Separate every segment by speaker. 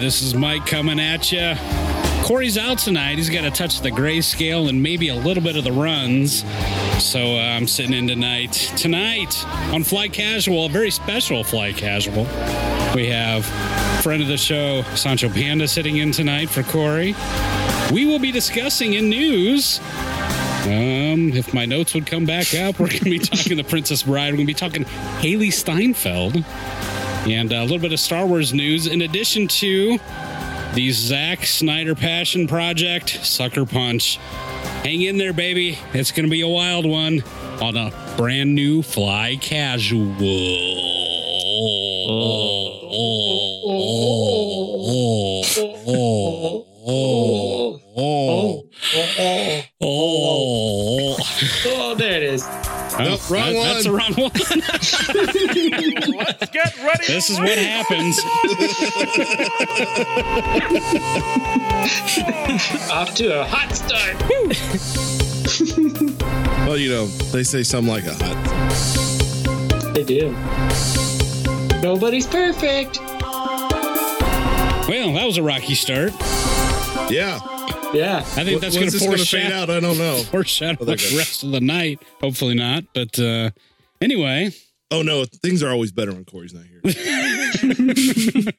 Speaker 1: this is Mike coming at you. Corey's out tonight. He's got a touch of the grayscale and maybe a little bit of the runs. So uh, I'm sitting in tonight. Tonight on Fly Casual, a very special Fly Casual. We have friend of the show, Sancho Panda, sitting in tonight for Corey. We will be discussing in news um, if my notes would come back up, we're going to be talking The Princess Bride. We're going to be talking Haley Steinfeld and uh, a little bit of Star Wars news, in addition to the Zack Snyder Passion Project Sucker Punch. Hang in there, baby. It's going to be a wild one on a brand new Fly Casual. Oh,
Speaker 2: Oh, there it is.
Speaker 1: nope,
Speaker 3: wrong
Speaker 1: That's the wrong one.
Speaker 4: Let's get ready.
Speaker 1: This
Speaker 4: to
Speaker 1: is what happens.
Speaker 2: Off to a hot start.
Speaker 3: Well, you know, they say something like uh, a hot.
Speaker 2: They do. Nobody's perfect.
Speaker 1: Well, that was a rocky start.
Speaker 3: Yeah.
Speaker 2: Yeah.
Speaker 1: I think
Speaker 3: Wh-
Speaker 1: that's
Speaker 3: when's
Speaker 1: going to
Speaker 3: this gonna fade
Speaker 1: foreshadow,
Speaker 3: out? I don't know.
Speaker 1: foreshadow
Speaker 3: Oh,
Speaker 1: the
Speaker 3: there goes.
Speaker 1: rest of the night. Hopefully not. But uh, anyway,
Speaker 3: Oh no, things are always better when Corey's not here.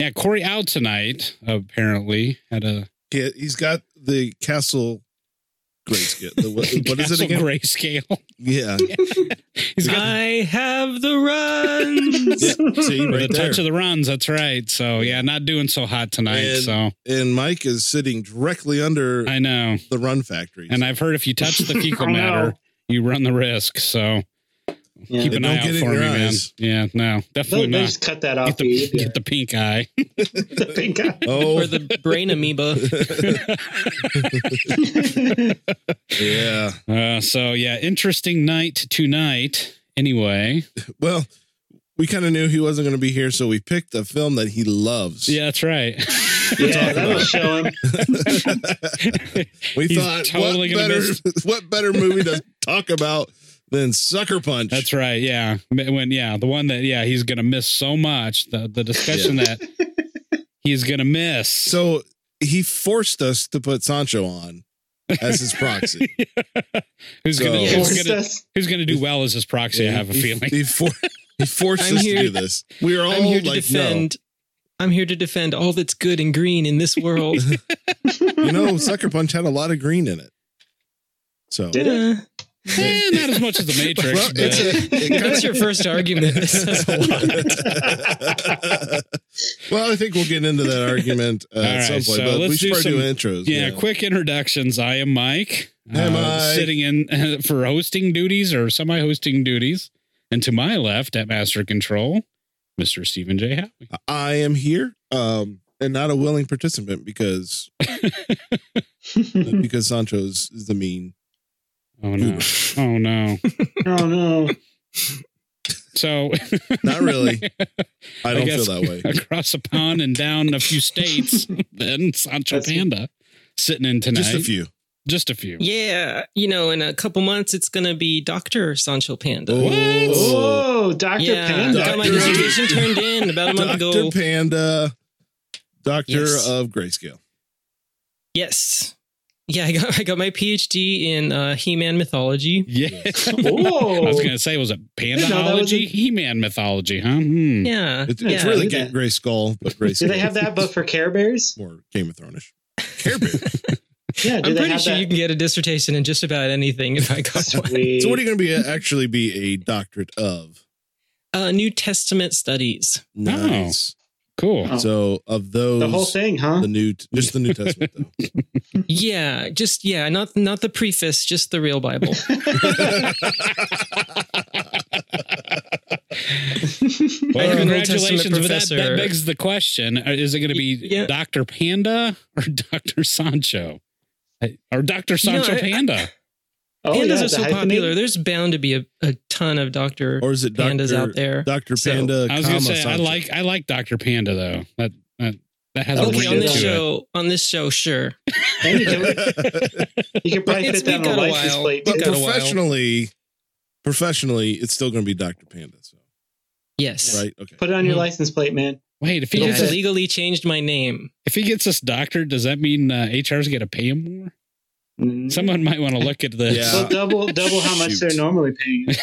Speaker 1: yeah, Corey out tonight, apparently. Had a
Speaker 3: Yeah, He's got the castle grayscale. The, what, what is
Speaker 1: castle
Speaker 3: it again?
Speaker 1: grayscale.
Speaker 3: yeah.
Speaker 1: He's got
Speaker 2: I have the runs.
Speaker 3: yeah. See
Speaker 1: the
Speaker 3: right there.
Speaker 1: touch of the runs. That's right. So, yeah, not doing so hot tonight.
Speaker 3: And-
Speaker 1: so,
Speaker 3: and Mike is sitting directly under
Speaker 1: I know.
Speaker 3: the Run Factory.
Speaker 1: And I've heard if you touch the fecal
Speaker 4: Oh, no.
Speaker 1: matter, you run the risk. So,
Speaker 2: Yeah.
Speaker 1: keep an
Speaker 3: Don't
Speaker 1: eye out
Speaker 3: get it in
Speaker 1: for me,
Speaker 3: your
Speaker 1: man.
Speaker 3: eyes.
Speaker 1: Yeah, no,
Speaker 2: They'll-
Speaker 1: definitely
Speaker 2: They
Speaker 1: not.
Speaker 2: just cut that
Speaker 1: Get
Speaker 2: off.
Speaker 1: the,
Speaker 2: you.
Speaker 1: get the pink eye.
Speaker 2: the pink eye.
Speaker 3: oh
Speaker 5: or the brain amoeba.
Speaker 3: yeah.
Speaker 1: Uh, so yeah, interesting night tonight. Anyway,
Speaker 3: Well, we kind of knew he wasn't going to be here, so we picked a film that he loves.
Speaker 1: yeah, that's right.
Speaker 2: Yeah, that'll show him.
Speaker 3: we
Speaker 1: He's
Speaker 3: thought
Speaker 1: totally
Speaker 3: what
Speaker 1: gonna
Speaker 3: better
Speaker 1: miss-
Speaker 3: what better movie to talk about than Sucker Punch?
Speaker 1: That's right. Yeah, M- when yeah, the one that yeah he's gonna miss so much the the discussion that he's gonna miss.
Speaker 3: So he forced us to put Sancho on as his proxy.
Speaker 1: who's gonna who's
Speaker 3: So-
Speaker 2: Forced
Speaker 1: gonna,
Speaker 2: us.
Speaker 1: who's gonna do well as his proxy? I have a
Speaker 3: He-
Speaker 1: feeling.
Speaker 3: He, for, he forced
Speaker 5: I'm
Speaker 3: us
Speaker 5: here-
Speaker 3: to do this. We were all
Speaker 5: I'm here to
Speaker 3: like,
Speaker 5: defend. I'm here to defend all that's good and green in this world.
Speaker 3: no. You know, Sucker Punch had a lot of green in it. So
Speaker 2: Did it?
Speaker 5: Eh,
Speaker 1: Eh, not as much as the Matrix.
Speaker 3: Well, it's
Speaker 1: but-
Speaker 3: a- it kinda-
Speaker 5: that's your first argument. That says a lot.
Speaker 3: well, I think we'll get into that argument uh,
Speaker 1: All
Speaker 3: at some
Speaker 1: right,
Speaker 3: point,
Speaker 1: so
Speaker 3: but
Speaker 1: let's
Speaker 3: we should
Speaker 1: do
Speaker 3: probably do
Speaker 1: some-
Speaker 3: intros.
Speaker 1: yeah, quick introductions. I am Mike. Uh,
Speaker 3: Hi, Mike.
Speaker 1: Sitting in for hosting duties or semi hosting duties. And to my left at Master Control, Mr. Stephen J. Howie.
Speaker 3: I am here um, and not a willing participant because because Sancho's is the mean.
Speaker 1: Oh, no. Oh, no.
Speaker 2: oh no.
Speaker 1: So
Speaker 3: Not really. I don't
Speaker 1: guess-
Speaker 3: feel that way.
Speaker 1: across a pond and down a few states, then Sancho
Speaker 2: That's-
Speaker 1: Panda sitting in tonight.
Speaker 3: Just a few.
Speaker 1: Just a few.
Speaker 5: yeah, you know, in a couple months, it's gonna be Doctor Sancho Panda.
Speaker 3: Oh.
Speaker 2: Oh, Dr.
Speaker 5: Yeah,
Speaker 2: Panda.
Speaker 5: got my
Speaker 3: Dr.
Speaker 5: dissertation turned in about a month
Speaker 3: Dr.
Speaker 5: ago.
Speaker 3: Panda, Doctor
Speaker 5: Yes.
Speaker 3: of Grayscale.
Speaker 5: yes, yeah, I got I got my PhD in uh, He-Man mythology.
Speaker 1: Yeah.
Speaker 2: Whoa.
Speaker 1: I was going to say, was it
Speaker 2: that was a-
Speaker 1: Pandaology? He Man mythology, huh? Hmm.
Speaker 5: Yeah,
Speaker 3: It,
Speaker 5: yeah.
Speaker 3: It's really
Speaker 2: do that.
Speaker 3: Gray Skull, but Grayscale.
Speaker 2: do they have that but for Care Bears?
Speaker 3: more Game of Thrones? Care Bears.
Speaker 2: Yeah, do
Speaker 5: I'm
Speaker 2: they
Speaker 5: pretty
Speaker 2: have
Speaker 5: sure
Speaker 2: that?
Speaker 5: you can get a dissertation in just about anything if I got one.
Speaker 2: Sweet.
Speaker 3: So what are you going to be uh, actually be a doctorate of?
Speaker 5: Uh, New Testament studies.
Speaker 3: Nice.
Speaker 1: Cool.
Speaker 2: Oh.
Speaker 3: So of those,
Speaker 2: the whole thing, huh?
Speaker 3: the new, just the New Testament though.
Speaker 5: Yeah, just yeah, not not the preface, just the real Bible.
Speaker 1: Well,
Speaker 5: I'm an Old
Speaker 1: congratulations.
Speaker 5: Testament
Speaker 1: But that, that
Speaker 5: professor.
Speaker 1: begs the question uh, is it going to be
Speaker 5: Yeah.
Speaker 1: Dr. Panda or Dr. Sancho? I- Or Dr.
Speaker 5: You know,
Speaker 1: Sancho
Speaker 5: I-
Speaker 1: Panda?
Speaker 2: Oh,
Speaker 5: Pandas
Speaker 2: yeah,
Speaker 5: are
Speaker 2: the
Speaker 5: so
Speaker 2: hyphenate?
Speaker 5: popular. There's bound to be a, a ton of Doctor
Speaker 3: Or is it Doctor
Speaker 5: Pandas out there.
Speaker 3: Doctor
Speaker 5: So-
Speaker 3: Panda.
Speaker 1: I was going to
Speaker 3: comma,
Speaker 1: say, I
Speaker 3: Sancho.
Speaker 1: like I like Dr. Panda, though. That that, that has
Speaker 2: Okay,
Speaker 1: a
Speaker 5: Okay,
Speaker 1: ring
Speaker 5: on
Speaker 1: to
Speaker 5: this
Speaker 2: Yeah.
Speaker 1: it.
Speaker 5: show, on this show, sure.
Speaker 2: Hey, you can- you can probably
Speaker 5: It's-
Speaker 2: fit that
Speaker 5: we've
Speaker 2: on a
Speaker 5: got a
Speaker 2: license
Speaker 5: while.
Speaker 2: plate.
Speaker 5: We've
Speaker 3: but
Speaker 5: got a while.
Speaker 3: professionally, professionally, it's still going to be Doctor Panda. So
Speaker 5: Yes.
Speaker 3: right, okay.
Speaker 2: Put it on your
Speaker 5: Mhm.
Speaker 2: license plate, man.
Speaker 1: Wait, if he
Speaker 5: Yeah,
Speaker 1: gets
Speaker 5: I
Speaker 1: us,
Speaker 5: legally changed my name.
Speaker 1: if he gets us doctored, does that mean uh, HR's going to pay him more?
Speaker 2: Mm.
Speaker 1: Someone might want to look at this.
Speaker 3: Yeah.
Speaker 2: well, double double how much
Speaker 3: Shoot.
Speaker 2: they're normally paying. us.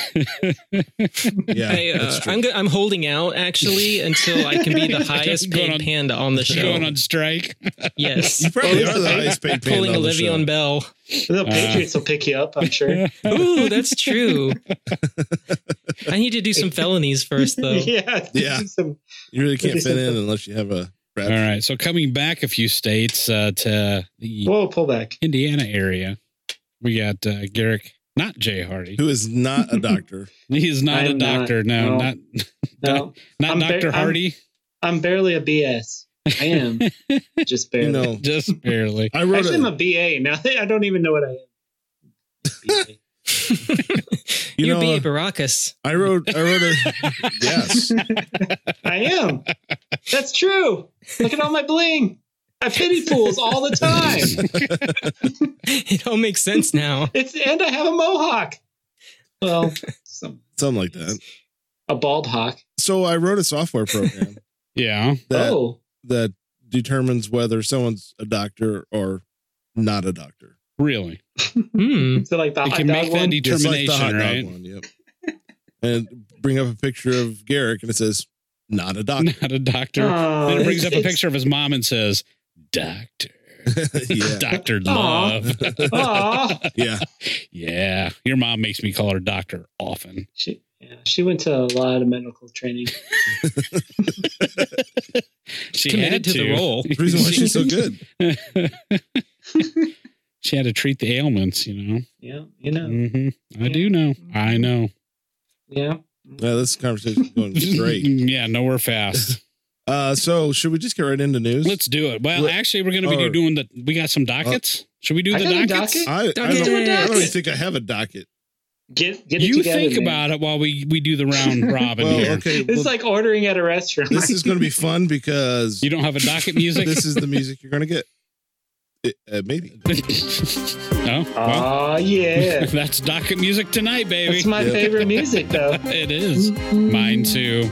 Speaker 3: Yeah,
Speaker 5: I, uh,
Speaker 3: that's true.
Speaker 5: I'm go- I'm holding out actually until I can be the highest
Speaker 1: Going
Speaker 5: paid
Speaker 1: on-
Speaker 5: panda on the show.
Speaker 1: Going on strike.
Speaker 5: yes,
Speaker 3: you probably
Speaker 2: Well,
Speaker 3: are the
Speaker 2: listen,
Speaker 3: highest paid panda
Speaker 5: pulling
Speaker 3: on the
Speaker 5: Olivia
Speaker 3: show.
Speaker 5: on Bell.
Speaker 2: The
Speaker 1: Uh.
Speaker 2: Patriots will pick you up, I'm sure.
Speaker 5: Ooh, that's true. I need to do some felonies first, though.
Speaker 2: yeah,
Speaker 3: Yeah.
Speaker 2: Some-
Speaker 3: You really can't fit in unless you have a rap.
Speaker 1: All right. So coming back a few states uh, to the
Speaker 2: whoa, pull back.
Speaker 1: Indiana area, we got uh, Garrick, not Jay Hardy.
Speaker 3: who is not a doctor.
Speaker 1: He is not
Speaker 2: I
Speaker 1: a
Speaker 2: am not.
Speaker 1: doctor. no,
Speaker 2: No.
Speaker 1: not
Speaker 2: No,
Speaker 1: not
Speaker 2: I'm ba-
Speaker 1: Doctor
Speaker 2: I'm-
Speaker 1: Hardy.
Speaker 2: I'm barely a BS. I am just barely.
Speaker 3: you know,
Speaker 1: Just barely.
Speaker 3: I wrote
Speaker 2: Actually, I'm
Speaker 3: a,
Speaker 2: a BA now. I don't even know what I am.
Speaker 3: you
Speaker 5: You're
Speaker 3: know,
Speaker 5: B.A.
Speaker 3: uh,
Speaker 5: Baracus.
Speaker 3: I wrote, I wrote a, yes,
Speaker 2: I am. That's true. Look at all my bling. I pity fools all the time.
Speaker 5: It all makes sense now.
Speaker 2: It's and I have a mohawk. Well, some
Speaker 3: something like that.
Speaker 2: a bald hawk.
Speaker 3: So I wrote a software program
Speaker 1: Yeah.
Speaker 3: that,
Speaker 2: oh,
Speaker 3: that determines whether someone's a doctor or not a doctor.
Speaker 1: Really.
Speaker 5: Hmm.
Speaker 2: so like the
Speaker 1: It
Speaker 2: hot
Speaker 1: can
Speaker 2: dog
Speaker 1: make that
Speaker 2: one?
Speaker 3: It's like
Speaker 1: determination,
Speaker 3: the hot dog
Speaker 1: right?
Speaker 3: one, yep. and bring up a picture of Garrick and it says, not a doctor.
Speaker 1: Not a doctor.
Speaker 2: Oh,
Speaker 1: then it brings up
Speaker 2: it's-
Speaker 1: a
Speaker 2: it's-
Speaker 1: picture of his mom and says, "Doctor,
Speaker 3: yeah.
Speaker 1: Doctor
Speaker 2: Aw.
Speaker 1: Love."
Speaker 2: Aw.
Speaker 3: Yeah.
Speaker 1: yeah, your mom makes me call her Doctor often.
Speaker 2: She, yeah, she went to a lot of medical training.
Speaker 1: She had
Speaker 5: Committed to, the role.
Speaker 3: The reason why she's so good.
Speaker 1: she had to treat the ailments, you know.
Speaker 2: Yeah, you know.
Speaker 1: hmm I
Speaker 2: Yeah.
Speaker 1: do know. I know.
Speaker 2: Yeah.
Speaker 3: Yeah, this conversation's going great.
Speaker 1: yeah, nowhere fast.
Speaker 3: Uh, so should we just get right into news?
Speaker 1: Let's do it. Well,
Speaker 3: Let-
Speaker 1: actually, we're going to be
Speaker 3: or-
Speaker 1: doing the. We got some dockets. Should we do
Speaker 2: I
Speaker 1: the
Speaker 2: got a
Speaker 1: dockets?
Speaker 2: docket.
Speaker 3: I, I, don't,
Speaker 5: Docket.
Speaker 3: I don't even think I have a docket.
Speaker 2: Get get it
Speaker 1: You
Speaker 2: together,
Speaker 1: think
Speaker 2: man.
Speaker 1: about it while we we do the round robin
Speaker 3: Well,
Speaker 1: here.
Speaker 3: okay.
Speaker 2: It's
Speaker 3: well,
Speaker 2: like ordering at a restaurant.
Speaker 3: this is going to be fun because
Speaker 1: You don't have a docket music.
Speaker 3: this is the music you're going to get. It, uh, maybe.
Speaker 1: no. Well,
Speaker 2: Oh yeah.
Speaker 1: that's docket music tonight, baby.
Speaker 2: That's my
Speaker 3: Yeah.
Speaker 2: favorite music though.
Speaker 1: it is mine too.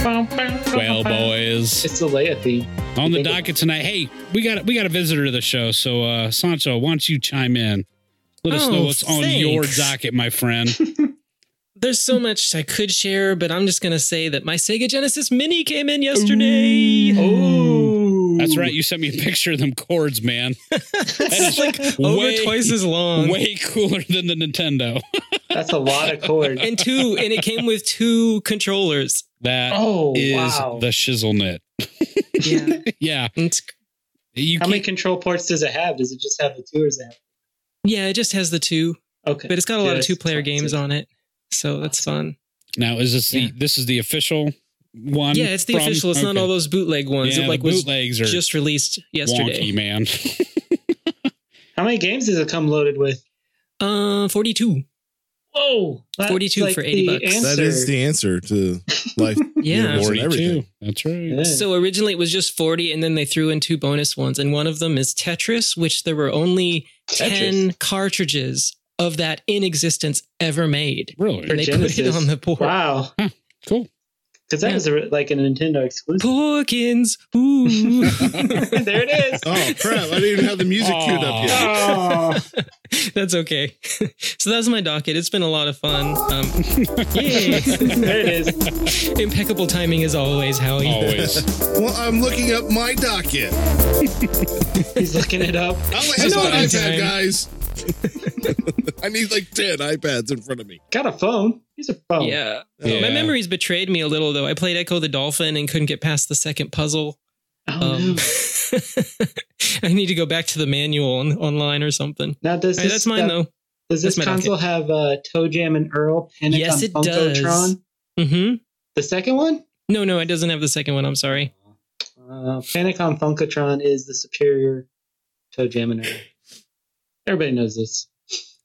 Speaker 1: Well, boys.
Speaker 2: It's the Leia theme.
Speaker 1: on the docket tonight. Hey, we got we got a visitor to the show, so uh Sancho, why don't you chime in? Let us know
Speaker 5: Oh,
Speaker 1: what's on your
Speaker 5: thanks.
Speaker 1: docket, my friend.
Speaker 5: There's so much I could share, but I'm just going to say that my Sega Genesis Mini came in yesterday.
Speaker 2: Oh,
Speaker 1: That's right. You sent me a picture of them cords, man. That is
Speaker 5: It's like over
Speaker 1: way-
Speaker 5: twice as long.
Speaker 2: Uh-huh.
Speaker 1: way cooler than the Nintendo.
Speaker 2: That's a lot of chords.
Speaker 5: And two, and it came with two controllers.
Speaker 1: That is
Speaker 2: oh wow.
Speaker 1: the shizzle knit.
Speaker 5: Yeah.
Speaker 1: Yeah,
Speaker 5: It's,
Speaker 1: you
Speaker 2: How many
Speaker 1: can't.
Speaker 2: control ports does it have? Does it just have the two or does it
Speaker 5: yeah, it just has the two,
Speaker 2: have? Okay.
Speaker 5: but it's got a lot of
Speaker 2: Just
Speaker 5: two player games
Speaker 2: two.
Speaker 5: on it. So that's fun.
Speaker 1: Now is this
Speaker 5: Yeah.
Speaker 1: the this is the official one?
Speaker 5: Yeah, it's the
Speaker 1: from-
Speaker 5: official. It's not
Speaker 1: okay.
Speaker 5: all those bootleg ones.
Speaker 1: Yeah,
Speaker 5: it like
Speaker 1: the
Speaker 5: was
Speaker 1: bootlegs are
Speaker 5: just released yesterday.
Speaker 1: wonky, man.
Speaker 2: How many games does it come loaded with?
Speaker 5: Uh, 42.
Speaker 2: Whoa, that's
Speaker 5: 42 for 80
Speaker 2: the
Speaker 5: bucks.
Speaker 2: Answer.
Speaker 3: That is the answer to life.
Speaker 5: Yeah.
Speaker 3: Universe.
Speaker 1: Forty two.
Speaker 3: everything.
Speaker 1: That's right.
Speaker 2: Yeah.
Speaker 5: So originally it was just 40, and then they threw in two bonus ones. And one of them is Tetris, which there were only
Speaker 2: Tetris.
Speaker 5: 10 cartridges of that in existence ever made.
Speaker 1: Really
Speaker 2: For
Speaker 5: And they put it
Speaker 2: Genesis.
Speaker 5: on the board.
Speaker 2: wow,
Speaker 1: cool.
Speaker 2: because that
Speaker 5: Yeah.
Speaker 2: was a, like a Nintendo exclusive.
Speaker 5: Porkins. Ooh.
Speaker 2: there it is.
Speaker 3: Oh crap! I didn't even have the music queued up yet.
Speaker 1: Ah.
Speaker 2: Oh,
Speaker 5: That's okay. so that's my docket. It's been a lot of fun. Um, yay.
Speaker 2: there it is.
Speaker 5: Impeccable timing as always, Howie.
Speaker 1: Always.
Speaker 3: Well, I'm looking up my docket.
Speaker 2: He's looking it up.
Speaker 3: I only
Speaker 5: Just
Speaker 3: have one
Speaker 5: one
Speaker 3: iPad,
Speaker 5: time.
Speaker 3: guys. I need like ten iPads in front of me.
Speaker 2: Got a phone. He's a phone.
Speaker 5: Yeah.
Speaker 1: Yeah.
Speaker 5: My memories betrayed me a little, though. I played Echo the Dolphin and couldn't get past the second puzzle.
Speaker 2: Oh,
Speaker 5: Um,
Speaker 2: no.
Speaker 5: I need to go back to the manual on, online or something.
Speaker 2: Now does
Speaker 5: Hey,
Speaker 2: this,
Speaker 5: that's
Speaker 2: that-
Speaker 5: mine, though.
Speaker 2: Does this
Speaker 5: that's my
Speaker 2: console have uh, Toe Jam and Earl? Panic
Speaker 5: Yes,
Speaker 2: on
Speaker 5: it
Speaker 2: Funkotron?
Speaker 5: does. hmm
Speaker 2: The second one?
Speaker 5: No, no, it doesn't have the second one. I'm sorry.
Speaker 2: Uh, Panic on Funkotron is the superior Toe Jam and Earl. Everybody knows this.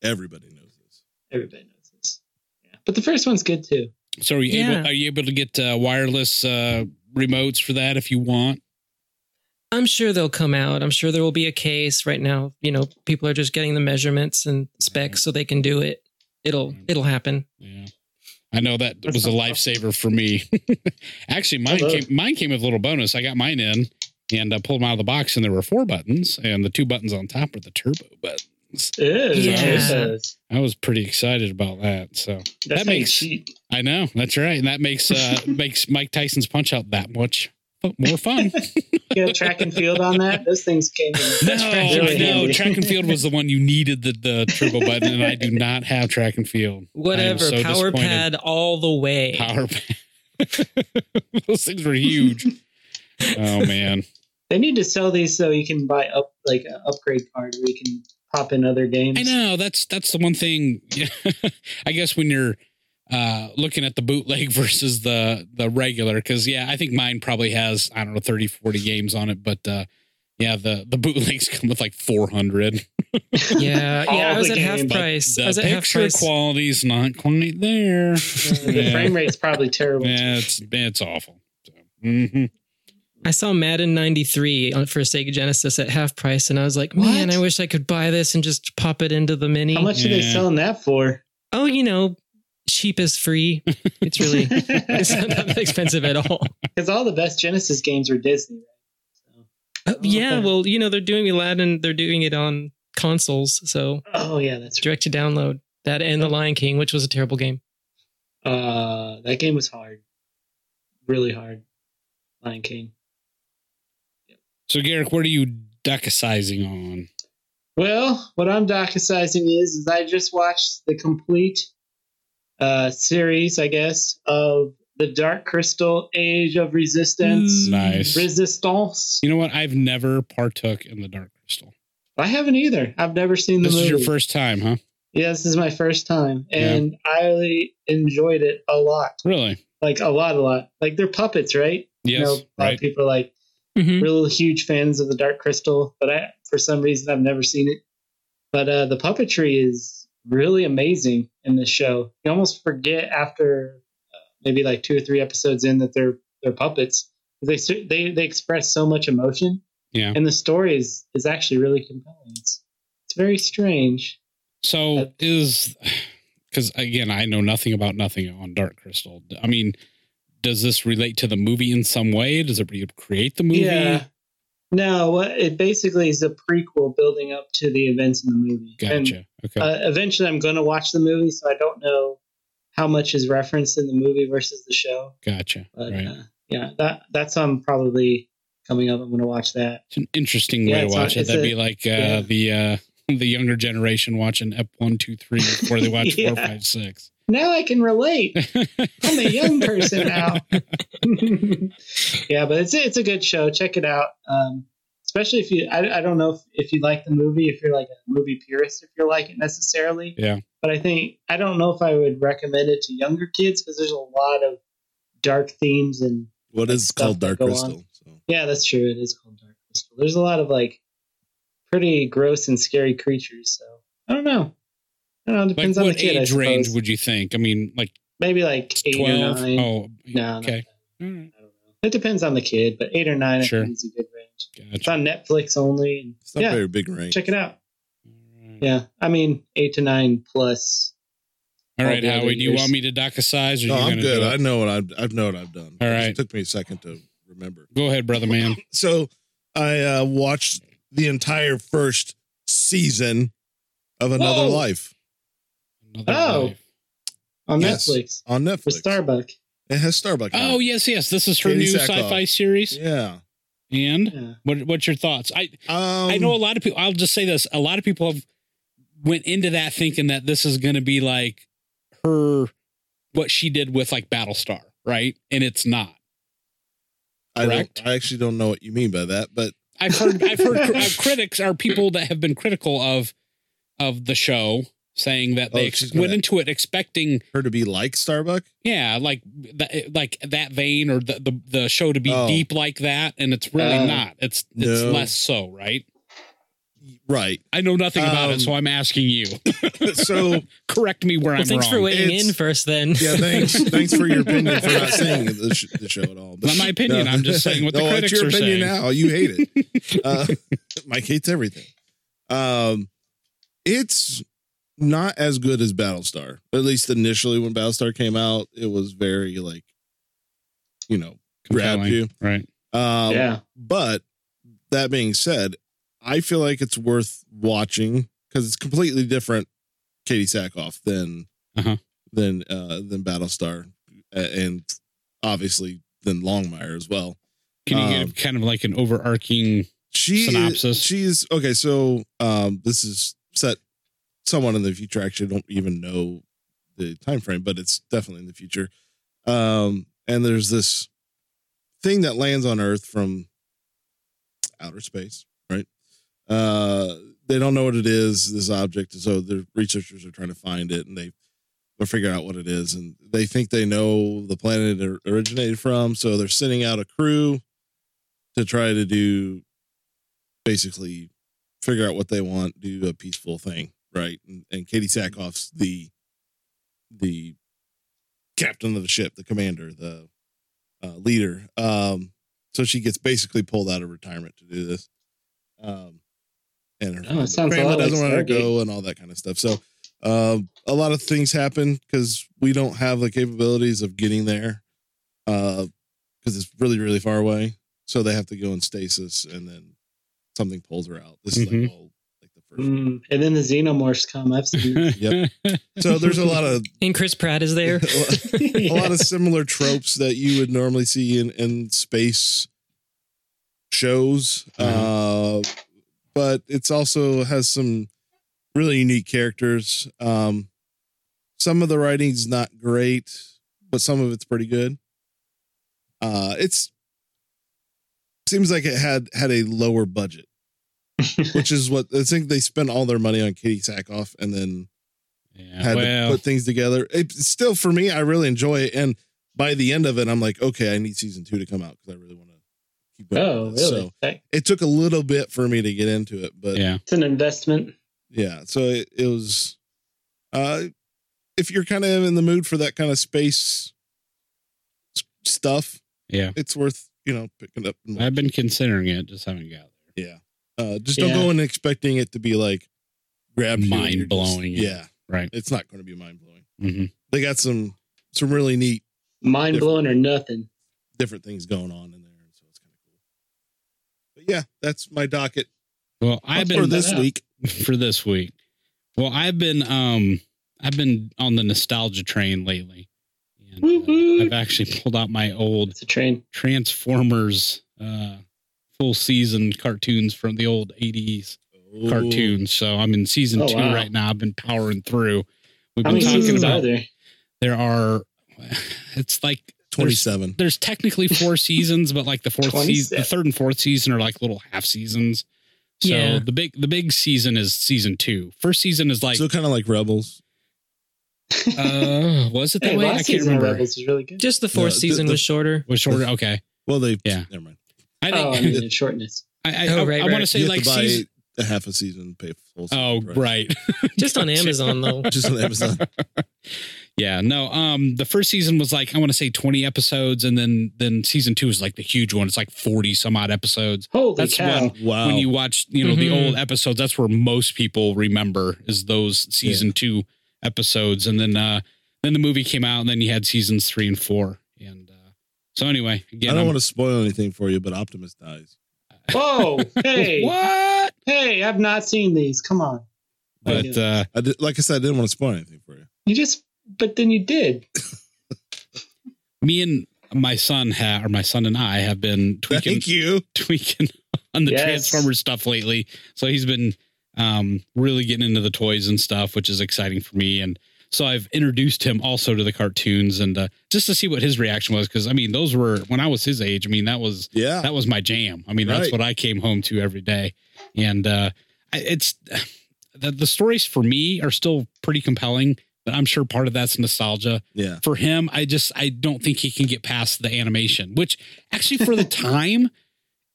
Speaker 3: Everybody knows this.
Speaker 2: Everybody knows this. Yeah. But the first one's good too.
Speaker 1: So are you
Speaker 5: Yeah.
Speaker 1: able are you able to get uh, wireless uh, remotes for that if you want?
Speaker 5: I'm sure they'll come out. I'm sure there will be a case right now. You know, people are
Speaker 2: Mm-hmm.
Speaker 5: just getting the measurements and specs so they can do it. It'll it'll happen.
Speaker 1: Yeah. I know that
Speaker 2: That's
Speaker 1: was a
Speaker 2: not
Speaker 1: lifesaver for me. Actually, mine
Speaker 2: love
Speaker 1: came mine came with a little bonus. I got mine in and uh, pulled them out of the box, and there were four buttons, and the two buttons on top were the turbo button.
Speaker 2: Ew,
Speaker 5: Yeah.
Speaker 2: That's,
Speaker 1: I was pretty excited about that. So
Speaker 2: that's
Speaker 1: That
Speaker 2: how you
Speaker 1: makes-
Speaker 2: cheat.
Speaker 1: I know that's right, and that makes uh, makes Mike Tyson's punch out that much fu- more fun.
Speaker 2: You know, track and field on that. Those things came. In.
Speaker 1: No, I
Speaker 2: really
Speaker 1: know
Speaker 2: handy.
Speaker 1: track and field was the one you needed the, the turbo button, and I do not have track and field.
Speaker 5: Whatever.
Speaker 1: so
Speaker 5: power
Speaker 1: disappointed.
Speaker 5: pad all the way.
Speaker 1: Power those things were huge. Oh man,
Speaker 2: They need to sell these so you can buy up like an upgrade card where you can pop in other games.
Speaker 1: I know that's that's the one thing. I guess when you're uh, looking at the bootleg versus the the regular, because yeah, I think mine probably has I don't know 30, 40 games on it, but uh, yeah, the the bootlegs come with like four hundred.
Speaker 5: Yeah, yeah.
Speaker 2: All
Speaker 5: I was
Speaker 2: the
Speaker 5: at
Speaker 2: games.
Speaker 5: half
Speaker 1: But
Speaker 5: price. I
Speaker 1: the
Speaker 5: was at half
Speaker 1: picture
Speaker 5: price.
Speaker 1: quality's not quite there.
Speaker 2: The
Speaker 1: Yeah.
Speaker 2: frame rate's probably terrible.
Speaker 1: Yeah, it's it's awful. So, mhm.
Speaker 5: I saw Madden 93 on- for Sega Genesis at half price, and I was like, man,
Speaker 2: What?
Speaker 5: I wish I could buy this and just pop it into the mini.
Speaker 2: How much are they
Speaker 1: Yeah.
Speaker 2: selling that for?
Speaker 5: Oh, you know, cheap is free. It's really, it's not that expensive at all.
Speaker 2: Because all the best Genesis games were Disney.
Speaker 5: Uh,
Speaker 2: Oh,
Speaker 5: yeah,
Speaker 2: okay.
Speaker 5: well, you know, they're doing Aladdin, they're doing it on consoles, so
Speaker 2: Oh yeah, that's
Speaker 5: direct to download. That and The Lion King, which was a terrible game.
Speaker 2: right. Uh, that game was hard, really hard. Lion King.
Speaker 1: So Garrick, what are you duckasizing on?
Speaker 2: Well, what I'm docusizing is, is I just watched the complete uh, series, I guess, of the Dark Crystal Age of Resistance.
Speaker 1: Mm. Nice.
Speaker 2: Resistance.
Speaker 1: You know what? I've never partook in the Dark Crystal.
Speaker 2: I haven't either. I've never seen the
Speaker 1: This
Speaker 2: movie.
Speaker 1: is your first time, huh?
Speaker 2: yeah, this is my first time,
Speaker 1: Yeah.
Speaker 2: and I enjoyed it a lot.
Speaker 1: Really?
Speaker 2: Like a lot, a lot. Like they're puppets, right?
Speaker 1: Yes.
Speaker 2: you know, a lot
Speaker 1: right. Hmm.
Speaker 2: of people are like
Speaker 5: Mhm.
Speaker 2: real huge fans of the Dark Crystal, but I, for some reason, I've never seen it. But uh, the puppetry is really amazing in this show. You almost forget after uh, maybe like two or three episodes in that they're they're puppets. They su- they they express so much emotion.
Speaker 1: Yeah.
Speaker 2: and the story is is actually really compelling. It's, it's very strange. Uh,
Speaker 1: So is because again, I know nothing about nothing on Dark Crystal. I mean, does this relate to the movie in some way? Does it re- create the movie?
Speaker 2: No, what- it basically is a prequel building up to the events in the movie. And
Speaker 1: Gotcha. Okay.
Speaker 2: Uh, eventually, I'm going to watch the movie, so I don't know how much is referenced in the movie versus the show.
Speaker 1: gotcha.
Speaker 2: But
Speaker 1: right.
Speaker 2: uh, yeah, that that's um probably coming up. I'm going to watch that.
Speaker 1: It's an interesting
Speaker 2: yeah,
Speaker 1: way to
Speaker 2: it's a-
Speaker 1: watch it.
Speaker 2: it's
Speaker 1: That'd
Speaker 2: a-
Speaker 1: be like uh,
Speaker 2: yeah.
Speaker 1: the uh, the younger generation watching Ep one, two, three before they watch
Speaker 2: Yeah.
Speaker 1: four, five, six.
Speaker 2: Now I can relate. I'm a young person now. yeah, but it's a, it's a good show. Check it out. Um, especially if you, I, I don't know if, if you like the movie, if you're like a movie purist, if you like it necessarily.
Speaker 1: Yeah.
Speaker 2: But I think, I don't know if I would recommend it to younger kids because there's a lot of dark themes and
Speaker 3: What is
Speaker 2: Stuff
Speaker 3: called
Speaker 2: that
Speaker 3: Dark
Speaker 2: go on.
Speaker 3: Crystal? So.
Speaker 2: Yeah, that's true. It is called Dark Crystal. There's a lot of like pretty gross and scary creatures. So I don't know. I don't know. It
Speaker 1: Like
Speaker 2: depends on the
Speaker 1: what
Speaker 2: kid.
Speaker 1: age
Speaker 2: I
Speaker 1: range
Speaker 2: suppose.
Speaker 1: would you think? I mean, like
Speaker 2: Maybe like eight
Speaker 1: twelve.
Speaker 2: or nine.
Speaker 1: Oh,
Speaker 2: no,
Speaker 1: okay. All right.
Speaker 2: I don't know. It depends on the kid, but eight or nine
Speaker 1: Sure.
Speaker 2: I think is a good range. It's
Speaker 1: Gotcha.
Speaker 2: on Netflix only.
Speaker 3: It's not
Speaker 2: Yeah,
Speaker 3: very big range.
Speaker 2: check it out.
Speaker 1: All right.
Speaker 2: Yeah, I mean eight to nine plus.
Speaker 1: All right,
Speaker 2: All the other
Speaker 1: Howie. Do you
Speaker 2: years.
Speaker 1: want me to dockasize or
Speaker 3: No,
Speaker 1: you
Speaker 3: I'm
Speaker 1: gonna
Speaker 3: good.
Speaker 1: do
Speaker 3: I
Speaker 1: it?
Speaker 3: know what I've, I know what I've done.
Speaker 1: All
Speaker 3: It just
Speaker 1: right.
Speaker 3: took me a second to remember.
Speaker 1: Go ahead, brother man.
Speaker 3: So I uh, watched the entire first season of Another
Speaker 2: Whoa.
Speaker 3: Life
Speaker 1: Another
Speaker 2: Oh.
Speaker 1: life.
Speaker 2: on
Speaker 3: Yes.
Speaker 2: Netflix
Speaker 3: on Netflix.
Speaker 2: with Starbuck.
Speaker 3: it has Starbucks. on
Speaker 1: Oh
Speaker 3: it.
Speaker 1: yes, yes. This is her
Speaker 3: Katie
Speaker 1: new
Speaker 3: Sackhoff.
Speaker 1: sci-fi series.
Speaker 3: yeah.
Speaker 1: And
Speaker 2: Yeah.
Speaker 1: what what's your thoughts? I
Speaker 3: Um,
Speaker 1: I know a lot of people. I'll just say this: a lot of people have went into that thinking that this is going to be like her what she did with like Battlestar, right? And it's not.
Speaker 3: I,
Speaker 1: correct?
Speaker 3: don't, I actually don't know what you mean by that, but
Speaker 1: I've heard I've heard cr- uh, critics are people that have been critical of of the show saying that they
Speaker 3: Oh,
Speaker 1: ex-
Speaker 3: she's gonna-
Speaker 1: went into it expecting
Speaker 3: her to be like Starbuck.
Speaker 1: yeah like th- like that vein or the, the the show to be
Speaker 3: Oh.
Speaker 1: deep like that and it's really
Speaker 2: Oh.
Speaker 1: not it's it's
Speaker 3: No.
Speaker 1: less so right
Speaker 3: Right.
Speaker 1: I know nothing about it,
Speaker 3: Um,
Speaker 1: so I'm asking you.
Speaker 3: So
Speaker 1: Correct me where
Speaker 5: Well,
Speaker 1: I'm
Speaker 5: thanks
Speaker 1: wrong.
Speaker 5: for weighing
Speaker 3: It's-
Speaker 5: in first, then.
Speaker 3: yeah, thanks. thanks for your opinion for not saying the, sh- the show at all.
Speaker 1: Not my opinion. I'm just saying what the critics
Speaker 3: it's your
Speaker 1: are
Speaker 3: opinion
Speaker 1: saying.
Speaker 3: now. You hate it. Uh, Mike hates everything. Um, it's not as good as Battlestar. At least initially when Battlestar came out, it was very like, you know, grab
Speaker 1: Compelling.
Speaker 3: you.
Speaker 1: Right.
Speaker 3: Um,
Speaker 2: yeah.
Speaker 3: But that being said, I feel like it's worth watching because it's completely different Katie Sackhoff than
Speaker 1: Uh-huh.
Speaker 3: than uh, than Battlestar, a- and obviously than Longmire as well.
Speaker 1: Can you
Speaker 3: Um,
Speaker 1: get kind of like an overarching?
Speaker 3: She
Speaker 1: Synopsis.
Speaker 3: Is, she is okay. So um, this is set somewhat in the future. I Actually, don't even know the time frame, but it's definitely in the future. Um, and there's this thing that lands on Earth from outer space, right? Uh, they don't know what it is. This object, so the researchers are trying to find it, and they or figure out what it is, and they think they know the planet it originated from. So they're sending out a crew to try to do basically figure out what they want, do a peaceful thing, right? And, and Katie Sackhoff's the the captain of the ship, the commander, the uh, leader. Um, so she gets basically pulled out of retirement to do this. Um, and her
Speaker 2: Oh, it sounds a
Speaker 3: family
Speaker 2: lot like
Speaker 3: doesn't want her to
Speaker 2: Stargate.
Speaker 3: go and all that kind of stuff. So um, a lot of things happen because we don't have the capabilities of getting there because uh, it's really, really far away. So they have to go in stasis and then something pulls her out. This is
Speaker 1: Mhm.
Speaker 3: like all like the first.
Speaker 2: Mm, and then the xenomorphs come. I've seen.
Speaker 3: Yep. So there's a lot of
Speaker 5: And Chris Pratt is there.
Speaker 3: a lot of similar tropes that you would normally see in in space shows, uh, but it's also has some really unique characters. Um, some of the writing's not great, but some of it's pretty good. Uh, it's seems like it had had a lower budget, which is what I think they spent all their money on Katie Sackhoff and then
Speaker 1: Yeah.
Speaker 3: had
Speaker 1: Well,
Speaker 3: to put things together. It still for me, I really enjoy it. And by the end of it, I'm like, okay, I need season two to come out because I really want to keep going.
Speaker 2: oh,
Speaker 3: with
Speaker 2: really?
Speaker 3: this. So
Speaker 2: That-
Speaker 3: it took a little bit for me to get into it, but yeah.
Speaker 1: yeah.
Speaker 2: It's an investment.
Speaker 3: so it, it was, uh, if you're kind of in the mood for that kind of space s- stuff,
Speaker 1: Yeah.
Speaker 3: it's worth you know picking up. And,
Speaker 1: I've been considering it, just haven't got there.
Speaker 3: uh, just don't
Speaker 2: Yeah.
Speaker 3: go in expecting it to be like grab you and you're just-
Speaker 1: Mind-blowing.
Speaker 3: Yeah,
Speaker 1: Right.
Speaker 3: it's not going to be mind blowing.
Speaker 1: Mhm.
Speaker 3: They got some some really neat
Speaker 2: Mind blowing or nothing.
Speaker 3: different things going on in there. So it's kind of cool. But yeah, that's my docket
Speaker 1: Well, I've
Speaker 3: for
Speaker 1: been
Speaker 3: this week.
Speaker 1: for this week. Well, I've been um I've been on the nostalgia train lately. And, uh,
Speaker 2: Whoop, whoop.
Speaker 1: I've actually pulled out my old
Speaker 2: It's a train.
Speaker 1: Transformers uh full season cartoons from the old 80s cartoons. So I'm in season
Speaker 2: Oh,
Speaker 1: 2
Speaker 2: wow.
Speaker 1: right now. I've been powering through. We've
Speaker 2: How
Speaker 1: been
Speaker 2: many
Speaker 1: talking
Speaker 2: seasons
Speaker 1: about
Speaker 2: are there?
Speaker 1: there are it's like
Speaker 3: Oh,
Speaker 1: there's
Speaker 3: 27.
Speaker 1: there's technically four seasons, but like the fourth season, the
Speaker 2: 27.
Speaker 1: third and fourth season are like little half seasons. So
Speaker 5: Yeah.
Speaker 1: the big the big season is season two. First season is like
Speaker 3: so kind of like Rebels.
Speaker 1: uh, was it that
Speaker 2: Hey,
Speaker 1: way?
Speaker 2: last
Speaker 1: I can't
Speaker 2: season of
Speaker 1: remember.
Speaker 2: Rebels was really good.
Speaker 5: Just the fourth
Speaker 3: No, the-
Speaker 5: season
Speaker 3: the-
Speaker 5: was shorter.
Speaker 1: Was shorter. Okay,
Speaker 3: Well, they
Speaker 1: Yeah.
Speaker 3: Never mind.
Speaker 1: I
Speaker 2: oh, I
Speaker 1: think
Speaker 2: mean, in shortness.
Speaker 1: I, I,
Speaker 5: Oh,
Speaker 1: I,
Speaker 5: right,
Speaker 1: I want to
Speaker 5: right.
Speaker 1: say
Speaker 3: you
Speaker 1: like
Speaker 3: have to buy
Speaker 1: season.
Speaker 3: a half a season, pay for the full.
Speaker 1: Oh,
Speaker 3: season,
Speaker 1: right.
Speaker 5: Just on
Speaker 1: Gotcha.
Speaker 5: Amazon though.
Speaker 3: Just on Amazon.
Speaker 1: Yeah, no. Um, the first season was like I want to say twenty episodes, and then then season two is like the huge one. It's like forty some odd episodes.
Speaker 2: Holy
Speaker 1: That's
Speaker 2: cow!
Speaker 1: one.
Speaker 3: wow.
Speaker 1: When you watch, you know, the
Speaker 5: Mhm.
Speaker 1: old episodes, that's where most people remember is those season two episodes, and then uh then the movie came out, and then you had seasons three and four, and uh so anyway,
Speaker 3: I
Speaker 1: again,
Speaker 3: don't
Speaker 1: I'm-
Speaker 3: want to spoil anything for you, but Optimus dies.
Speaker 2: Whoa! Hey,
Speaker 1: what?
Speaker 2: hey! I've not seen these. Come on.
Speaker 1: But uh
Speaker 3: I did, like I said, I didn't want to spoil anything for you.
Speaker 2: You just, but then you did.
Speaker 1: me and my son ha- or my son and I have been tweaking
Speaker 3: Thank you.
Speaker 1: tweaking on the
Speaker 2: Yes.
Speaker 1: Transformers stuff lately. So he's been um, really getting into the toys and stuff, which is exciting for me. And so I've introduced him also to the cartoons and uh, just to see what his reaction was. Cause I mean, those were when I was his age. I mean, that was
Speaker 3: Yeah.
Speaker 1: that was my jam. I mean, that's
Speaker 3: Right.
Speaker 1: what I came home to every day. And uh, I- it's the, the stories for me are still pretty compelling. But I'm sure part of that's nostalgia
Speaker 3: yeah.
Speaker 1: for him i just i don't think he can get past the animation which actually for the time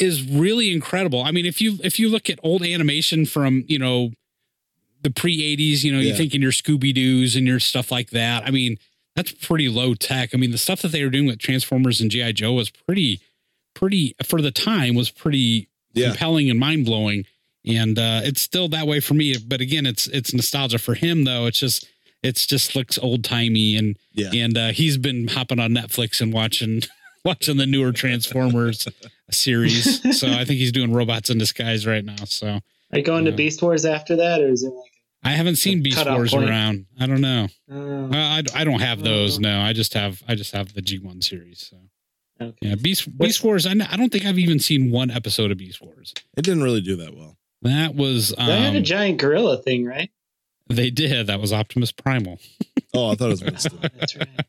Speaker 1: is really incredible i mean if you if you look at old animation from you know the pre-80s you know you
Speaker 3: Yeah.
Speaker 1: think in your scooby-doos and your stuff like that i mean that's pretty low tech i mean the stuff that they were doing with transformers and gi joe was pretty pretty for the time was pretty
Speaker 3: Yeah.
Speaker 1: compelling and mind blowing. and uh, it's still that way for me. But again, it's it's nostalgia for him though. It's just it's just looks old timey, and
Speaker 3: Yeah.
Speaker 1: and uh, he's been hopping on Netflix and watching watching the newer Transformers series. So I think he's doing Robots in Disguise right now. So
Speaker 2: Are you going
Speaker 1: Yeah.
Speaker 2: to Beast Wars after that, or is it like?
Speaker 1: I haven't seen Beast
Speaker 2: Cutoff
Speaker 1: Wars
Speaker 2: point.
Speaker 1: around. I don't know.
Speaker 2: Oh,
Speaker 1: Uh, I I don't have those. No, I just have I just have the G one series. So
Speaker 2: okay.
Speaker 1: yeah, Beast Beast Wars. I, kn- I don't think I've even seen one episode of Beast Wars.
Speaker 3: It didn't really do that well.
Speaker 1: That was um,
Speaker 2: They had a giant gorilla thing, right?
Speaker 1: They did. That was Optimus Primal.
Speaker 3: Oh, I thought it was Winston.
Speaker 2: That's right.
Speaker 1: That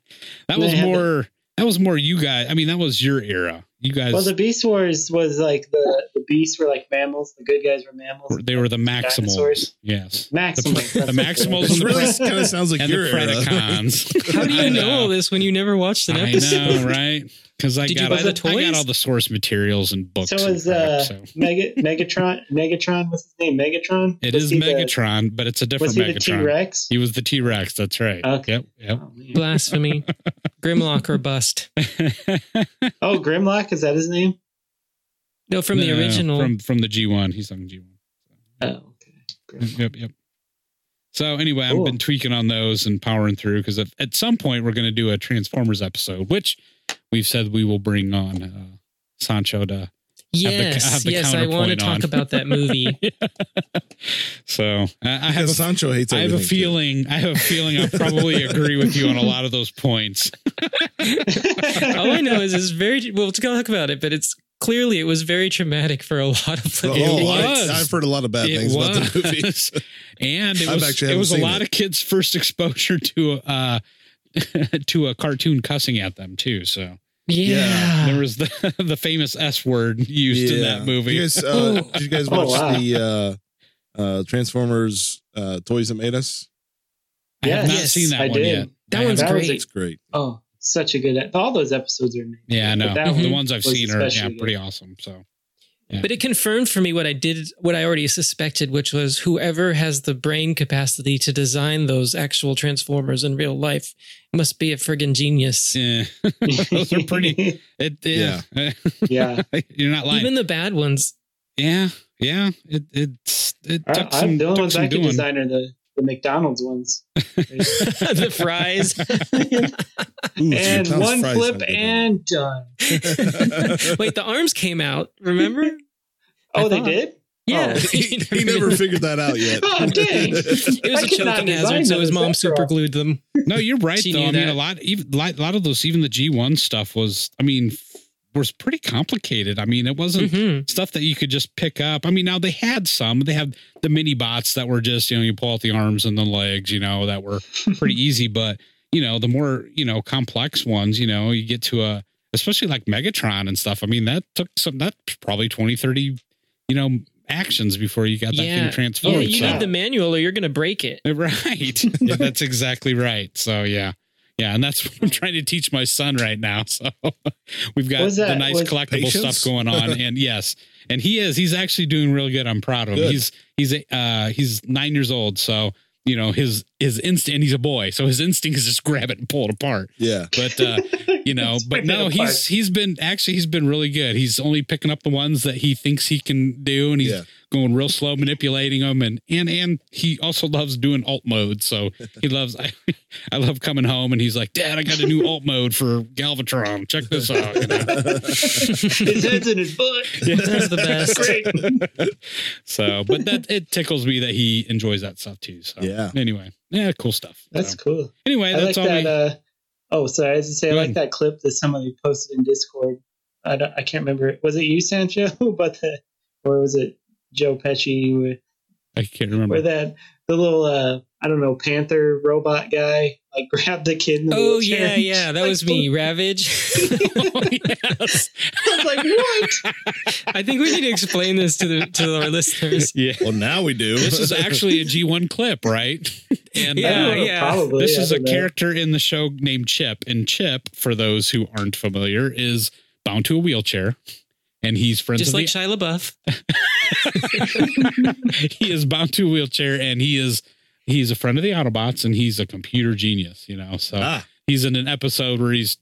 Speaker 2: They
Speaker 1: was
Speaker 2: had
Speaker 1: more. That was more you guys. I mean, that was your era. You guys.
Speaker 2: Well, the Beast Wars was like the the beasts were like mammals. The good guys were mammals.
Speaker 1: were- they were the Maximals.
Speaker 2: Dinosaurs.
Speaker 1: Yes.
Speaker 2: Maximals.
Speaker 1: The,
Speaker 2: that's what they
Speaker 1: Maximals and
Speaker 2: were.
Speaker 3: It
Speaker 1: the,
Speaker 3: really
Speaker 1: Pred-
Speaker 3: kind of sounds like
Speaker 1: and the
Speaker 3: your era.
Speaker 1: Predacons.
Speaker 5: How do
Speaker 1: I
Speaker 5: you know all this when you never watched an
Speaker 1: I
Speaker 5: episode?
Speaker 1: know, right? Because I
Speaker 5: Did you
Speaker 1: got
Speaker 5: buy
Speaker 1: all
Speaker 5: the
Speaker 1: I
Speaker 5: toys?
Speaker 1: got all the source materials and books.
Speaker 2: So
Speaker 1: and
Speaker 2: is,
Speaker 1: crap,
Speaker 2: uh,
Speaker 1: so.
Speaker 2: Mega, Megatron. Megatron. What's his name? Megatron.
Speaker 1: It
Speaker 2: Was
Speaker 1: is
Speaker 2: he the-
Speaker 1: Megatron, but it's a different
Speaker 2: Was he the T
Speaker 1: Megatron.
Speaker 2: Rex?
Speaker 1: He was the T Rex. That's right.
Speaker 2: Okay.
Speaker 1: Yep. Yep.
Speaker 2: Oh, man.
Speaker 5: Blasphemy. Grimlock or bust.
Speaker 2: Oh, Grimlock. Is that his name?
Speaker 5: No, from the
Speaker 1: No,
Speaker 5: original.
Speaker 1: From from the G one. He's on G one.
Speaker 2: Oh, okay. Grimlock.
Speaker 1: Yep, yep. So anyway, I've
Speaker 2: Cool.
Speaker 1: been tweaking on those and powering through because at some point we're going to do a Transformers episode, which we've said we will bring on uh, Sancho to.
Speaker 5: yes,
Speaker 1: have the
Speaker 5: yes, I want to
Speaker 1: counterpoint
Speaker 5: talk
Speaker 1: on.
Speaker 5: about that movie.
Speaker 1: so I, I
Speaker 3: Yeah,
Speaker 1: have a,
Speaker 3: Sancho hates
Speaker 1: I have a
Speaker 3: everything, too.
Speaker 1: feeling I have a feeling I'll probably agree with you on a lot of those points.
Speaker 5: all I know is it's very well. We'll talk about it, but it's clearly it was very traumatic for a lot of.
Speaker 3: Oh,
Speaker 5: Little
Speaker 1: It
Speaker 5: kids.
Speaker 3: I-
Speaker 1: was.
Speaker 3: I've heard a lot of bad things about the movie.
Speaker 1: was. and it
Speaker 3: I've
Speaker 1: was,
Speaker 3: actually
Speaker 1: it
Speaker 3: haven't
Speaker 1: was a
Speaker 3: seen
Speaker 1: lot
Speaker 3: it.
Speaker 1: of kids' first exposure to uh, to a cartoon cussing at them too. So
Speaker 5: Yeah.
Speaker 3: Ah.
Speaker 1: there was the the famous S word used in that movie.
Speaker 3: Did you guys, uh,
Speaker 5: Oh.
Speaker 3: did you guys
Speaker 2: Oh,
Speaker 3: watch
Speaker 2: wow.
Speaker 3: the uh, uh, Transformers uh, Toys That Made Us?
Speaker 1: I have not
Speaker 5: Yes,
Speaker 1: seen that
Speaker 2: I
Speaker 1: one
Speaker 2: did.
Speaker 1: yet.
Speaker 5: That
Speaker 1: I
Speaker 5: one's
Speaker 1: haven't-
Speaker 2: great.
Speaker 3: It's great.
Speaker 2: Oh, such a good. e- All those episodes are amazing.
Speaker 1: Yeah, I know.
Speaker 2: But that
Speaker 1: The
Speaker 5: Mhm.
Speaker 1: ones I've
Speaker 2: was
Speaker 1: seen are yeah,
Speaker 2: especially good.
Speaker 1: pretty awesome. So Yeah.
Speaker 5: But it confirmed for me what I did, what I already suspected, which was whoever has the brain capacity to design those actual transformers in real life must be a friggin' genius.
Speaker 1: eh, Those are pretty- it, yeah,
Speaker 2: yeah.
Speaker 1: you're not lying.
Speaker 5: Even the bad ones.
Speaker 1: yeah, yeah. It it's it
Speaker 2: I,
Speaker 1: took
Speaker 2: I'm
Speaker 1: some,
Speaker 2: the only
Speaker 1: took
Speaker 2: ones
Speaker 1: some
Speaker 2: I can
Speaker 1: doing.
Speaker 2: design are the, the McDonald's ones.
Speaker 5: the fries.
Speaker 3: Ooh,
Speaker 2: and
Speaker 3: McDonald's
Speaker 2: one
Speaker 3: fries
Speaker 2: flip
Speaker 3: sound good.
Speaker 2: and done.
Speaker 5: Wait, the arms came out, remember? I
Speaker 2: Oh, they
Speaker 5: thought.
Speaker 2: did?
Speaker 5: Yeah.
Speaker 2: Oh,
Speaker 3: he, he never figured that out yet.
Speaker 2: Oh, dang.
Speaker 5: It was
Speaker 2: I
Speaker 5: a
Speaker 2: could not
Speaker 5: choking
Speaker 2: design
Speaker 5: hazard, so
Speaker 2: those
Speaker 5: his mom
Speaker 2: after all.
Speaker 5: super glued them.
Speaker 1: No, you're right
Speaker 5: She
Speaker 1: though.
Speaker 5: knew
Speaker 1: I mean, a
Speaker 5: that.
Speaker 1: lot, even a lot of those, even the G1 stuff was. I mean, f- was pretty complicated. I mean, it
Speaker 3: Hmm.
Speaker 1: wasn't
Speaker 5: Mhm.
Speaker 1: stuff that you could just pick up. I mean, now they had some. They had the mini bots that were just, you know, you pull out the arms and the legs, you know, that were pretty easy. But, you know, the more, you know, complex ones, you know, you get to a, especially like Megatron and stuff. I mean, that took some, that's probably 20, 30, you know, actions before you got that
Speaker 5: Yeah.
Speaker 1: thing
Speaker 5: Yeah,
Speaker 1: transformed.
Speaker 5: you
Speaker 1: so-
Speaker 5: need the manual or you're going to break it.
Speaker 1: Right. Yeah, that's exactly right. So yeah. Yeah, and that's what I'm trying to teach my son right now. So we've got
Speaker 2: Was
Speaker 1: the
Speaker 2: that-
Speaker 1: nice
Speaker 2: was-
Speaker 1: collectible
Speaker 3: Patience?
Speaker 1: stuff going on, and yes, and he is he's actually doing real good. I'm proud of him.
Speaker 3: Good.
Speaker 1: He's he's uh he's nine years old, so you know his his instinct. And he's a boy, so his instinct is just grab it and pull it apart
Speaker 3: Yeah.
Speaker 1: but uh you know but
Speaker 2: Rip it
Speaker 1: no
Speaker 2: apart.
Speaker 1: he's he's been actually he's been really good he's only picking up the ones that he thinks he can do and he's
Speaker 3: Yeah.
Speaker 1: going real slow manipulating them and and and he also loves doing alt mode so he loves I, I love coming home and he's like dad i got a new alt mode for galvatron check this out you know?
Speaker 2: his head's in his butt.
Speaker 5: That's the best.
Speaker 2: Great.
Speaker 1: so but that it tickles me that he enjoys that stuff too so
Speaker 3: Yeah.
Speaker 1: anyway yeah cool stuff
Speaker 2: That's
Speaker 1: So,
Speaker 2: cool.
Speaker 1: anyway
Speaker 2: I like
Speaker 1: that's all
Speaker 2: that.
Speaker 1: we
Speaker 2: Uh, oh, sorry. I was to say, I
Speaker 1: Go
Speaker 2: like
Speaker 1: ahead.
Speaker 2: that clip that somebody posted in Discord. I, don't, I can't remember. Was it you, Sancho? But the, or was it Joe Pesci? Where,
Speaker 1: i can't remember
Speaker 2: where that the little uh, I don't know panther robot guy like grabbed the kid. In the
Speaker 5: Oh,
Speaker 2: wheelchair
Speaker 5: yeah,
Speaker 2: and
Speaker 5: yeah.
Speaker 2: just,
Speaker 5: That
Speaker 2: like,
Speaker 5: was me, Ravage.
Speaker 1: Oh, yes.
Speaker 2: I was like, what?
Speaker 5: I think we need to explain this to the to our listeners.
Speaker 1: yeah
Speaker 3: Well, now we do.
Speaker 1: this is actually a G1 clip, right? And uh,
Speaker 2: I don't
Speaker 5: Yeah,
Speaker 2: know,
Speaker 5: yeah.
Speaker 2: Probably.
Speaker 1: this
Speaker 2: I
Speaker 1: is a
Speaker 2: don't know.
Speaker 1: character in the show named Chip. And Chip, for those who aren't familiar, is bound to a wheelchair. And he's friends
Speaker 5: Just like
Speaker 1: with
Speaker 5: Shia LaBeouf.
Speaker 1: the, he is bound to a wheelchair and he is he's
Speaker 5: Uh.
Speaker 1: a friend of the Autobots and he's a computer genius, you know. So
Speaker 3: ah,
Speaker 1: he's in an episode where he's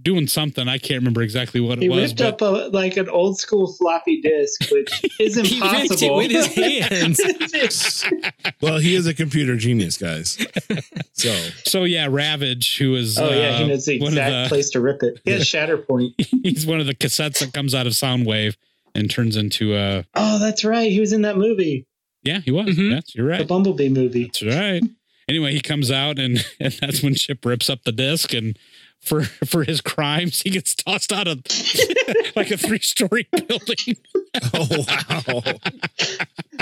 Speaker 1: doing something. I can't remember exactly what it
Speaker 2: He
Speaker 1: was.
Speaker 2: ripped up a, like an old school floppy disc, which is
Speaker 5: He ripped it
Speaker 2: impossible.
Speaker 5: with his hands.
Speaker 3: well, he is a computer genius, guys. So
Speaker 1: So yeah, Ravage, who is
Speaker 2: oh yeah,
Speaker 1: uh,
Speaker 2: he knows the
Speaker 1: one of
Speaker 2: exact
Speaker 1: the-
Speaker 2: place to rip it. He has Shatterpoint.
Speaker 1: he's one of the cassettes that comes out of Soundwave and turns into a
Speaker 2: Oh, that's right. He was in that movie,
Speaker 1: yeah, he was.
Speaker 5: Mhm.
Speaker 1: That's you're
Speaker 2: the
Speaker 1: right.
Speaker 2: Bumblebee movie.
Speaker 1: That's right. Anyway, he comes out and and that's when Chip rips up the disc and for for his crimes he gets tossed out of like a three story building.
Speaker 3: oh wow.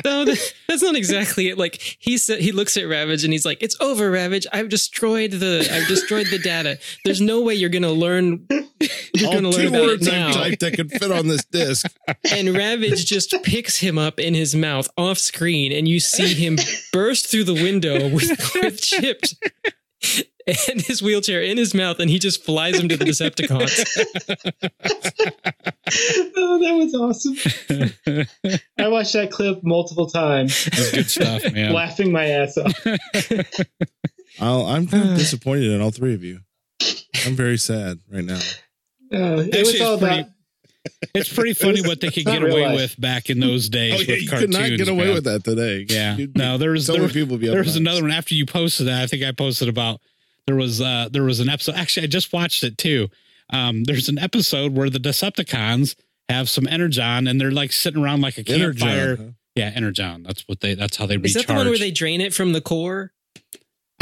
Speaker 5: No, that- that's not exactly it. Like he said, he looks at Ravage and he's like, "It's over, Ravage. I've destroyed the, I've destroyed the data. There's no way you're gonna learn. You're gonna
Speaker 3: All
Speaker 5: learn
Speaker 3: two
Speaker 5: about it
Speaker 3: words I've
Speaker 5: now."
Speaker 3: typed that could fit on this disc.
Speaker 5: And Ravage just picks him up in his mouth off screen, and you see him burst through the window with, with chipped. And his wheelchair in his mouth, and he just flies him to the Decepticons.
Speaker 2: oh, that was awesome.
Speaker 1: That's
Speaker 2: I watched that clip multiple times,
Speaker 1: good stuff, man.
Speaker 2: laughing my ass off.
Speaker 3: I'll, I'm kind of disappointed in all three of you. I'm very sad right now.
Speaker 2: Uh, it
Speaker 1: Actually,
Speaker 2: was all
Speaker 1: it's pretty-
Speaker 2: about.
Speaker 1: It's pretty funny what they could
Speaker 2: Not
Speaker 1: get
Speaker 2: real
Speaker 1: away
Speaker 2: life.
Speaker 1: with back in those days
Speaker 3: Oh, yeah,
Speaker 1: with
Speaker 3: you could
Speaker 1: cartoons.
Speaker 3: not get away
Speaker 1: man.
Speaker 3: with that today.
Speaker 1: Yeah.
Speaker 3: You'd be-
Speaker 1: No, there was
Speaker 3: so
Speaker 1: there,
Speaker 3: many people would be
Speaker 1: there was
Speaker 3: upset.
Speaker 1: another one after you posted that. I think I posted about there was uh there was an episode. Actually, I just watched it too. Um, there's an episode where the Decepticons have some energon and they're like sitting around like a
Speaker 3: Energon,
Speaker 1: campfire.
Speaker 3: huh?
Speaker 1: Yeah, energon. That's what they. That's how they
Speaker 5: Is
Speaker 1: recharge.
Speaker 5: that the one where they drain it from the core?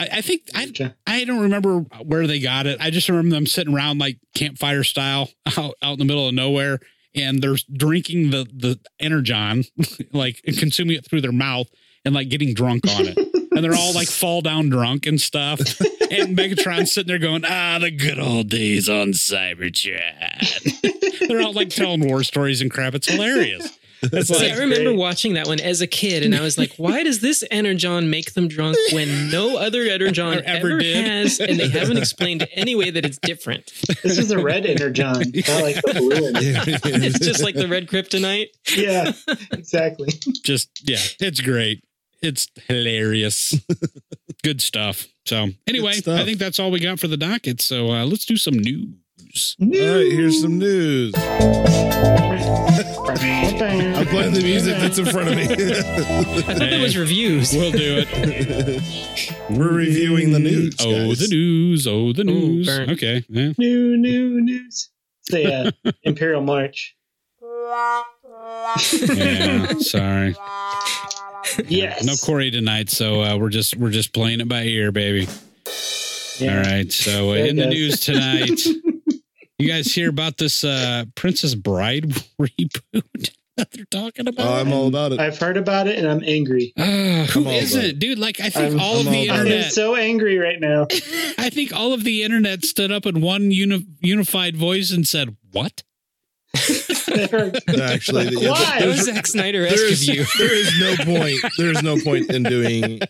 Speaker 1: I, I think I I don't remember where they got it. I just remember them sitting around like campfire style out, out in the middle of nowhere and they're drinking the the energon like and consuming it through their mouth and like getting drunk on it. and they're all like fall down drunk and stuff. And Megatron's sitting there going, "Ah, the good old days on Cybertron." they're all like telling war stories and crap. It's hilarious. It's
Speaker 5: See,
Speaker 1: like
Speaker 5: I remember
Speaker 2: great.
Speaker 5: watching that one as a kid, and I was like, "Why does this energon make them drunk when no other energon
Speaker 1: Or ever
Speaker 5: ever,
Speaker 1: did.
Speaker 5: has?" And they haven't explained any way that it's different.
Speaker 2: This was a red energon, not like the blue one.
Speaker 5: It's just like the red kryptonite.
Speaker 2: Yeah, exactly.
Speaker 1: just yeah, it's great. It's hilarious. Good stuff. So anyway,
Speaker 3: Good stuff.
Speaker 1: I think that's all we got for the docket. So uh, let's do some news.
Speaker 3: All right, here's some news. I'm playing the music that's in front of me.
Speaker 5: I thought that was reviews.
Speaker 1: We'll do it.
Speaker 3: We're reviewing the news.
Speaker 1: oh,
Speaker 3: guys.
Speaker 1: the news. Oh, the news.
Speaker 5: burnt.
Speaker 1: okay. Yeah.
Speaker 2: new new news. Say uh, Imperial March.
Speaker 1: yeah. Sorry.
Speaker 2: Yes.
Speaker 1: No Corey tonight, so uh, we're just we're just playing it by ear, baby.
Speaker 2: Yeah.
Speaker 1: All right. So uh,
Speaker 2: There it
Speaker 1: in the
Speaker 2: goes.
Speaker 1: news tonight, you guys hear about this uh, Princess Bride reboot that they're talking about?
Speaker 3: Oh, I'm all about it.
Speaker 2: I've heard about it and I'm angry.
Speaker 1: Ah, who
Speaker 3: all
Speaker 1: is
Speaker 3: about
Speaker 1: it, dude? Like I think
Speaker 2: I'm-
Speaker 1: all of
Speaker 3: I'm
Speaker 1: the
Speaker 3: all about it.
Speaker 2: I'm
Speaker 1: internet.
Speaker 2: so angry right now.
Speaker 1: I think all of the internet stood up in one uni- unified voice and said, "What?"
Speaker 3: Actually, the- yeah,
Speaker 2: Why?
Speaker 5: That was Zack Snyder esque of you.
Speaker 3: there is no point. There is no point in doing.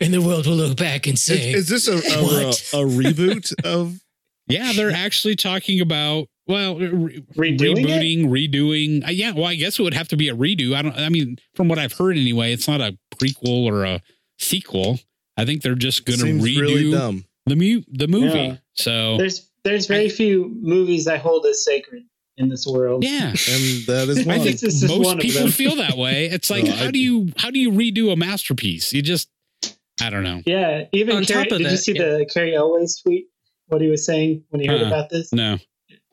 Speaker 5: And the world will look back and say,
Speaker 3: Is, is this a, a, a,
Speaker 5: What?
Speaker 3: a reboot of?
Speaker 1: Yeah, they're actually talking about well, re-
Speaker 2: Redoing it?
Speaker 1: rebooting, redoing. Uh, yeah, well, I guess it would have to be a redo. I don't. I mean, from what I've heard anyway, it's not a prequel or a sequel. I think they're just going to
Speaker 3: Seems
Speaker 1: redo
Speaker 3: really dumb.
Speaker 1: the mu- the movie.
Speaker 2: Yeah.
Speaker 1: So
Speaker 2: There's there's very few movies I hold as sacred in this world.
Speaker 1: yeah,
Speaker 3: And that is
Speaker 1: I
Speaker 3: one.
Speaker 1: think
Speaker 2: This is just one
Speaker 1: most
Speaker 2: of
Speaker 1: people
Speaker 2: them.
Speaker 1: feel that way. It's like
Speaker 3: No, I-
Speaker 1: how do you how do you redo a masterpiece? You just I don't know.
Speaker 2: Yeah, even
Speaker 5: On
Speaker 2: Carrie,
Speaker 5: top of
Speaker 2: did you
Speaker 5: that,
Speaker 2: see the Carrie Elway's tweet? What he was saying when he heard
Speaker 1: Uh-uh.
Speaker 2: about this?
Speaker 1: No.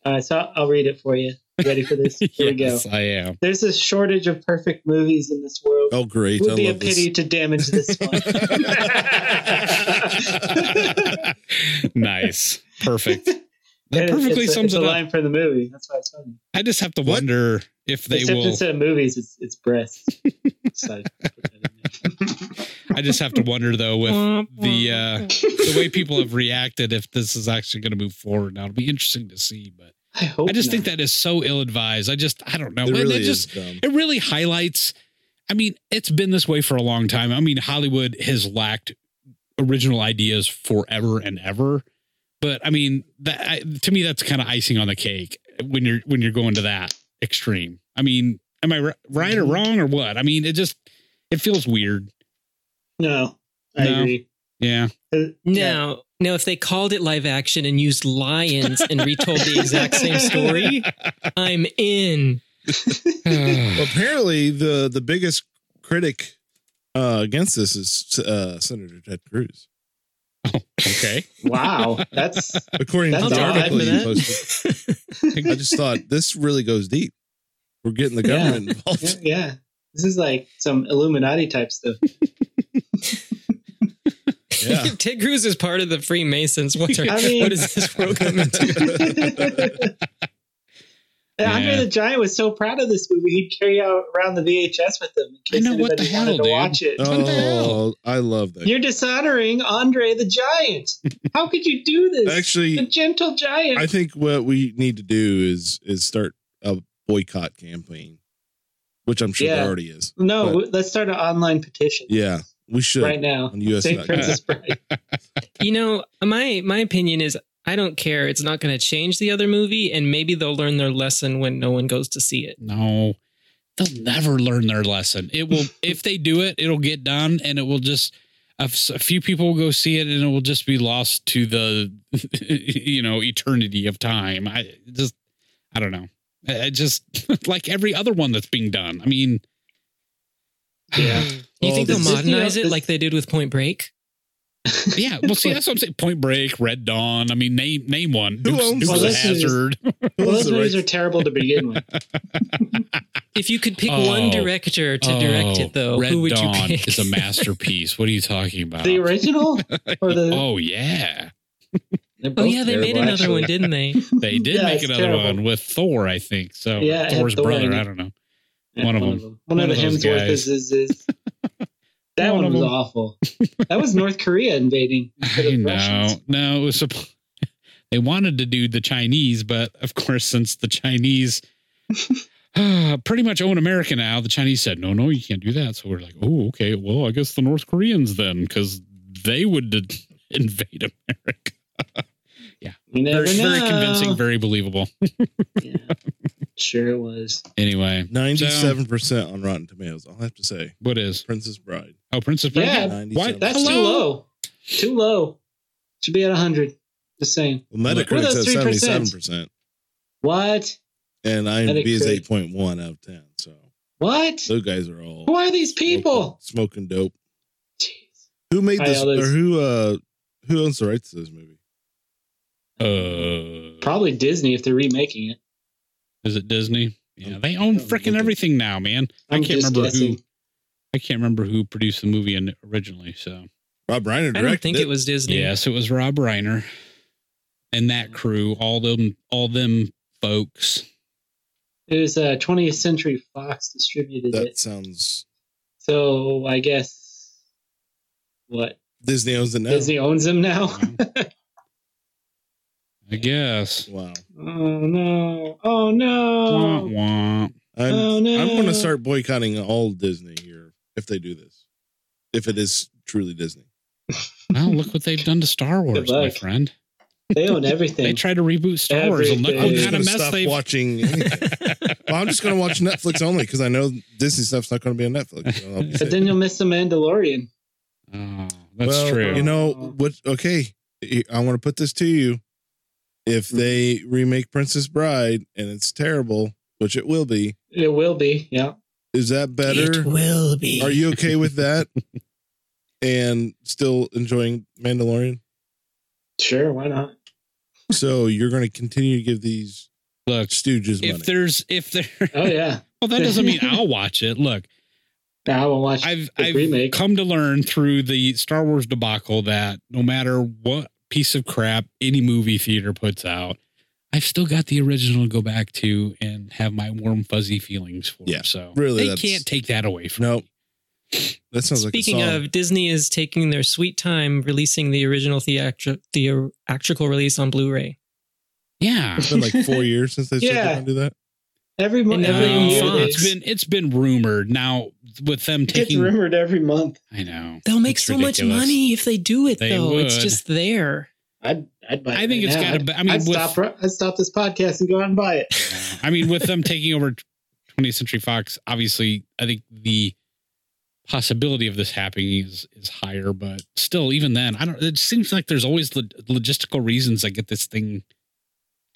Speaker 2: Uh, so I'll- I'll read it for you. You Ready for this? Here we go.
Speaker 1: yes, I am.
Speaker 2: There's a shortage of perfect movies in this world.
Speaker 3: oh, great!
Speaker 2: It would
Speaker 3: I
Speaker 2: be a
Speaker 3: love
Speaker 2: pity to damage this one.
Speaker 1: nice. Perfect. That
Speaker 2: It's-
Speaker 1: perfectly
Speaker 2: it's a-
Speaker 1: sums
Speaker 2: it's
Speaker 1: it
Speaker 2: a
Speaker 1: up.
Speaker 2: line from the movie. That's why it's funny.
Speaker 1: I just have to
Speaker 3: What?
Speaker 1: wonder if they
Speaker 2: Except
Speaker 1: will.
Speaker 2: instead of movies, it's it's breasts. so,
Speaker 1: I just have to wonder though with the uh, the way people have reacted if this is actually going to move forward. Now it'll be interesting to see, but
Speaker 2: I hope.
Speaker 1: I just
Speaker 2: not.
Speaker 1: think that is so ill advised. I just I don't know.
Speaker 3: this. It
Speaker 1: Well,
Speaker 3: really
Speaker 1: they just
Speaker 3: is dumb.
Speaker 1: it really highlights i mean it's been this way for a long time i mean hollywood has lacked original ideas forever and ever but i mean that I, to me that's kind of icing on the cake when you're when you're going to that extreme i mean am i ri- right or wrong or what i mean it just it feels weird
Speaker 2: no. I
Speaker 1: No.
Speaker 2: agree. Uh,
Speaker 1: yeah
Speaker 5: Now, now, if they called it live action and used lions and retold the exact same story, I'm in.
Speaker 3: Well, apparently the the biggest critic uh, against this is uh, Senator Ted Cruz,
Speaker 1: okay.
Speaker 2: Wow, that's
Speaker 3: according to
Speaker 2: That's
Speaker 3: the
Speaker 2: odd.
Speaker 3: article you
Speaker 5: Admit
Speaker 3: posted. I just thought this really goes deep. We're getting the
Speaker 2: Yeah.
Speaker 3: government involved.
Speaker 2: yeah. This is like some Illuminati type stuff.
Speaker 3: Yeah.
Speaker 5: Ted Cruz is part of the Freemasons. What, are,
Speaker 2: I mean-
Speaker 5: what is this world coming to?
Speaker 2: And Andre
Speaker 1: Yeah.
Speaker 2: the Giant was so proud of this movie, he'd carry out around the VHS with him in case
Speaker 1: know, what the
Speaker 2: anybody
Speaker 1: hell,
Speaker 2: wanted to
Speaker 1: dude.
Speaker 2: watch it.
Speaker 1: What the hell?
Speaker 3: Oh, I love that.
Speaker 2: You're dishonoring Andre the Giant. How could you do this? the
Speaker 3: Actually,
Speaker 2: gentle giant.
Speaker 3: I think what we need to do is is start a boycott campaign, which I'm sure
Speaker 2: Yeah.
Speaker 3: there already is.
Speaker 2: no,
Speaker 3: but-
Speaker 2: w- let's start an online petition
Speaker 3: Yeah, we should
Speaker 2: right now.
Speaker 3: on US.
Speaker 2: Save Princess Bride.
Speaker 5: You know, my my opinion is I don't care. It's not going to change the other movie, and maybe they'll learn their lesson when no one goes to see it.
Speaker 1: No, they'll never learn their lesson. It will, if they do it, it'll get done and it will just, a f- a few people will go see it and it will just be lost to the, you know, eternity of time. I just, I don't know. I I just like every other one that's being done. I mean,
Speaker 2: Yeah.
Speaker 5: You
Speaker 3: Well,
Speaker 5: think they'll
Speaker 2: this is, you know,
Speaker 5: modernize it
Speaker 2: this-
Speaker 5: like they did with Point Break?
Speaker 1: yeah. Well, see, that's what I'm saying. Point Break, Red Dawn. I mean, name name one.
Speaker 3: Who owns
Speaker 1: Dukes
Speaker 2: Well,
Speaker 1: of
Speaker 2: this is-
Speaker 1: Hazard.
Speaker 2: Well, those
Speaker 3: Right.
Speaker 2: movies are terrible to begin with.
Speaker 5: If you could pick
Speaker 1: Oh.
Speaker 5: one director to direct it, though,
Speaker 1: Red
Speaker 5: who would
Speaker 1: Dawn
Speaker 5: you pick?
Speaker 1: is a masterpiece. What are you talking about?
Speaker 2: The original or the
Speaker 1: Oh yeah,
Speaker 2: they're
Speaker 5: Oh
Speaker 2: both
Speaker 5: yeah, they made
Speaker 2: terrible,
Speaker 5: another
Speaker 2: actually.
Speaker 5: one, didn't they?
Speaker 1: they did
Speaker 2: Yeah,
Speaker 1: make
Speaker 2: it's
Speaker 1: another
Speaker 2: terrible.
Speaker 1: one with Thor, I think. So or
Speaker 2: Yeah, it had
Speaker 1: Thor's
Speaker 2: Thor in
Speaker 1: brother.
Speaker 2: it.
Speaker 1: I don't know.
Speaker 2: Yeah,
Speaker 1: One of them.
Speaker 2: One, of the
Speaker 1: One of those
Speaker 2: Hemsworths
Speaker 1: guys.
Speaker 2: is, is, is- that
Speaker 1: One
Speaker 2: one,
Speaker 1: of
Speaker 2: was
Speaker 1: them.
Speaker 2: awful. That was North Korea invading. instead
Speaker 1: I
Speaker 2: of
Speaker 1: know.
Speaker 2: Russians.
Speaker 1: No, it was supp- they wanted to do the Chinese, but of course, since the Chinese uh, pretty much own America now, the Chinese said, "No, no, you can't do that." So we're like, "Oh, okay. Well, I guess the North Koreans then, because they would d- invade America."
Speaker 2: You never
Speaker 1: Very, very
Speaker 2: know.
Speaker 1: convincing, very believable.
Speaker 2: Yeah. Sure it was.
Speaker 1: Anyway,
Speaker 3: Ninety-seven percent on Rotten Tomatoes. I'll have to say,
Speaker 1: what is?
Speaker 3: Princess Bride.
Speaker 1: Oh, Princess Bride.
Speaker 2: Yeah,
Speaker 1: Why-
Speaker 3: 97.
Speaker 2: That's too
Speaker 1: Hello?
Speaker 2: low. Too low. Should be at 100. Just saying.
Speaker 3: Well,
Speaker 2: What
Speaker 3: Metacritic
Speaker 2: are
Speaker 3: says
Speaker 2: those
Speaker 3: seventy-seven
Speaker 2: 3%?
Speaker 3: percent,
Speaker 2: What?
Speaker 3: and IMDb is
Speaker 2: Metacritic.
Speaker 3: eight point one out of ten. So
Speaker 2: What?
Speaker 3: those guys are all
Speaker 2: Who are these
Speaker 3: smoking,
Speaker 2: people?
Speaker 3: smoking dope.
Speaker 2: Jeez.
Speaker 3: Who made
Speaker 2: Hi,
Speaker 3: this?
Speaker 2: all those-
Speaker 3: Or who? Uh, who owns the rights to this movie?
Speaker 1: Uh,
Speaker 2: Probably Disney if they're remaking it.
Speaker 1: Is it Disney? Yeah, they own freaking everything now, man. I
Speaker 2: I'm
Speaker 1: can't
Speaker 2: just
Speaker 1: remember who.
Speaker 2: guessing.
Speaker 1: I can't remember who produced the movie in, originally. So
Speaker 3: Rob Reiner directed.
Speaker 5: I don't think it was Disney.
Speaker 1: yes, it was Rob Reiner and
Speaker 3: Mm.
Speaker 1: that crew, all them, all them folks.
Speaker 2: It was uh, 20th Century Fox distributed
Speaker 3: That
Speaker 2: it.
Speaker 3: sounds
Speaker 2: So I guess what?
Speaker 3: Disney owns it now.
Speaker 2: Disney owns them now?
Speaker 1: I guess.
Speaker 3: Wow.
Speaker 2: Oh no! Oh no!
Speaker 1: Wah, wah.
Speaker 3: I'm,
Speaker 2: Oh, no.
Speaker 3: I'm going to start boycotting all Disney here if they do this. If it is truly Disney.
Speaker 1: Wow, look what they've done to Star Wars, my
Speaker 2: luck.
Speaker 1: friend.
Speaker 2: They own
Speaker 1: They
Speaker 2: everything.
Speaker 1: tried to reboot Star Wars, and look
Speaker 2: Everything.
Speaker 1: what
Speaker 2: I'm just
Speaker 1: kind
Speaker 3: gonna
Speaker 1: of mess
Speaker 3: stop
Speaker 1: they've.
Speaker 3: watching. anything. well, I'm just going to watch Netflix only because I know Disney stuff's not going to be on Netflix. so I'll be
Speaker 2: but
Speaker 3: safe.
Speaker 2: then you'll miss the Mandalorian.
Speaker 1: Oh, that's
Speaker 3: Well,
Speaker 1: true.
Speaker 3: You know what? Okay, I want to put this to you. If
Speaker 5: Mm-hmm.
Speaker 3: they remake Princess Bride and it's terrible, which it will be,
Speaker 2: It will be. Yeah.
Speaker 3: is that
Speaker 5: it
Speaker 3: better?
Speaker 5: will be.
Speaker 3: Are you okay with that? and still enjoying Mandalorian?
Speaker 2: Sure. Why not?
Speaker 3: So you're going to continue to give these
Speaker 1: look,
Speaker 3: stooges
Speaker 1: if
Speaker 3: money.
Speaker 1: there's, if there,
Speaker 2: Oh yeah.
Speaker 1: well, that doesn't mean I'll watch it. Look,
Speaker 2: Now I will watch
Speaker 1: I've
Speaker 2: the
Speaker 1: I've
Speaker 2: remake.
Speaker 1: come to learn through the Star Wars debacle that no matter what piece of crap any movie theater puts out, I've still got the original to go back to and have my warm fuzzy feelings for.
Speaker 3: Yeah,
Speaker 1: so
Speaker 3: really,
Speaker 1: they
Speaker 3: that's-
Speaker 1: can't take that away from.
Speaker 3: No,
Speaker 1: me.
Speaker 3: that sounds
Speaker 5: Speaking
Speaker 3: like a song.
Speaker 5: of, Disney is taking their sweet time releasing the original theatri- theatrical release on Blu-ray.
Speaker 1: yeah.
Speaker 3: It's been like four years since they said they're
Speaker 2: Yeah.
Speaker 3: going to do that.
Speaker 2: every
Speaker 5: And
Speaker 2: month.
Speaker 5: now
Speaker 2: Every
Speaker 5: on
Speaker 2: year
Speaker 5: Fox.
Speaker 2: it's,
Speaker 1: Um, it's been it's been rumored now with them
Speaker 2: it gets
Speaker 1: taking.
Speaker 2: rumored every month.
Speaker 1: I know
Speaker 5: They'll make
Speaker 1: It's
Speaker 5: so much
Speaker 1: ridiculous.
Speaker 5: money if they do it,
Speaker 1: They
Speaker 5: though. It's
Speaker 1: would.
Speaker 5: just there.
Speaker 2: I'd I'd buy.
Speaker 1: I
Speaker 2: it
Speaker 1: think it's
Speaker 2: right now.
Speaker 1: gotta
Speaker 2: I'd-
Speaker 1: be- I mean,
Speaker 2: I'd
Speaker 1: with-
Speaker 2: stop. ri- I'd stop this podcast and go out and buy it.
Speaker 1: I mean, with them taking over 20th Century Fox, obviously, I think the possibility of this happening is is higher, but still, even then, I don't. It seems like there's always lo- logistical reasons that get this thing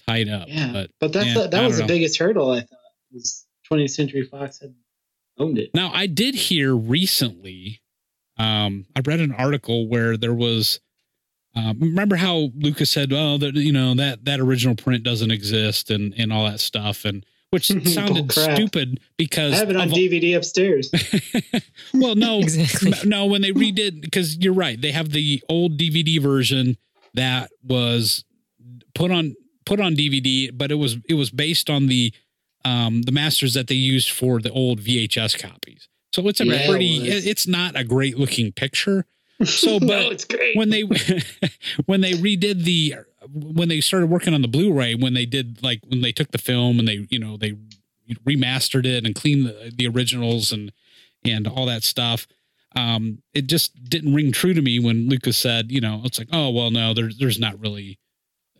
Speaker 1: tied up.
Speaker 2: Yeah,
Speaker 1: But
Speaker 2: but that's
Speaker 1: yeah,
Speaker 2: the,
Speaker 1: I
Speaker 2: that was
Speaker 1: don't
Speaker 2: the
Speaker 1: know.
Speaker 2: biggest hurdle I thought was 20th Century Fox had owned it.
Speaker 1: now I did hear recently. Um, I read an article where there was. Um, remember how Lucas said, "Oh, that you know that that original print doesn't exist," and and all that stuff, and which
Speaker 2: Bull
Speaker 1: sounded
Speaker 2: crap.
Speaker 1: stupid because
Speaker 2: I have it on
Speaker 1: of-
Speaker 2: DVD upstairs.
Speaker 1: well, no,
Speaker 5: Exactly.
Speaker 1: M- no, when they redid, because you're right, they have the old DVD version that was put on put on DVD, but it was it was based on the um, the masters that they used for the old VHS copies. So it's a
Speaker 2: Yeah, it
Speaker 1: pretty.
Speaker 2: was.
Speaker 1: it- it's not a great looking picture. So, but
Speaker 2: no, it's great.
Speaker 1: when they when they redid the when they started working on the Blu-ray, when they did like when they took the film and they you know they remastered it and cleaned the, the originals and and all that stuff. Um, it just didn't ring true to me when Lucas said, you know, it's like, oh well, no, there's there's not really,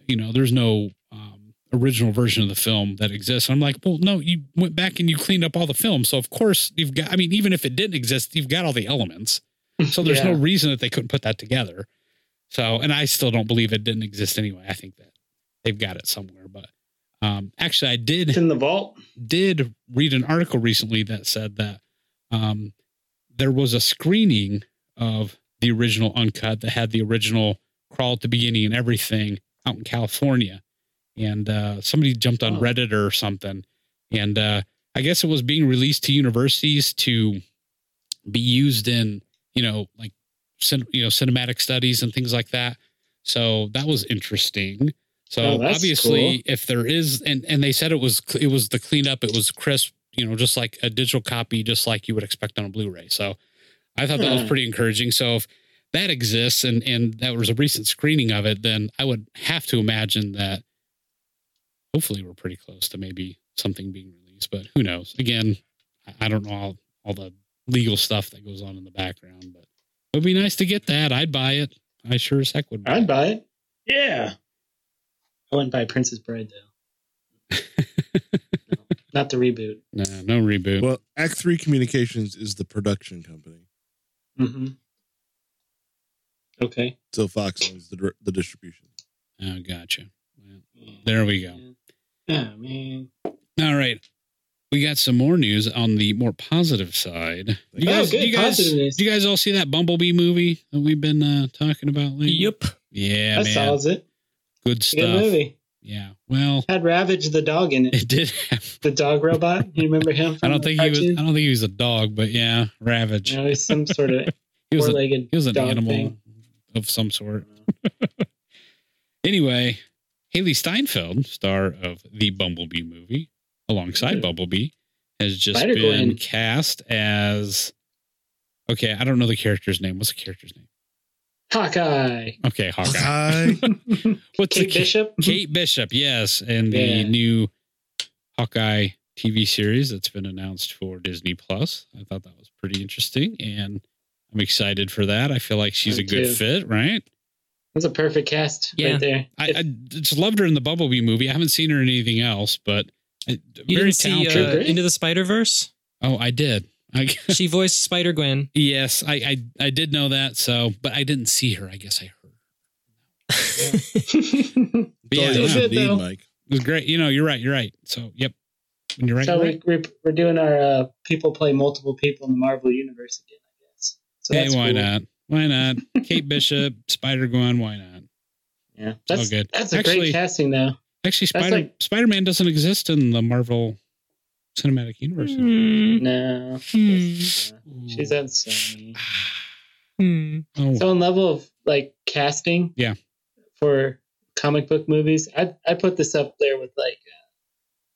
Speaker 1: you know, there's no um, original version of the film that exists. I'm like, well, no, you went back and you cleaned up all the film, so of course you've got. I mean, even if it didn't exist, you've got all the elements. So there's no
Speaker 2: Yeah.
Speaker 1: reason that they couldn't put that together. So, and I still don't believe it didn't exist anyway. I think that they've got it somewhere. But um, actually, I did
Speaker 2: it's in the vault.
Speaker 1: did read an article recently that said that um, there was a screening of the original uncut that had the original crawl at the beginning and everything out in California, and uh, somebody jumped on
Speaker 2: Oh.
Speaker 1: Reddit or something, and uh, I guess it was being released to universities to be used in you know like cin- you know cinematic studies and things like that. So that was interesting. So
Speaker 2: Oh, that's
Speaker 1: obviously, if there is, and and they said it was cl- it was the cleanup, it was crisp, you know, just like a digital copy, just like you would expect on a Blu-ray. So I thought that was
Speaker 2: Huh.
Speaker 1: pretty encouraging. So if that exists and and that was a recent screening of it, then I would have to imagine that hopefully we're pretty close to maybe something being released, but who knows? Again, I- I don't know all all the legal stuff that goes on in the background, but it would be nice to get that. I'd buy it. I sure as heck would buy
Speaker 2: I'd
Speaker 1: it.
Speaker 2: buy it.
Speaker 4: Yeah.
Speaker 2: I wouldn't buy Princess Bride though. No, not the reboot.
Speaker 1: Nah, no reboot.
Speaker 3: Well, Act Three Communications is the production company,
Speaker 2: hmm Okay.
Speaker 3: so Fox owns the dir- the distribution.
Speaker 1: oh, gotcha. Well, there we go.
Speaker 2: Yeah, man.
Speaker 1: All right. We got some more news on the more positive side. You
Speaker 2: Oh,
Speaker 1: guys,
Speaker 2: good.
Speaker 1: you guys,
Speaker 2: Positive news.
Speaker 1: do you guys all see that Bumblebee movie that we've been uh, talking about lately?
Speaker 5: Yep.
Speaker 1: Yeah,
Speaker 2: that
Speaker 1: man.
Speaker 2: solves it.
Speaker 1: Good
Speaker 2: It's a Good
Speaker 1: stuff.
Speaker 2: movie.
Speaker 1: Yeah. Well,
Speaker 2: Had Ravage the dog in it.
Speaker 1: it did have.
Speaker 2: The dog robot. You remember him?
Speaker 1: I
Speaker 2: from
Speaker 1: don't
Speaker 2: the
Speaker 1: think he was. I
Speaker 2: cartoon?
Speaker 1: don't think he was a dog, but yeah, Ravage.
Speaker 2: You know, he's some sort of
Speaker 1: he was a,
Speaker 2: four-legged.
Speaker 1: he was an
Speaker 2: dog
Speaker 1: animal
Speaker 2: thing.
Speaker 1: of some sort. Anyway, Haley Steinfeld, star of the Bumblebee movie, alongside
Speaker 2: Hmm.
Speaker 1: Bumblebee, has just been
Speaker 2: Spider-Gwen.
Speaker 1: cast as. Okay, I don't know the character's name. What's the character's name?
Speaker 2: Hawkeye.
Speaker 1: Okay, Hawkeye.
Speaker 3: Hi.
Speaker 1: What's
Speaker 2: Kate
Speaker 1: the ca-
Speaker 2: Bishop.
Speaker 1: Kate Bishop, yes, and the
Speaker 2: Yeah.
Speaker 1: new Hawkeye TV series that's been announced for Disney Plus. I thought that was pretty interesting, and I'm excited for that. I feel like she's
Speaker 2: Me
Speaker 1: a good
Speaker 2: too.
Speaker 1: fit, right?
Speaker 2: That's a perfect cast
Speaker 5: Yeah.
Speaker 2: right there.
Speaker 1: I, I just loved her in the Bumblebee movie. I haven't seen her in anything else, but uh,
Speaker 5: You
Speaker 1: very
Speaker 5: didn't see
Speaker 1: talented.
Speaker 5: uh,
Speaker 2: Great.
Speaker 5: Into the Spider Verse?
Speaker 1: oh, I did. I,
Speaker 5: She voiced Spider Gwen.
Speaker 1: yes, I, I I did know that. So, but I didn't see her. I guess I heard. But yeah, no,
Speaker 2: Is it
Speaker 3: That's all you
Speaker 1: it
Speaker 3: should need,
Speaker 2: though?
Speaker 3: Mike.
Speaker 1: was great. You know, you're right. You're right. So, yep. When you're right,
Speaker 2: so
Speaker 1: you're
Speaker 2: we,
Speaker 1: right.
Speaker 2: we, we're doing our uh, people play multiple people in the Marvel universe again, I guess. So
Speaker 1: hey,
Speaker 2: that's
Speaker 1: why
Speaker 2: cool.
Speaker 1: not? Why not? Kate Bishop, Spider Gwen. Why not?
Speaker 2: Yeah, that's
Speaker 1: good.
Speaker 2: That's a
Speaker 1: Actually-
Speaker 2: great casting though.
Speaker 1: Actually,
Speaker 2: That's
Speaker 1: Spider
Speaker 2: like-
Speaker 1: Spider Man doesn't exist in the Marvel Cinematic Universe. Mm-hmm.
Speaker 5: Hmm.
Speaker 2: No,
Speaker 5: Hmm.
Speaker 2: she's on Sony.
Speaker 5: Hmm.
Speaker 1: Oh,
Speaker 2: So in level of like casting,
Speaker 1: Yeah.
Speaker 2: for comic book movies, I I put this up there with like uh,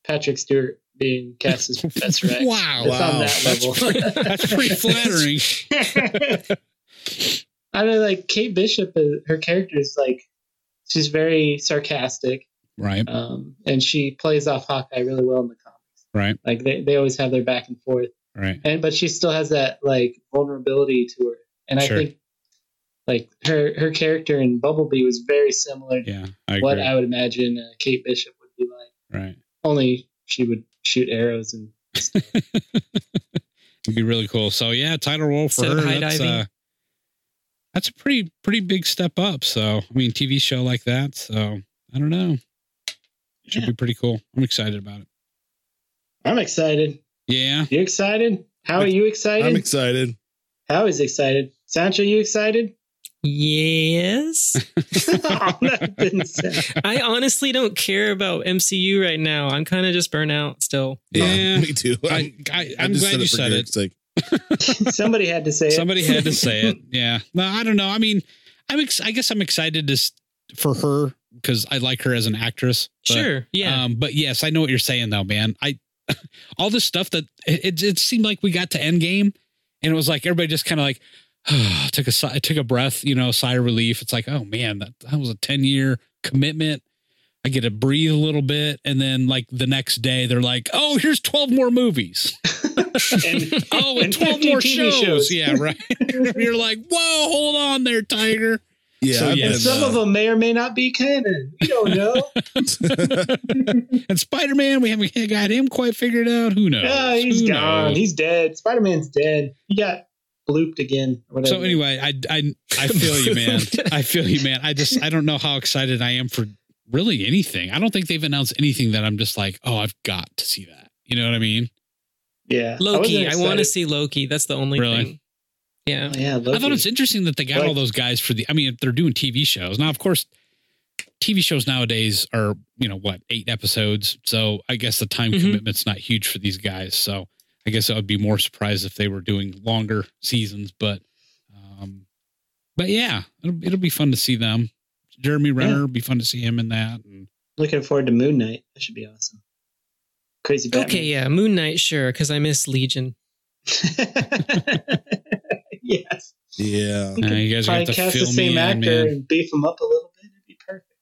Speaker 2: Patrick Stewart being cast as Professor X.
Speaker 1: Wow.
Speaker 2: it's on
Speaker 3: Wow.
Speaker 2: that level.
Speaker 1: that's pretty flattering.
Speaker 2: I mean, like Kate Bishop, is- her character is like she's very sarcastic,
Speaker 1: right.
Speaker 2: um, and she plays off Hawkeye really well in the comics.
Speaker 1: Right.
Speaker 2: Like they, they always have their back and forth,
Speaker 1: Right.
Speaker 2: and but she still has that like vulnerability to her, and
Speaker 1: Sure.
Speaker 2: I think like her her character in Bumblebee was very similar to
Speaker 1: Yeah. I agree.
Speaker 2: what I would imagine uh, Kate Bishop would be like.
Speaker 1: right.
Speaker 2: Only she would shoot arrows and
Speaker 1: It'd be really cool. So yeah, title role for
Speaker 5: Instead of
Speaker 1: her.
Speaker 5: high
Speaker 1: That's,
Speaker 5: diving.
Speaker 1: uh, that's a pretty pretty big step up. So I mean, TV show like that. So I don't know. Should
Speaker 2: Yeah.
Speaker 1: be pretty cool. I'm excited about it.
Speaker 2: I'm excited.
Speaker 1: Yeah.
Speaker 2: You excited? How are you excited?
Speaker 3: I'm excited.
Speaker 2: How is excited? Sancho, you excited?
Speaker 5: Yes.
Speaker 2: oh, that didn't sound.
Speaker 5: I honestly don't care about MCU right now. I'm kind of just burnt out still.
Speaker 1: Yeah.
Speaker 3: me too.
Speaker 1: I, I, I'm
Speaker 3: just
Speaker 1: glad you
Speaker 3: for
Speaker 1: said it.
Speaker 3: Derek's sake.
Speaker 2: Somebody had to say it.
Speaker 1: Somebody had to say it. Yeah. No, I don't know. I mean, I'm ex- I guess I'm excited to s- for her because I like her as an actress. but,
Speaker 5: sure. Yeah.
Speaker 1: Um, but yes, I know what you're saying though, man. I all this stuff that it, it, it seemed like we got to Endgame, and it was like everybody just kind of like took a sigh, took a breath, you know, sigh of relief. It's like, oh man, that, that was a ten year commitment. I get to breathe a little bit, and then like the next day, they're like, "Oh, here's twelve more movies.
Speaker 2: And
Speaker 1: Oh, and
Speaker 2: And
Speaker 1: twelve
Speaker 2: 50
Speaker 1: more
Speaker 2: TV
Speaker 1: shows.
Speaker 2: shows.
Speaker 1: Yeah, right. You're like, "Whoa, hold on there, Tiger."
Speaker 3: Yeah,
Speaker 1: So,
Speaker 3: I've
Speaker 1: yeah.
Speaker 3: been,
Speaker 2: some
Speaker 3: uh,
Speaker 2: of them may or may not be canon. We don't know.
Speaker 1: And Spider Man, we haven't got him quite figured out. Who knows?
Speaker 2: oh, he's
Speaker 1: Who
Speaker 2: gone.
Speaker 1: knows?
Speaker 2: He's dead. Spider Man's dead. He got blooped again. Or whatever.
Speaker 1: So anyway, I, I I feel you, man. I feel you, man. I just I don't know how excited I am for really anything. I don't think they've announced anything that I'm just like, oh, I've got to see that. You know what I mean?
Speaker 2: yeah,
Speaker 5: Loki. I,
Speaker 2: wasn't
Speaker 5: want to
Speaker 2: excited.
Speaker 5: see Loki. That's the only
Speaker 1: Really?
Speaker 5: thing. Yeah.
Speaker 2: Yeah, Loki.
Speaker 1: I thought it's interesting that they got all those guys for the. I mean, they're doing TV shows now. Of course, TV shows nowadays are you know what eight episodes, so I guess the time
Speaker 2: Mm-hmm.
Speaker 5: Mhm.
Speaker 1: commitment's not huge for these guys. So I guess I would be more surprised if they were doing longer seasons. But um, but yeah, it'll, it'll be fun to see them. Jeremy Renner be fun to see him in that. And
Speaker 2: Looking forward to Moon Knight. That should be awesome. Crazy Batman.
Speaker 5: Okay. Yeah. Moon Knight. Sure. Because I miss Legion.
Speaker 2: yes.
Speaker 3: yeah.
Speaker 1: Uh, you guys are going to have
Speaker 2: Probably cast
Speaker 1: to
Speaker 2: the
Speaker 1: fill me
Speaker 2: same
Speaker 1: in,
Speaker 2: actor
Speaker 1: man.
Speaker 2: and beef him up a little bit. It'd be perfect.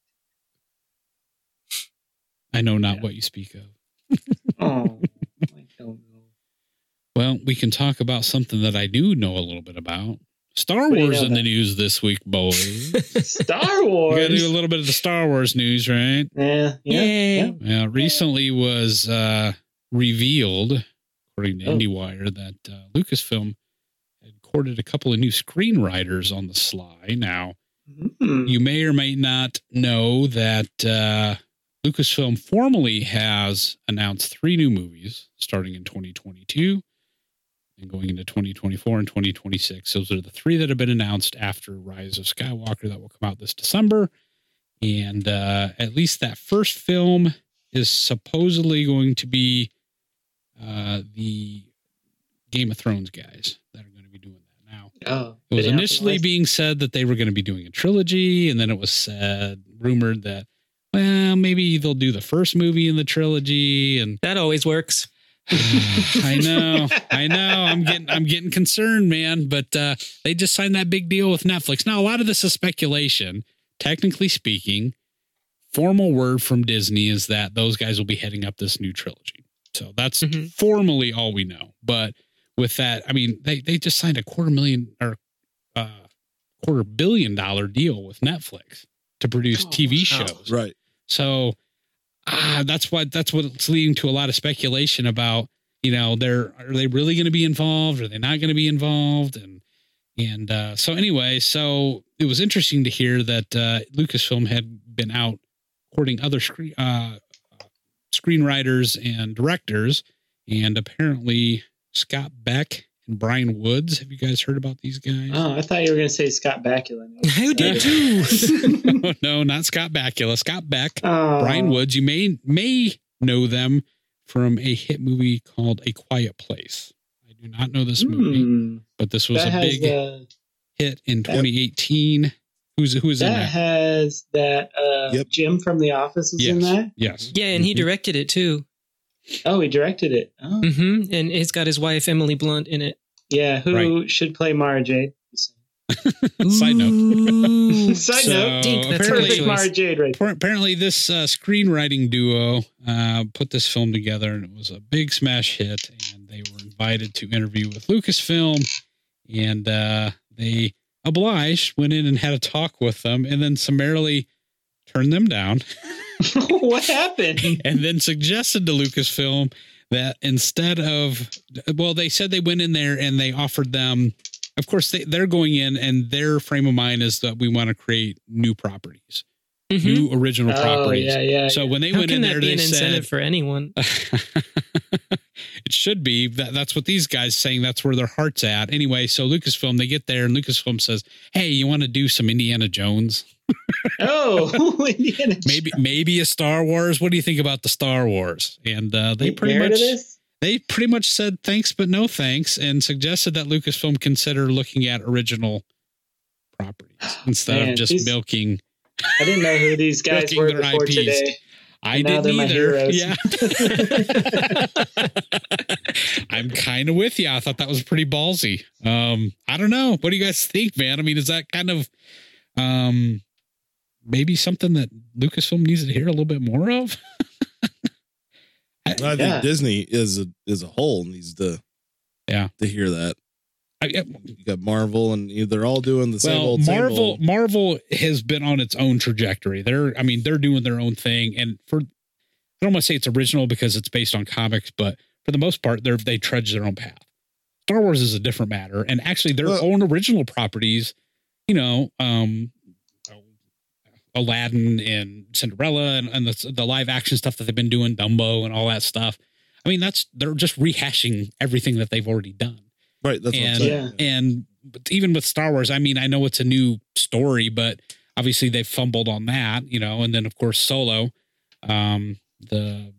Speaker 1: I know not
Speaker 2: Yeah.
Speaker 1: what you speak of.
Speaker 2: Oh, I don't know.
Speaker 1: Well, we can talk about something that I do know a little bit about. Star
Speaker 2: What do you
Speaker 1: Wars
Speaker 2: know
Speaker 1: in the
Speaker 2: about?
Speaker 1: news this week, boys. we
Speaker 2: Star
Speaker 1: gotta do a
Speaker 2: Wars.
Speaker 1: little bit of the Star Wars news, right?
Speaker 2: Yeah, yeah,
Speaker 5: Yay.
Speaker 2: yeah.
Speaker 1: Yeah, recently was uh, revealed, according to
Speaker 2: Oh.
Speaker 1: IndieWire, that uh, Lucasfilm had courted a couple of new screenwriters on the sly. Now,
Speaker 2: Mm.
Speaker 1: you may or may not know that uh, Lucasfilm formally has announced three new movies starting in 2022 and going into 2024 and 2026. Those are the three that have been announced after Rise of Skywalker that will come out this December. And uh, at least that first film is supposedly going to be uh, the Game of Thrones guys that are going to be doing that. Now,
Speaker 2: Oh,
Speaker 1: it was
Speaker 2: been out for
Speaker 1: initially
Speaker 2: last-
Speaker 1: being said that they were going to be doing a trilogy, and then it was said, rumored that, well, maybe they'll do the first movie in the trilogy. And
Speaker 5: That always works.
Speaker 1: Uh, I know, I know, I'm getting, I'm getting concerned, man. But uh, they just signed that big deal with Netflix. Now, a lot of this is speculation. Technically speaking, formal word from Disney is that those guys will be heading up this new trilogy. So that's
Speaker 2: Mm-hmm.
Speaker 5: Mhm.
Speaker 1: formally all we know. But with that, I mean, they they just signed a quarter million or uh, quarter billion dollar deal with Netflix to produce
Speaker 2: Oh,
Speaker 1: TV
Speaker 2: wow.
Speaker 1: shows.
Speaker 3: Right.
Speaker 1: So ah, that's what that's what it's leading to a lot of speculation about. You know, they're are they really going to be involved? Are they not going to be involved? And and uh, so anyway, so it was interesting to hear that uh, Lucasfilm had been out courting other screen uh, screenwriters and directors, and apparently Scott Beck and Brian Woods. Have you guys heard about these guys?
Speaker 2: Oh, I thought you were going to say Scott Bakula.
Speaker 5: I did too.
Speaker 1: no, no, not Scott Bakula. Scott Beck.
Speaker 2: Oh.
Speaker 1: Brian Woods. You may may know them from a hit movie called A Quiet Place. I do not know this movie,
Speaker 2: Hmm.
Speaker 1: but this was
Speaker 2: That
Speaker 1: a
Speaker 2: has
Speaker 1: big
Speaker 2: uh,
Speaker 1: hit in 2018. Who's who's in
Speaker 2: that
Speaker 1: that?
Speaker 2: has that uh,
Speaker 3: Yep.
Speaker 2: Jim from The Office was in
Speaker 1: Yes.
Speaker 2: that.
Speaker 1: Yes.
Speaker 5: Yeah, and he
Speaker 1: Mhm.
Speaker 5: directed it too.
Speaker 2: Oh, he directed it. Oh.
Speaker 5: hmm And he's got his wife Emily Blunt in it.
Speaker 2: Yeah, who should play Mara Jade?
Speaker 1: Side note.
Speaker 5: Ooh.
Speaker 2: Side
Speaker 1: So,
Speaker 2: note,
Speaker 5: Dink,
Speaker 1: apparently-
Speaker 5: that's perfect
Speaker 2: perfect
Speaker 5: choice.
Speaker 2: Mara Jade right
Speaker 1: Appar- Apparently, this uh, screenwriting duo uh, put this film together, and it was a big smash hit. And they were invited to interview with Lucasfilm, and uh, they obliged, went in and had a talk with them, and then summarily turned them down.
Speaker 2: there. what happened?
Speaker 1: and then suggested to Lucasfilm that instead of well they said they went in there and they offered them of course they, they're going in and their frame of mind is that we want to create new properties
Speaker 5: Mhm.
Speaker 1: new original
Speaker 2: Oh,
Speaker 1: properties
Speaker 2: yeah, yeah.
Speaker 1: so when they
Speaker 5: How
Speaker 1: went in
Speaker 5: can
Speaker 1: there
Speaker 5: that be
Speaker 1: they
Speaker 5: an
Speaker 1: said
Speaker 5: incentive for anyone?
Speaker 1: it should be that that's what these guys saying that's where their hearts at anyway so lucasfilm they get there and lucasfilm says hey you want to do some indiana jones
Speaker 2: oh, Indiana.
Speaker 1: maybe maybe a star wars what do you think about the star wars and uh, they
Speaker 2: Jones.
Speaker 1: pretty
Speaker 2: Married
Speaker 1: much
Speaker 2: to this?
Speaker 1: they pretty much said thanks but no thanks and suggested that lucasfilm consider looking at original properties instead
Speaker 2: Man,
Speaker 1: of just
Speaker 2: these-
Speaker 1: milking
Speaker 2: I didn't know who these guys
Speaker 1: Milking
Speaker 2: were
Speaker 1: their
Speaker 2: before
Speaker 1: IPs.
Speaker 2: today.
Speaker 1: i
Speaker 2: And now they're
Speaker 1: didn't
Speaker 2: my
Speaker 1: either
Speaker 2: heroes.
Speaker 1: yeah i'm kind of with you i thought that was pretty ballsy um i don't know what do you guys think man i mean is that kind of um maybe something that lucasfilm needs to hear a little bit more of
Speaker 3: I think
Speaker 2: Yeah.
Speaker 3: Disney is a is a whole needs to
Speaker 1: Yeah.
Speaker 3: to hear that.
Speaker 1: I,
Speaker 3: You got Marvel and you- they're all doing the same
Speaker 1: well,
Speaker 3: old same
Speaker 1: Marvel
Speaker 3: old.
Speaker 1: Marvel has been on its own trajectory. They're I mean, they're doing their own thing and for I don't want to say it's original because it's based on comics, but for the most part, they're they trudge their own path. Star Wars is a different matter and actually their
Speaker 3: Well-
Speaker 1: own original properties, you know, um Aladdin and Cinderella and, and the, the live action stuff that they've been doing, Dumbo and all that stuff. I mean, that's they're just rehashing everything that they've already done
Speaker 3: Right, that's
Speaker 1: and
Speaker 3: what I'm saying.
Speaker 1: and but even with Star Wars, I mean, I know it's a new story, but obviously they fumbled on that, you know. And then of course Solo, um, the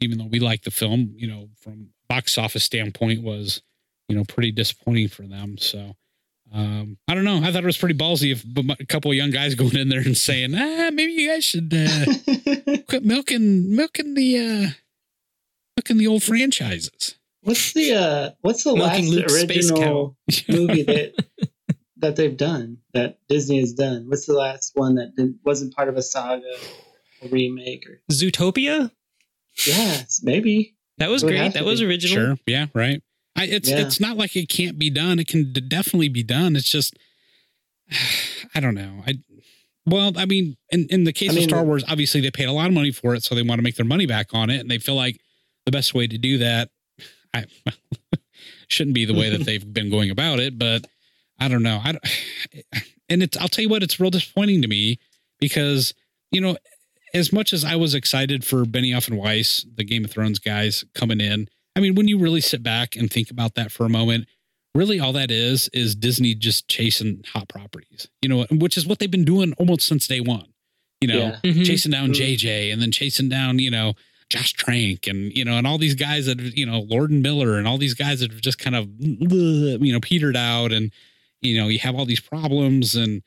Speaker 1: even though we like the film, you know, from box office standpoint was you know pretty disappointing for them. So. Um, I don't know. I thought it was pretty ballsy of but my- a couple of young guys going in there and saying, "Ah, maybe you guys should uh, quit milking milking the uh milking the old franchises."
Speaker 2: what's the uh, what's the
Speaker 5: Milking
Speaker 2: last
Speaker 5: Luke's space
Speaker 2: original movie that that they've done that Disney has done? What's the last one that didn't, wasn't part of a saga, a remake, or
Speaker 5: Zootopia?
Speaker 2: yes, maybe
Speaker 5: That was
Speaker 2: It would
Speaker 5: great.
Speaker 2: have
Speaker 5: That
Speaker 2: to
Speaker 5: was
Speaker 2: be.
Speaker 5: original.
Speaker 1: Sure. Yeah. Right. I, it's
Speaker 2: Yeah.
Speaker 1: it's not like it can't be done. It can d- definitely be done. It's just I don't know. I well, I mean, in in the case
Speaker 2: I mean,
Speaker 1: of Star
Speaker 2: the-
Speaker 1: Wars, obviously they paid a lot of money for it, so they want to make their money back on it, and they feel like the best way to do that, I shouldn't be the way that they've been going about it, but I don't know. I don't, and it's I'll tell you what, it's real disappointing to me because you know as much as I was excited for Benioff and Weiss, the Game of Thrones guys coming in, I mean, when you really sit back and think about that for a moment, really all that is is Disney just chasing hot properties, you know, which is what they've been doing almost since day one, you know,
Speaker 2: yeah,
Speaker 5: Mhm.
Speaker 1: chasing down
Speaker 2: Mhm.
Speaker 1: JJ and then chasing down, you know, Josh Trank and, you know, and all these guys that, you know, Lord and Miller and all these guys that have just kind of, you know, petered out and, you know, you have all these problems and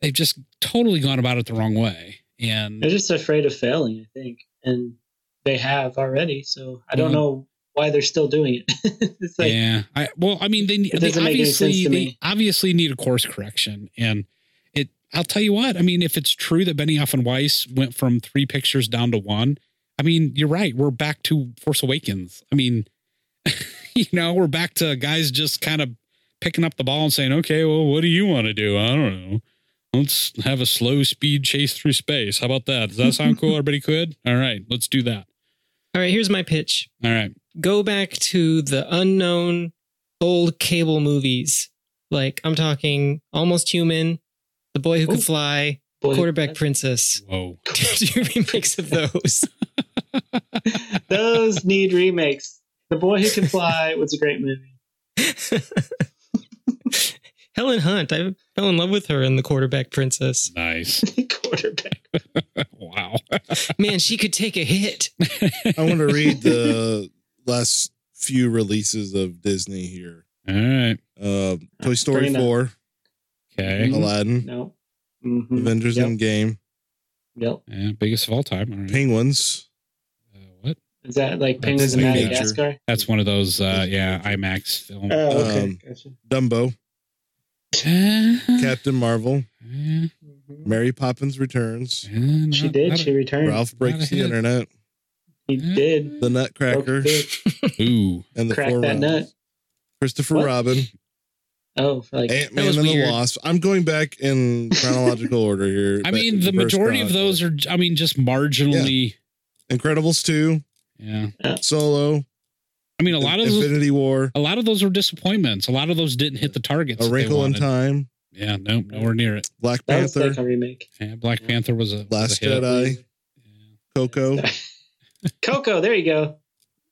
Speaker 1: they've just totally gone about it the wrong way. And
Speaker 2: they're just afraid of failing, I think, and they have already. So I don't
Speaker 1: Mhm.
Speaker 2: know why they're still doing it. it's like
Speaker 1: yeah, I, well, I mean, they, ne-
Speaker 2: It
Speaker 1: they
Speaker 2: doesn't make any sense
Speaker 1: obviously
Speaker 2: to
Speaker 1: they
Speaker 2: me.
Speaker 1: obviously need a course correction, and it. I'll tell you what. I mean, if it's true that Benioff and Weiss went from three pictures down to one, I mean, you're right. We're back to Force Awakens. I mean, you know, we're back to guys just kind of picking up the ball and saying, "Okay, well, what do you want to do? I don't know. Let's have a slow speed chase through space. How about that? Does that sound cool? Everybody could. All right, let's do that.
Speaker 5: All right, here's my pitch.
Speaker 1: All right.
Speaker 5: Go back to the unknown old cable movies. Like I'm talking Almost Human, The Boy Who
Speaker 2: Ooh.
Speaker 5: Could Fly,
Speaker 2: boy,
Speaker 5: Quarterback Princess.
Speaker 1: Whoa.
Speaker 5: Do remakes of those.
Speaker 2: Those need remakes. The Boy Who Can Fly was a great movie.
Speaker 5: Helen Hunt. I fell in love with her in The Quarterback Princess.
Speaker 1: Nice.
Speaker 2: Quarterback.
Speaker 1: Wow.
Speaker 5: Man, she could take a hit.
Speaker 3: I want to read the last few releases of Disney here.
Speaker 1: All right.
Speaker 3: Uh, Toy Story
Speaker 2: Bring it up.
Speaker 3: 4,
Speaker 1: Okay.
Speaker 2: Mhm.
Speaker 3: Aladdin,
Speaker 2: No. Mm-hmm.
Speaker 3: Avengers
Speaker 2: Yep.
Speaker 3: Endgame,
Speaker 2: Yep.
Speaker 1: Yeah, biggest of all time. All right.
Speaker 3: Penguins,
Speaker 1: Uh, what?
Speaker 2: Is that like
Speaker 1: That's
Speaker 2: Penguins of
Speaker 1: way nature.
Speaker 2: Madagascar?
Speaker 1: That's one of those, uh, yeah, IMAX film.
Speaker 2: Oh,
Speaker 3: okay.
Speaker 2: okay.
Speaker 3: Um, Dumbo,
Speaker 1: Uh,
Speaker 3: Captain Marvel,
Speaker 1: uh,
Speaker 3: Mary Poppins Returns,
Speaker 1: uh,
Speaker 2: She
Speaker 1: not-
Speaker 2: did.
Speaker 1: not
Speaker 2: She returned.
Speaker 3: Ralph Breaks the
Speaker 1: hit.
Speaker 3: Internet,
Speaker 2: He
Speaker 1: a-
Speaker 2: did.
Speaker 3: The Nutcracker,
Speaker 1: Uh, Ooh.
Speaker 3: and the
Speaker 2: Crack
Speaker 3: Four
Speaker 2: that
Speaker 3: Realms.
Speaker 2: nut.
Speaker 3: Christopher
Speaker 2: What?
Speaker 3: Robin,
Speaker 2: Oh, for like
Speaker 3: Ant
Speaker 5: was
Speaker 3: Man and the
Speaker 5: weird.
Speaker 3: Wasp. I'm going back in chronological order here.
Speaker 1: I mean, the majority of those are, I mean, just marginally.
Speaker 3: Incredibles two,
Speaker 1: Yeah.
Speaker 3: Solo,
Speaker 1: I mean, a lot of those,
Speaker 3: Infinity War,
Speaker 1: a lot of those were disappointments. A lot of those didn't hit the targets.
Speaker 3: A
Speaker 1: that they
Speaker 3: Wrinkle in
Speaker 1: wanted.
Speaker 3: Time,
Speaker 1: Yeah. Nope. Nowhere near it.
Speaker 3: Black
Speaker 2: That was
Speaker 3: Panther,
Speaker 2: like a remake.
Speaker 1: Yeah, Black Panther was a was a
Speaker 3: Last
Speaker 1: hit.
Speaker 3: Jedi, Coco.
Speaker 2: Coco, there you go.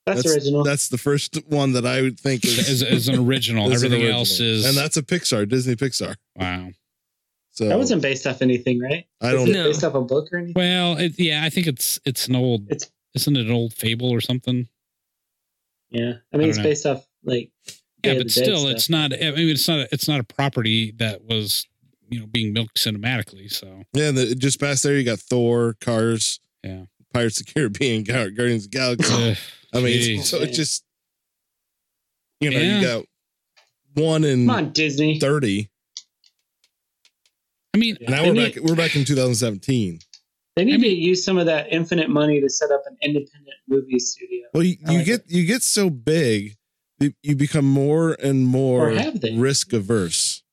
Speaker 2: That's, original.
Speaker 3: That's the first one that I would think
Speaker 1: Yeah.
Speaker 3: is,
Speaker 1: Is, is an original.
Speaker 3: is an
Speaker 1: Everything
Speaker 3: original.
Speaker 1: else is.
Speaker 3: and that's a Pixar, Disney Pixar.
Speaker 1: wow.
Speaker 3: So
Speaker 2: that wasn't based off anything, right?
Speaker 3: I
Speaker 2: Is
Speaker 3: don't
Speaker 2: it
Speaker 5: know.
Speaker 2: based off a book or anything?
Speaker 1: Well, it, yeah, I think it's it's an old.
Speaker 2: It's-
Speaker 1: isn't it an old fable or something?
Speaker 2: Yeah, I
Speaker 1: I
Speaker 2: mean
Speaker 1: don't
Speaker 2: it's
Speaker 1: know.
Speaker 2: based off like Day
Speaker 1: Yeah, but
Speaker 2: of the Dead
Speaker 1: still,
Speaker 2: stuff.
Speaker 1: it's not. I mean, it's not. a- It's not a property that was you know being milked cinematically. So
Speaker 3: Yeah, the, just past there, you got Thor, Cars,
Speaker 1: Yeah.
Speaker 3: Pirates of the Caribbean, Gar- Guardians of the Galaxy.
Speaker 1: Ugh,
Speaker 3: I mean,
Speaker 1: jeez.
Speaker 3: it's- so it just you know
Speaker 1: Yeah.
Speaker 3: you got one in
Speaker 2: come on Disney.
Speaker 3: thirty.
Speaker 1: I mean,
Speaker 3: Now
Speaker 2: They
Speaker 3: we're
Speaker 2: need-
Speaker 3: back. We're back in 2017.
Speaker 2: They need
Speaker 1: I
Speaker 2: to use some of that infinite money to set up an independent movie studio.
Speaker 3: Well, you,
Speaker 2: I
Speaker 3: you
Speaker 2: like
Speaker 3: get you get so big, you, you become more and more
Speaker 2: Or have they?
Speaker 3: risk averse,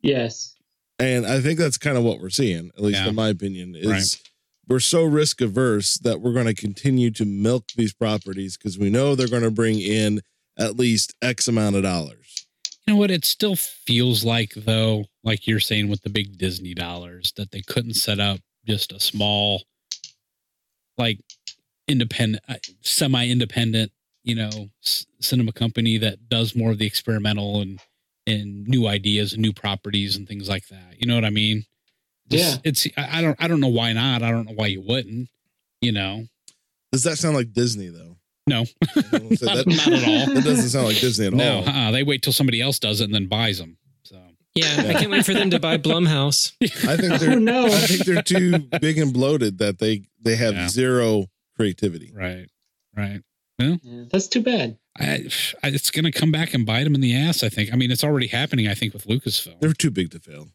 Speaker 2: Yes,
Speaker 3: and I think that's kind of what we're seeing, at least
Speaker 1: Yeah.
Speaker 3: in my opinion, is
Speaker 1: Right.
Speaker 3: we're so risk averse that we're going to continue to milk these properties because we know they're going to bring in at least X amount of dollars.
Speaker 1: you know what? It still feels like though, like you're saying with the big Disney dollars, that they couldn't set up just a small, like, independent, semi-independent, you know, s- cinema company that does more of the experimental and and new ideas and new properties and things like that. You know what I mean?
Speaker 2: Yeah.
Speaker 1: It's I I don't I don't know why not. I don't know why you wouldn't. You know?
Speaker 3: Does that sound like Disney though?
Speaker 1: No.
Speaker 3: I was gonna say, that,
Speaker 1: Not at all.
Speaker 3: that doesn't sound like Disney at
Speaker 1: No,
Speaker 3: all.
Speaker 1: uh-uh. they wait till somebody else does it and then buys them. So
Speaker 5: Yeah, I
Speaker 3: Yeah.
Speaker 5: can't wait for them to buy Blumhouse.
Speaker 3: I think
Speaker 2: Oh
Speaker 3: they're
Speaker 2: no!
Speaker 3: I think they're too big and bloated that they they have
Speaker 1: Yeah.
Speaker 3: zero creativity.
Speaker 1: right, right.
Speaker 2: Yeah, that's too bad.
Speaker 1: I, I- it's going to come back and bite him in the ass. I think. I mean, it's already happening. I think with Lucasfilm.
Speaker 3: They're too big to fail.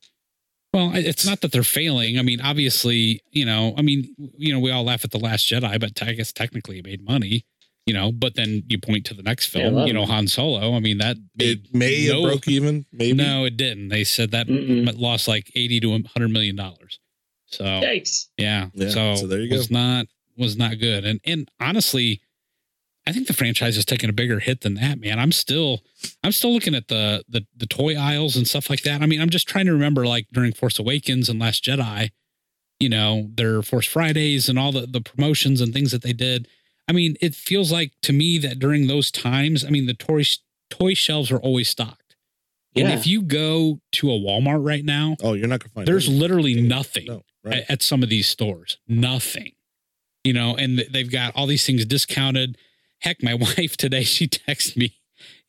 Speaker 1: well, I- it's not that they're failing. I mean, obviously, you know. I mean, you know, we all laugh at the Last Jedi, but I guess technically it made money. You know, but then you point to the next
Speaker 2: Yeah, a
Speaker 1: film.
Speaker 2: lot
Speaker 1: you know,
Speaker 2: of-
Speaker 1: Han Solo. I mean, that
Speaker 3: It may have
Speaker 1: no-
Speaker 3: broke even, maybe.
Speaker 1: No, it didn't. They said that
Speaker 2: Mm-mm.
Speaker 1: it lost like eighty to hundred million dollars. So
Speaker 2: Yikes!
Speaker 1: yeah.
Speaker 3: Yeah,
Speaker 1: So,
Speaker 3: so there you go.
Speaker 1: Was not was not good. And and honestly, I think the franchise has taken a bigger hit than that, man. I'm still I'm still looking at the the the toy aisles and stuff like that. I mean, I'm just trying to remember like during Force Awakens and Last Jedi, you know, their Force Fridays and all the the promotions and things that they did. I mean, it feels like to me that during those times, I mean, the toy toy shelves are always stocked. And
Speaker 2: Yeah.
Speaker 1: if you go to a Walmart right now,
Speaker 3: Oh, you're not gonna find
Speaker 1: there's
Speaker 3: it.
Speaker 1: literally nothing
Speaker 3: no,
Speaker 1: a-
Speaker 3: right.
Speaker 1: at, some of these stores. Nothing, you know, and th- they've got all these things discounted. Heck, my wife today she texted me,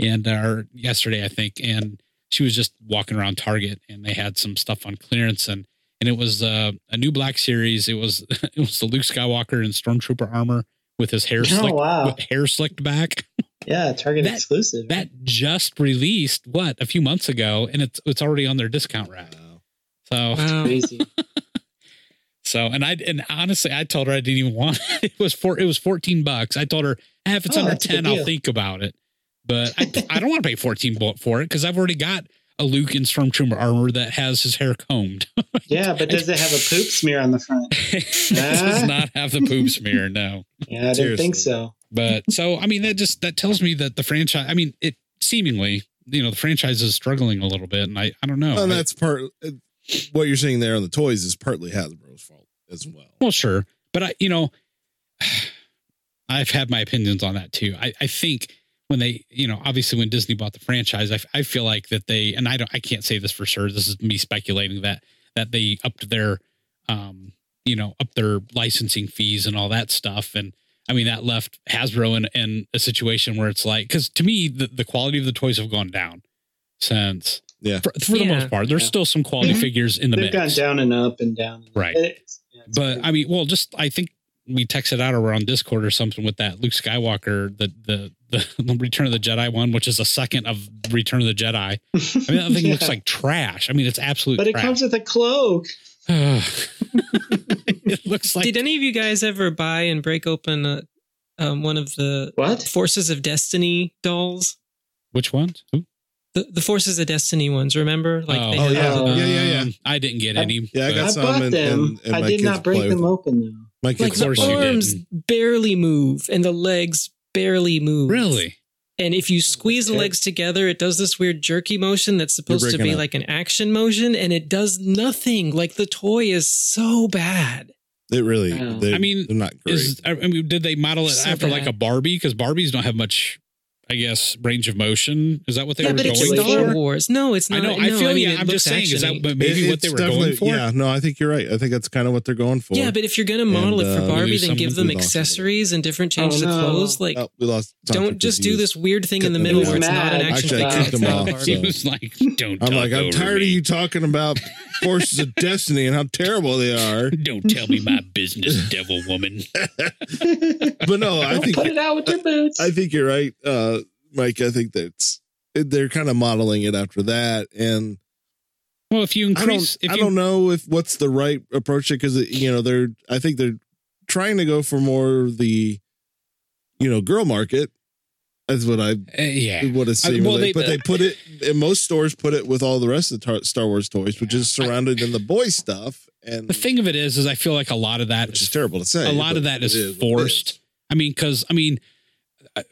Speaker 1: and uh, or yesterday I think, and she was just walking around Target and they had some stuff on clearance and and it was uh, a new Black Series. It was it was the Luke Skywalker in Stormtrooper armor with his hair
Speaker 2: Oh
Speaker 1: slicked
Speaker 2: wow!
Speaker 1: with hair slicked back
Speaker 2: Yeah, Target
Speaker 1: That-
Speaker 2: exclusive.
Speaker 1: that just released what a few months ago, and it's it's already on their discount rack.
Speaker 3: Wow.
Speaker 1: So
Speaker 5: Wow.
Speaker 2: Crazy.
Speaker 1: So and I and honestly I told her I didn't even want it. It was four it was 14 bucks. I told her eh, if it's
Speaker 2: Oh,
Speaker 1: under
Speaker 2: that's a good
Speaker 1: 10 I'll
Speaker 2: deal.
Speaker 1: think about it. But I, I don't want to pay 14 bu- for it cuz I've already got a Luke in Stormtrooper armor that has his hair combed.
Speaker 2: Yeah, but does it have a poop smear on the front?
Speaker 1: this
Speaker 2: Ah.
Speaker 1: does not have the poop smear, no.
Speaker 2: Yeah, I didn't think
Speaker 3: Seriously.
Speaker 2: so.
Speaker 1: But so I mean that just that tells me that the franchise I mean it seemingly you know the franchise is struggling a little bit and I I don't know.
Speaker 3: and
Speaker 1: I-
Speaker 3: that's part what you're seeing there on the toys is partly Hasbro's fault as well.
Speaker 1: Well, sure, but I, you know, I've had my opinions on that too. I, I think when they, you know, obviously when Disney bought the franchise, I, f- I feel like that they, and I don't, I can't say this for sure. This is me speculating that that they upped their, um, you know, up their licensing fees and all that stuff, and I mean that left Hasbro in, in a situation where it's like, because to me the, the quality of the toys have gone down since,
Speaker 3: Yeah.
Speaker 1: for, for the
Speaker 5: Yeah.
Speaker 1: most part. There's
Speaker 2: Yeah.
Speaker 1: still some quality
Speaker 2: Mhm.
Speaker 1: figures in the
Speaker 2: They've
Speaker 1: mix
Speaker 2: gone down and up and down. and up.
Speaker 1: Right.
Speaker 2: It's- yeah, it's
Speaker 1: but
Speaker 2: crazy.
Speaker 1: I mean, well, just I think we texted out or we're on Discord or something with that Luke Skywalker, the the the, Return of the Jedi one, which is a second of Return of the Jedi. I mean, that thing
Speaker 2: Yeah.
Speaker 1: looks like trash. I mean, it's absolute.
Speaker 2: But it
Speaker 1: crap.
Speaker 2: comes with a cloak.
Speaker 1: it looks like
Speaker 5: Did any of you guys ever buy and break open uh um, one of the
Speaker 2: What?
Speaker 5: Forces of Destiny dolls?
Speaker 1: which one? Who?
Speaker 5: The, the Forces of Destiny ones, remember? Like
Speaker 1: Oh.
Speaker 5: they
Speaker 1: Oh,
Speaker 5: had
Speaker 2: yeah.
Speaker 5: all the-
Speaker 2: Yeah,
Speaker 1: Um, I didn't get
Speaker 2: I-
Speaker 1: any.
Speaker 3: Yeah, I
Speaker 1: but-
Speaker 3: got
Speaker 2: I
Speaker 3: some
Speaker 2: bought
Speaker 3: and-
Speaker 2: them.
Speaker 3: and- and
Speaker 2: I
Speaker 3: my
Speaker 2: did
Speaker 3: kids
Speaker 2: not break
Speaker 3: play with
Speaker 2: them
Speaker 3: them.
Speaker 2: open though.
Speaker 3: Mike,
Speaker 5: Like
Speaker 1: Of
Speaker 3: it's
Speaker 5: the
Speaker 1: course you did.
Speaker 5: arms barely move and the legs barely move.
Speaker 1: Really?
Speaker 5: And if you squeeze the
Speaker 2: Okay.
Speaker 5: legs together, it does this weird jerky motion that's supposed to
Speaker 3: breaking
Speaker 5: be
Speaker 3: up.
Speaker 5: like an action motion, and it does nothing. Like the toy is so bad.
Speaker 3: it really.
Speaker 2: Wow.
Speaker 3: They,
Speaker 1: I mean,
Speaker 3: they're not great.
Speaker 1: Is I mean, did they model it
Speaker 5: So
Speaker 1: after like
Speaker 5: bad.
Speaker 1: a Barbie? Because Barbies don't have much, I guess, range of motion. Is that what they
Speaker 5: yeah,
Speaker 1: were
Speaker 5: but
Speaker 1: going
Speaker 5: it's
Speaker 2: going
Speaker 5: Star
Speaker 1: for?
Speaker 5: Wars. No, it's not.
Speaker 1: I know.
Speaker 5: No,
Speaker 1: I feel.
Speaker 5: mean,
Speaker 1: yeah,
Speaker 5: it
Speaker 1: I'm just
Speaker 5: looks
Speaker 1: saying. Is
Speaker 5: actiony.
Speaker 1: that maybe
Speaker 3: It-
Speaker 1: what they
Speaker 3: it's
Speaker 1: were going
Speaker 3: definitely-
Speaker 1: for?
Speaker 3: Yeah, no, I think you're right. I think that's kind of what they're going for.
Speaker 5: Yeah, but if you're gonna model
Speaker 3: And,
Speaker 5: it for
Speaker 3: uh,
Speaker 5: Barbie,
Speaker 1: maybe
Speaker 5: then give
Speaker 3: someone
Speaker 5: them
Speaker 3: did lost
Speaker 5: accessories and different
Speaker 2: Oh,
Speaker 5: changes of
Speaker 2: no.
Speaker 5: clothes. Like,
Speaker 3: Oh, we lost. Tom
Speaker 5: don't
Speaker 3: for
Speaker 5: just do
Speaker 3: disease.
Speaker 5: this weird thing in the
Speaker 3: Cut
Speaker 5: middle
Speaker 2: them
Speaker 5: where it's
Speaker 2: off.
Speaker 5: not an
Speaker 2: Mad.
Speaker 5: action
Speaker 3: Actually, I
Speaker 5: figure.
Speaker 3: kicked
Speaker 5: It's
Speaker 3: them
Speaker 5: not a
Speaker 3: off,
Speaker 5: Barbie.
Speaker 1: He
Speaker 3: so-
Speaker 1: was like, "Don't."
Speaker 3: I'm
Speaker 1: talk
Speaker 3: like, I'm
Speaker 1: over
Speaker 3: tired of
Speaker 1: me.
Speaker 3: you talking about forces of destiny and how terrible they are.
Speaker 1: Don't tell me my business, devil woman.
Speaker 3: But no, I
Speaker 2: Don't
Speaker 3: think
Speaker 2: put it out with your boots.
Speaker 3: I think you're right, uh, Mike. I think that's they're kind of modeling it after that, and
Speaker 1: Well, if you
Speaker 3: I
Speaker 1: increase,
Speaker 3: don't,
Speaker 1: if
Speaker 3: I
Speaker 1: you
Speaker 3: don't know if what's the right approach because you know they're I think they're trying to go for more the you know girl market. That's what I
Speaker 1: Uh, yeah,
Speaker 3: what it seemed
Speaker 1: well,
Speaker 3: like.
Speaker 1: they-
Speaker 3: but they put it in most stores put it with all the rest of the tar- Star Wars toys, which is surrounded in the boy stuff, and
Speaker 1: the thing of it is, is I feel like a lot of that
Speaker 3: which
Speaker 1: is
Speaker 3: is terrible to say.
Speaker 1: a lot of
Speaker 3: but
Speaker 1: that
Speaker 3: it
Speaker 1: is,
Speaker 3: is what it
Speaker 1: forced.
Speaker 3: is.
Speaker 1: I mean, because I mean, I-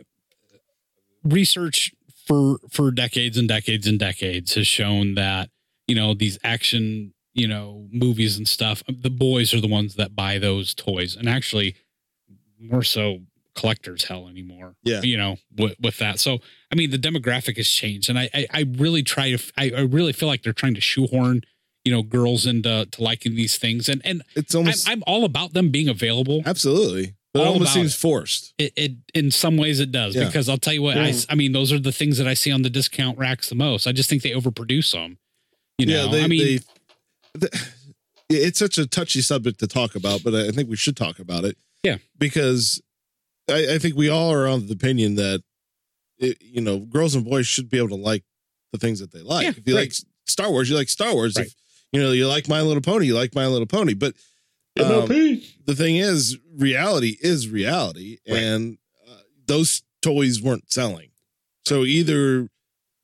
Speaker 1: research for for decades and decades and decades has shown that you know these action you know movies and stuff. um, The boys are the ones that buy those toys, and actually, more so collectors hell anymore.
Speaker 3: Yeah.
Speaker 1: you know with, with that. So I mean, the demographic has changed, and I I, I really try to f- I, I really feel like they're trying to shoehorn you know girls into to liking these things, and and
Speaker 3: It's
Speaker 1: I'm,
Speaker 3: almost
Speaker 1: I'm all about them being available.
Speaker 3: absolutely, but it
Speaker 1: All
Speaker 3: almost
Speaker 1: about
Speaker 3: seems
Speaker 1: it.
Speaker 3: forced.
Speaker 1: It, it in some ways it does
Speaker 3: Yeah.
Speaker 1: because I'll tell you what I, s- I mean those are the things that I see on the discount racks the most. I just think they overproduce them. You know,
Speaker 3: they,
Speaker 1: I mean,
Speaker 3: they, th- it's such a touchy subject to talk about, but I I think we should talk about it.
Speaker 1: Yeah.
Speaker 3: because I, I think we all are of the opinion that it, you know girls and boys should be able to like the things that they like.
Speaker 1: Yeah,
Speaker 3: if you
Speaker 1: right.
Speaker 3: like Star Wars, you like Star Wars.
Speaker 1: Right.
Speaker 3: If you know you like My Little Pony, you like My Little Pony. But um,
Speaker 2: MLP.
Speaker 3: the thing is, reality is reality,
Speaker 1: Right.
Speaker 3: and uh, those toys weren't selling. So either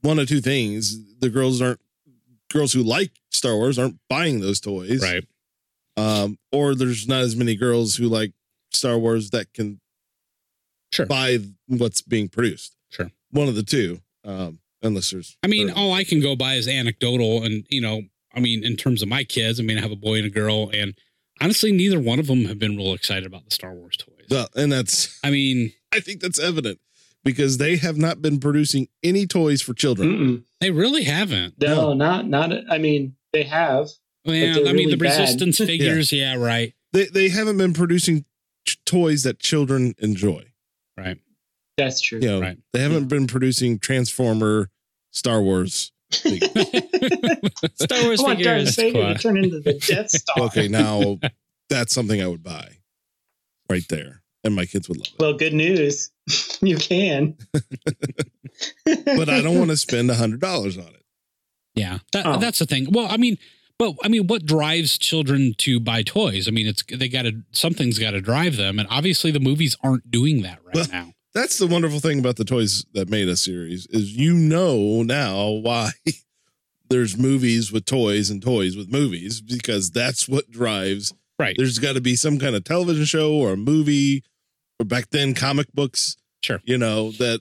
Speaker 3: one of two things: the girls aren't girls who like Star Wars aren't buying those toys,
Speaker 1: right?
Speaker 3: Um, or there's not as many girls who like Star Wars that can
Speaker 1: Sure.
Speaker 3: buy what's being produced.
Speaker 1: Sure.
Speaker 3: one of the two. Um, unless there's,
Speaker 1: I mean, um,
Speaker 3: or-
Speaker 1: all I can go by is anecdotal, and you know, I mean, in terms of my kids, I mean, I have a boy and a girl, and honestly, neither one of them have been real excited about the Star Wars toys.
Speaker 3: well, and that's
Speaker 1: I mean,
Speaker 3: I think that's evident because they have not been producing any toys for children.
Speaker 2: Mm-mm.
Speaker 1: they really haven't.
Speaker 2: No,
Speaker 3: No.
Speaker 2: not not. I mean, they have.
Speaker 1: Yeah,
Speaker 2: they're
Speaker 1: I mean,
Speaker 2: really
Speaker 1: the
Speaker 2: bad.
Speaker 1: resistance figures, yeah, right,
Speaker 3: they they haven't been producing ch- toys that children enjoy.
Speaker 1: right.
Speaker 2: That's true.
Speaker 3: You know,
Speaker 1: Right.
Speaker 3: they haven't been producing Transformer, Star Wars.
Speaker 5: Star Wars
Speaker 2: I want Darth
Speaker 5: figures.
Speaker 2: Vader
Speaker 1: quite-
Speaker 2: to turn into the Death Star.
Speaker 3: Okay, now that's something I would buy, right there, and my kids would love it.
Speaker 2: Well, good news. you can.
Speaker 3: But I don't want to spend a hundred dollars on it.
Speaker 1: Yeah, that,
Speaker 2: Oh.
Speaker 1: that's the thing. Well, I mean, but I mean, what drives children to buy toys? I mean, it's they got to something's got to drive them, and obviously the movies aren't doing that right
Speaker 3: Well-
Speaker 1: now.
Speaker 3: That's the wonderful thing about the toys that made us series is you know now why there's movies with toys and toys with movies because that's what drives
Speaker 1: Right.
Speaker 3: there's got to be some kind of television show or a movie or back then comic books
Speaker 1: Sure.
Speaker 3: you know that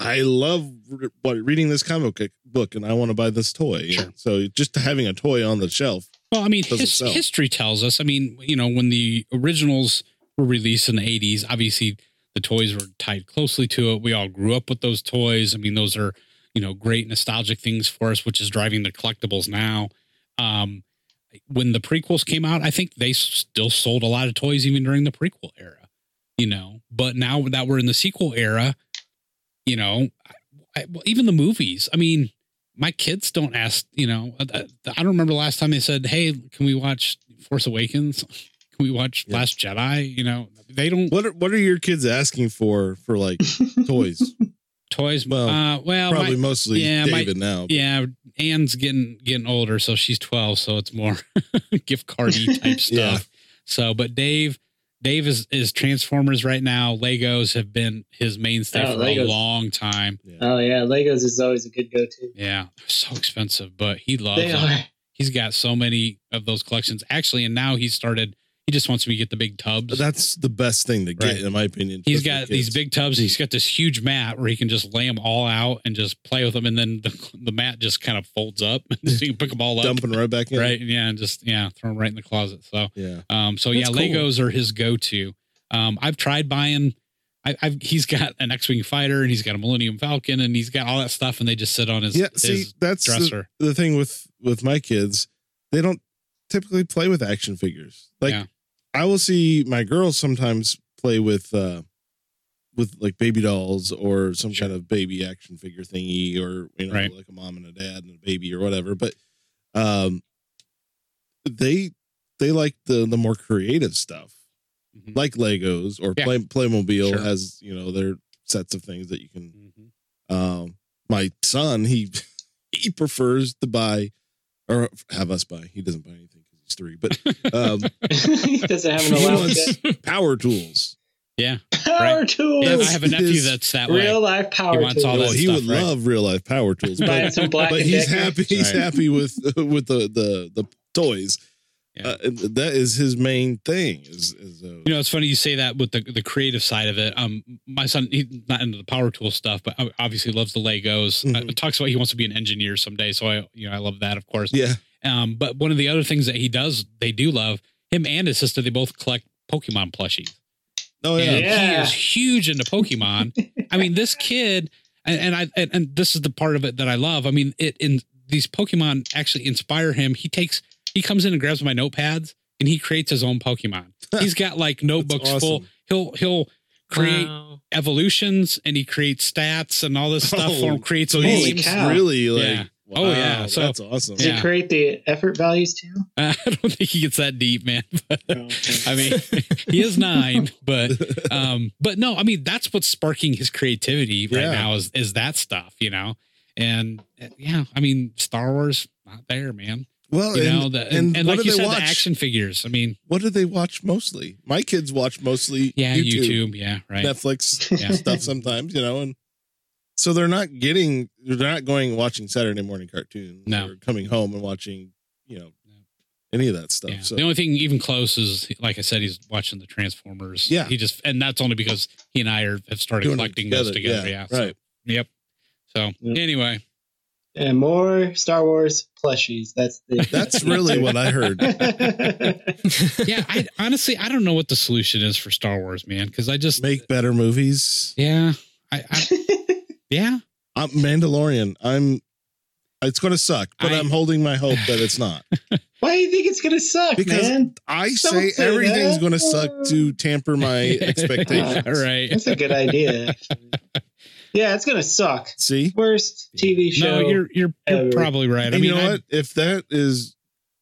Speaker 3: i love re- what, reading this comic book and i want to buy this toy
Speaker 1: Sure.
Speaker 3: so just having a toy on the shelf
Speaker 1: Well, I mean,
Speaker 3: Doesn't
Speaker 1: his,
Speaker 3: sell.
Speaker 1: history tells us. I mean, you know, when the originals were released in the 80s, obviously the toys were tied closely to it. We all grew up with those toys. I mean, those are, you know, great nostalgic things for us, which is driving the collectibles now. Um, when the prequels came out, I think they still sold a lot of toys even during the prequel era, you know. But now that we're in the sequel era, you know, I, I, well, even the movies, I mean, my kids don't ask, you know, I, I don't remember the last time they said, Hey, can we watch Force Awakens? Can we watch
Speaker 3: Yeah.
Speaker 1: Last Jedi? You know, they don't
Speaker 3: what are, what are your kids asking for for like toys
Speaker 1: toys.
Speaker 3: well,
Speaker 1: uh, well, my-
Speaker 3: probably mostly
Speaker 1: yeah, my-
Speaker 3: david now
Speaker 1: yeah, Anne's getting getting older, so she's 12, so it's more gift cardy type stuff.
Speaker 3: Yeah.
Speaker 1: So, but Dave Dave is is Transformers right now. Legos have been his mainstay
Speaker 2: Oh,
Speaker 1: for a
Speaker 2: Legos.
Speaker 1: long time.
Speaker 2: Oh yeah, Legos is always a good go-to.
Speaker 1: Yeah, so expensive, but he loves
Speaker 2: They
Speaker 1: them.
Speaker 2: are.
Speaker 1: He's got so many of those collections actually, and now he's started. He just wants me to get the big tubs.
Speaker 3: That's the best thing to get,
Speaker 1: Right.
Speaker 3: in my opinion.
Speaker 1: He's
Speaker 3: especially
Speaker 1: got these
Speaker 3: kids.
Speaker 1: big tubs. He's got this huge mat where he can just lay them all out and just play with them, and then the, the mat just kind of folds up. so you can pick them all up,
Speaker 3: dumping right back in.
Speaker 1: right? Yeah, and just yeah, throw them right in the closet. So,
Speaker 3: Yeah.
Speaker 1: um, so yeah,
Speaker 5: That's cool.
Speaker 1: Legos are his go-to. Um, I've tried buying. I, I've he's got an X-wing fighter and he's got a Millennium Falcon and he's got all that stuff, and they just sit on his,
Speaker 3: Yeah.
Speaker 1: his
Speaker 3: See, that's the,
Speaker 1: dresser.
Speaker 3: the thing with with my kids they don't typically play with action figures like
Speaker 1: Yeah.
Speaker 3: i will see my girls sometimes play with uh with like baby dolls or some
Speaker 1: Sure.
Speaker 3: kind of baby action figure thingy or you know
Speaker 1: Right.
Speaker 3: like a mom and a dad and a baby or whatever but um they they like the the more creative stuff
Speaker 1: Mhm.
Speaker 3: like legos or
Speaker 1: Yeah.
Speaker 3: play playmobil
Speaker 1: Sure.
Speaker 3: has you know their sets of things that you can
Speaker 1: Mhm.
Speaker 3: um, my son, he he prefers to buy or have us buy. He doesn't buy anything because he's three, but um,
Speaker 2: he doesn't have an
Speaker 3: He
Speaker 2: allowance.
Speaker 3: wants- power tools.
Speaker 2: Power tools.
Speaker 1: Yeah, I
Speaker 3: That's-
Speaker 1: have a nephew
Speaker 3: his
Speaker 1: that's that way.
Speaker 2: Real life power
Speaker 1: wants
Speaker 2: tools.
Speaker 1: all
Speaker 3: Oh,
Speaker 1: that
Speaker 3: he
Speaker 1: stuff,
Speaker 3: would
Speaker 1: right?
Speaker 3: love real life power tools,
Speaker 2: Buying
Speaker 3: but,
Speaker 2: some black
Speaker 3: but
Speaker 2: and
Speaker 3: he's
Speaker 2: Decker.
Speaker 3: happy. He's
Speaker 1: Right.
Speaker 3: happy with with the the the toys.
Speaker 1: Yeah.
Speaker 3: Uh, and that is his main thing. Is, is uh,
Speaker 1: You know, it's funny you say that with the the creative side of it. Um, my son, he's not into the power tool stuff, but ob- obviously loves the Legos. Uh,
Speaker 3: Mhm.
Speaker 1: talks about he wants to be an engineer someday. So I, you know, I love that, of course.
Speaker 3: yeah,
Speaker 1: Um, but one of the other things that he does, they do love him and his sister. They both collect Pokemon plushies.
Speaker 3: oh yeah.
Speaker 1: And he
Speaker 2: Yeah.
Speaker 1: is huge into Pokemon. I mean, this kid, and, and I, and, and this is the part of it that I love. I mean, it in these Pokemon actually inspire him. He takes, he comes in and grabs my notepads, and he creates his own Pokemon. He's got like notebooks full.
Speaker 3: awesome.
Speaker 1: He'll he'll create
Speaker 5: Wow.
Speaker 1: evolutions, and he creates stats and all this stuff for
Speaker 3: Oh,
Speaker 1: him. Creates
Speaker 3: So
Speaker 1: memes.
Speaker 2: Holy
Speaker 3: he's
Speaker 2: cow.
Speaker 3: really like,
Speaker 1: Yeah. Oh,
Speaker 3: wow,
Speaker 1: yeah. So-
Speaker 3: that's awesome.
Speaker 2: Does
Speaker 1: Yeah.
Speaker 2: it create the effort values too? Oh,
Speaker 1: I don't think he gets that deep, man. But,
Speaker 2: okay.
Speaker 1: I mean, he is nine, but um, but no, I mean that's what's sparking his creativity right
Speaker 3: Yeah.
Speaker 1: now is is that stuff, you know. And uh, yeah, I mean, Star Wars not there, man.
Speaker 3: Well,
Speaker 1: You
Speaker 3: and,
Speaker 1: know, the, and,
Speaker 3: and
Speaker 1: and,
Speaker 3: what
Speaker 1: like
Speaker 3: do
Speaker 1: you
Speaker 3: they
Speaker 1: said,
Speaker 3: watch?
Speaker 1: the action figures. I mean,
Speaker 3: what do they watch mostly? My kids watch mostly
Speaker 1: yeah, YouTube, yeah, right,
Speaker 3: Netflix
Speaker 1: Yeah.
Speaker 3: stuff sometimes, you know, and so they're not getting they're not going and watching Saturday morning cartoons
Speaker 1: No.
Speaker 3: or coming home and watching, you know,
Speaker 1: No.
Speaker 3: any of that stuff.
Speaker 1: yeah.
Speaker 3: So
Speaker 1: The only thing even close is, like I said, he's watching the Transformers.
Speaker 3: Yeah.
Speaker 1: he just, and that's only because he and I are have started
Speaker 3: doing it
Speaker 1: collecting those together. Yeah, So-
Speaker 3: right.
Speaker 1: yep. So
Speaker 2: Yep.
Speaker 1: anyway,
Speaker 2: and more Star Wars plushies. That's the
Speaker 3: That's really what I heard.
Speaker 1: yeah, I honestly I don't know what the solution is for Star Wars, man, because I just
Speaker 3: Make better movies.
Speaker 1: yeah, I, I yeah,
Speaker 3: I'm Mandalorian. I'm it's going to suck, but
Speaker 1: I-
Speaker 3: I, am holding my hope that it's not.
Speaker 2: Why do you think it's gonna suck,
Speaker 3: Because-
Speaker 2: man?
Speaker 3: I
Speaker 2: Don't
Speaker 3: say
Speaker 2: say
Speaker 3: everything's
Speaker 2: that.
Speaker 3: going to suck to tamper my expectations.
Speaker 1: All right.
Speaker 2: That's a good idea. Actually. Yeah, it's gonna suck.
Speaker 3: See?
Speaker 2: Worst TV show.
Speaker 1: No, you're you're, you're
Speaker 2: ever.
Speaker 1: probably right. I
Speaker 3: And
Speaker 1: mean,
Speaker 3: you know
Speaker 1: I-
Speaker 3: what? If that is,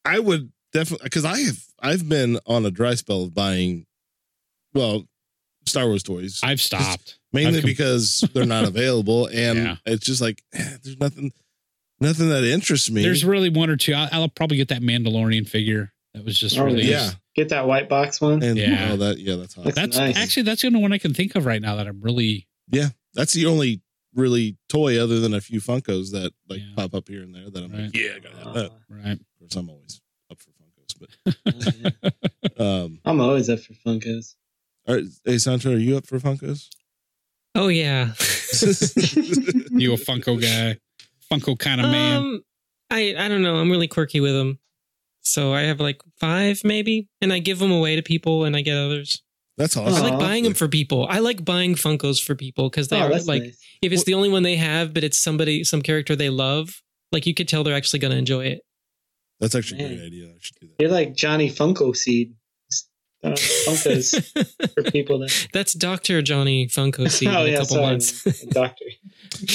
Speaker 3: I would definitely because I have I've been on a dry spell of buying, well, Star Wars toys
Speaker 1: I've stopped.
Speaker 3: mainly
Speaker 1: I've com-
Speaker 3: because they're not available, and
Speaker 1: Yeah.
Speaker 3: it's just like eh, there's nothing, nothing that interests me.
Speaker 1: There's really one or two. I'll, I'll probably get that Mandalorian figure that was just
Speaker 2: Oh,
Speaker 1: released.
Speaker 3: yeah,
Speaker 2: Get that white box one.
Speaker 3: and
Speaker 1: Yeah.
Speaker 3: all that. Yeah, that's hot.
Speaker 2: That's-
Speaker 1: That's
Speaker 2: nice.
Speaker 1: actually that's the only one I can think of right now that I'm really
Speaker 3: That's the only really toy other than a few Funkos that like
Speaker 1: Yeah.
Speaker 3: pop up here and there that I'm
Speaker 1: Right.
Speaker 3: like, yeah, I gotta
Speaker 2: Uh-huh.
Speaker 3: have that. Of
Speaker 1: right.
Speaker 3: course, I'm always up for Funkos,
Speaker 2: Uh,
Speaker 3: but um,
Speaker 2: I'm always up for Funkos.
Speaker 3: are, hey Sancho, are you up for Funkos?
Speaker 5: Oh yeah.
Speaker 1: You a Funko guy, Funko kind of man.
Speaker 5: Um, I I don't know. I'm really quirky with them, so I have like five maybe, and I give them away to people, and I get others.
Speaker 3: That's awesome.
Speaker 5: I
Speaker 2: Aw.
Speaker 5: like buying them for people. I like buying Funkos for people because they
Speaker 2: Oh,
Speaker 5: are
Speaker 2: that's
Speaker 5: like
Speaker 2: nice.
Speaker 5: if it's the only one they have, but it's somebody some character they love, like you could tell they're actually gonna enjoy it.
Speaker 3: That's actually a
Speaker 2: Man.
Speaker 3: great idea. I should do that.
Speaker 2: You're like Johnny Funko Seed. Just throw out Funkos Oh, for people that.
Speaker 5: That's Doctor Johnny Funko seed
Speaker 2: Oh,
Speaker 5: in a
Speaker 2: yeah,
Speaker 5: couple
Speaker 2: sorry.
Speaker 5: months.
Speaker 2: Doctor.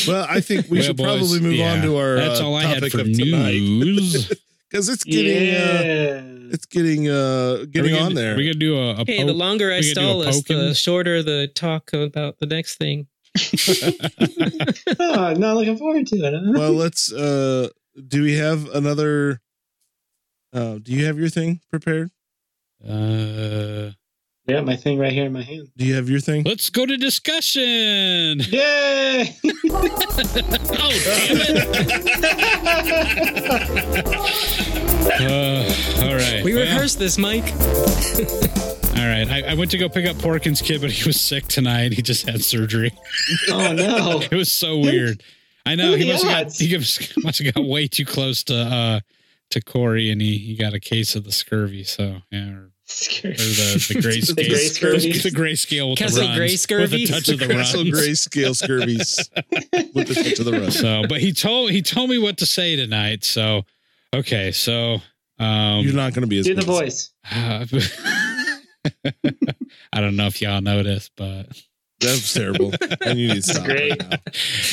Speaker 3: Well, I think we
Speaker 1: Well,
Speaker 3: should
Speaker 1: boys,
Speaker 3: probably move
Speaker 1: yeah.
Speaker 3: on to our
Speaker 1: That's
Speaker 3: uh,
Speaker 1: all I
Speaker 3: topic
Speaker 1: had for
Speaker 3: of tonight
Speaker 1: news.
Speaker 3: because it's getting uh,
Speaker 2: Yeah.
Speaker 3: it's getting uh
Speaker 1: Are we
Speaker 3: getting
Speaker 1: gonna-
Speaker 3: on there.
Speaker 1: Are we gonna do a, a
Speaker 5: hey,
Speaker 1: poll?
Speaker 5: the longer I
Speaker 1: we could do a
Speaker 5: stall us, the
Speaker 1: poking.
Speaker 5: shorter the talk about the next thing.
Speaker 2: oh, I'm not looking forward to it. Huh?
Speaker 3: well, let's. uh Do we have another? Uh, do you have your thing prepared?
Speaker 1: uh,
Speaker 2: yeah, my thing right here in my hand.
Speaker 3: Do you have your thing?
Speaker 1: let's go to discussion.
Speaker 2: Yay!
Speaker 1: Oh damn it! Uh, all right.
Speaker 5: We
Speaker 1: Well,
Speaker 5: rehearsed this, Mike.
Speaker 1: all right. I, I went to go pick up Porkins' kid, but he was sick tonight. He just had surgery.
Speaker 2: Oh no!
Speaker 1: It was so weird. I know
Speaker 2: Who
Speaker 1: he
Speaker 2: the
Speaker 1: must have got
Speaker 2: odds?
Speaker 1: he must- must have got way too close to uh to Corey, and he, he got a case of the scurvy. So yeah, or, or the the grayscale,
Speaker 2: The gray scurvy.
Speaker 1: the grayscale with
Speaker 5: Castle
Speaker 1: the runs,
Speaker 5: gray
Speaker 1: with
Speaker 5: scurvy?
Speaker 1: the touch of the
Speaker 3: Castle
Speaker 1: runs.
Speaker 3: grayscale scurvies with the touch of the rust.
Speaker 1: So, but he told he told me what to say tonight. So, okay, so um,
Speaker 3: You're not going to be as
Speaker 2: Do the
Speaker 3: good as-
Speaker 2: voice.
Speaker 1: I don't know if y'all noticed, but
Speaker 3: That's terrible. And you need to stop
Speaker 2: Great.
Speaker 3: right now.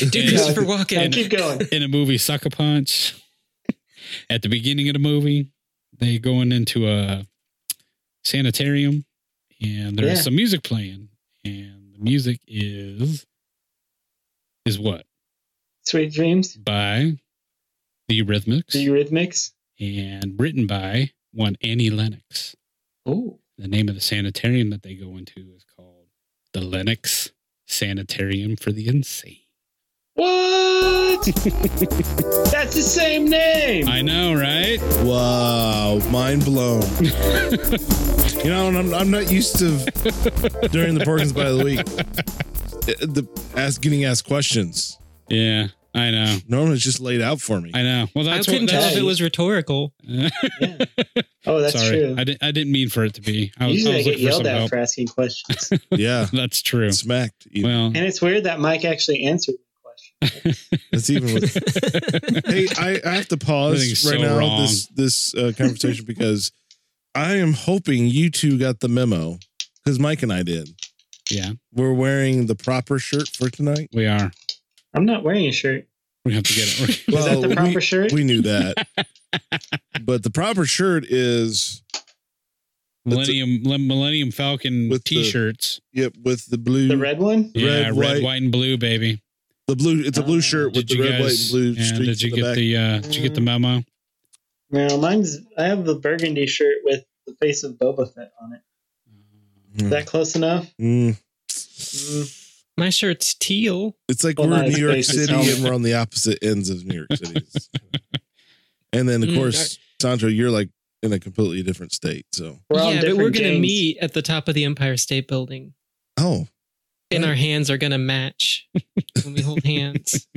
Speaker 5: Dude, Christopher Walken.
Speaker 2: Now keep going.
Speaker 1: in a movie Sucker Punch, at the beginning of the movie, they going into a sanitarium and there's
Speaker 2: Yeah.
Speaker 1: some music playing. And the music is is what?
Speaker 2: Sweet dreams.
Speaker 1: By the Eurythmics
Speaker 2: The Eurythmics.
Speaker 1: and written by one Annie Lennox.
Speaker 2: Oh,
Speaker 1: The name of the sanitarium that they go into is called the Lennox Sanitarium for the Insane.
Speaker 2: what? That's the same name.
Speaker 1: I know, right?
Speaker 3: Wow, mind blown. you know, and I'm, I'm not used to during the Perkins by the week. uh, The ask getting asked questions.
Speaker 1: Yeah, I know.
Speaker 3: Normally, it's just laid out for me.
Speaker 1: I know. Well,
Speaker 5: I
Speaker 1: that's what.
Speaker 5: couldn't tell if
Speaker 1: That's,
Speaker 5: it was rhetorical.
Speaker 2: Yeah. Oh, that's
Speaker 1: sorry,
Speaker 2: true.
Speaker 1: I didn't. I didn't mean for it to be. I was, I
Speaker 2: Usually I
Speaker 1: was
Speaker 2: get
Speaker 1: looking for
Speaker 2: yelled
Speaker 1: some
Speaker 2: at
Speaker 1: help.
Speaker 2: for asking questions.
Speaker 3: yeah,
Speaker 1: That's true.
Speaker 3: smacked. even.
Speaker 1: Well,
Speaker 2: and it's weird that Mike actually answered the question.
Speaker 3: That's even. With, hey, I, I have to pause
Speaker 1: Everything's so
Speaker 3: right now
Speaker 1: wrong.
Speaker 3: this this uh, conversation because I am hoping you two got the memo because Mike and I did.
Speaker 1: yeah,
Speaker 3: We're wearing the proper shirt for tonight.
Speaker 1: we are.
Speaker 2: I'm not wearing a shirt.
Speaker 1: We have to get it.
Speaker 2: Is
Speaker 3: Well,
Speaker 2: that the
Speaker 3: we-
Speaker 2: proper shirt?
Speaker 3: We knew that. but the proper shirt is
Speaker 1: Millennium Millennium Falcon
Speaker 3: With the-
Speaker 1: T-shirts.
Speaker 3: yep with the blue
Speaker 2: the red one?
Speaker 3: the
Speaker 1: yeah,
Speaker 3: red,
Speaker 1: red,
Speaker 3: white-
Speaker 1: white, and blue, baby.
Speaker 3: the blue it's a blue
Speaker 2: Uh,
Speaker 3: shirt
Speaker 1: Did
Speaker 3: with the
Speaker 1: you
Speaker 3: red
Speaker 1: guys?
Speaker 3: white and blue
Speaker 1: yeah,
Speaker 3: streaks
Speaker 1: did you
Speaker 3: in
Speaker 1: get
Speaker 3: the back.
Speaker 1: the? Uh, did you get the memo?
Speaker 2: No, mine's. I have the burgundy shirt with the face of Boba Fett on it. Is
Speaker 3: Hmm.
Speaker 2: that close enough?
Speaker 3: Mm.
Speaker 2: Mm.
Speaker 5: My shirt's teal.
Speaker 3: It's like
Speaker 2: Well,
Speaker 3: we're
Speaker 2: not
Speaker 3: in
Speaker 2: as
Speaker 3: New York
Speaker 2: basic as
Speaker 3: City
Speaker 2: helmet.
Speaker 3: and we're on the opposite ends of New York City. and then of
Speaker 5: Mm,
Speaker 3: course, Sandra, you're like in a completely different state. So
Speaker 2: We're all
Speaker 5: yeah, but we're
Speaker 2: different
Speaker 5: gonna
Speaker 2: James.
Speaker 5: meet at the top of the Empire State Building,
Speaker 3: oh,
Speaker 5: and our hands are gonna match when we hold hands.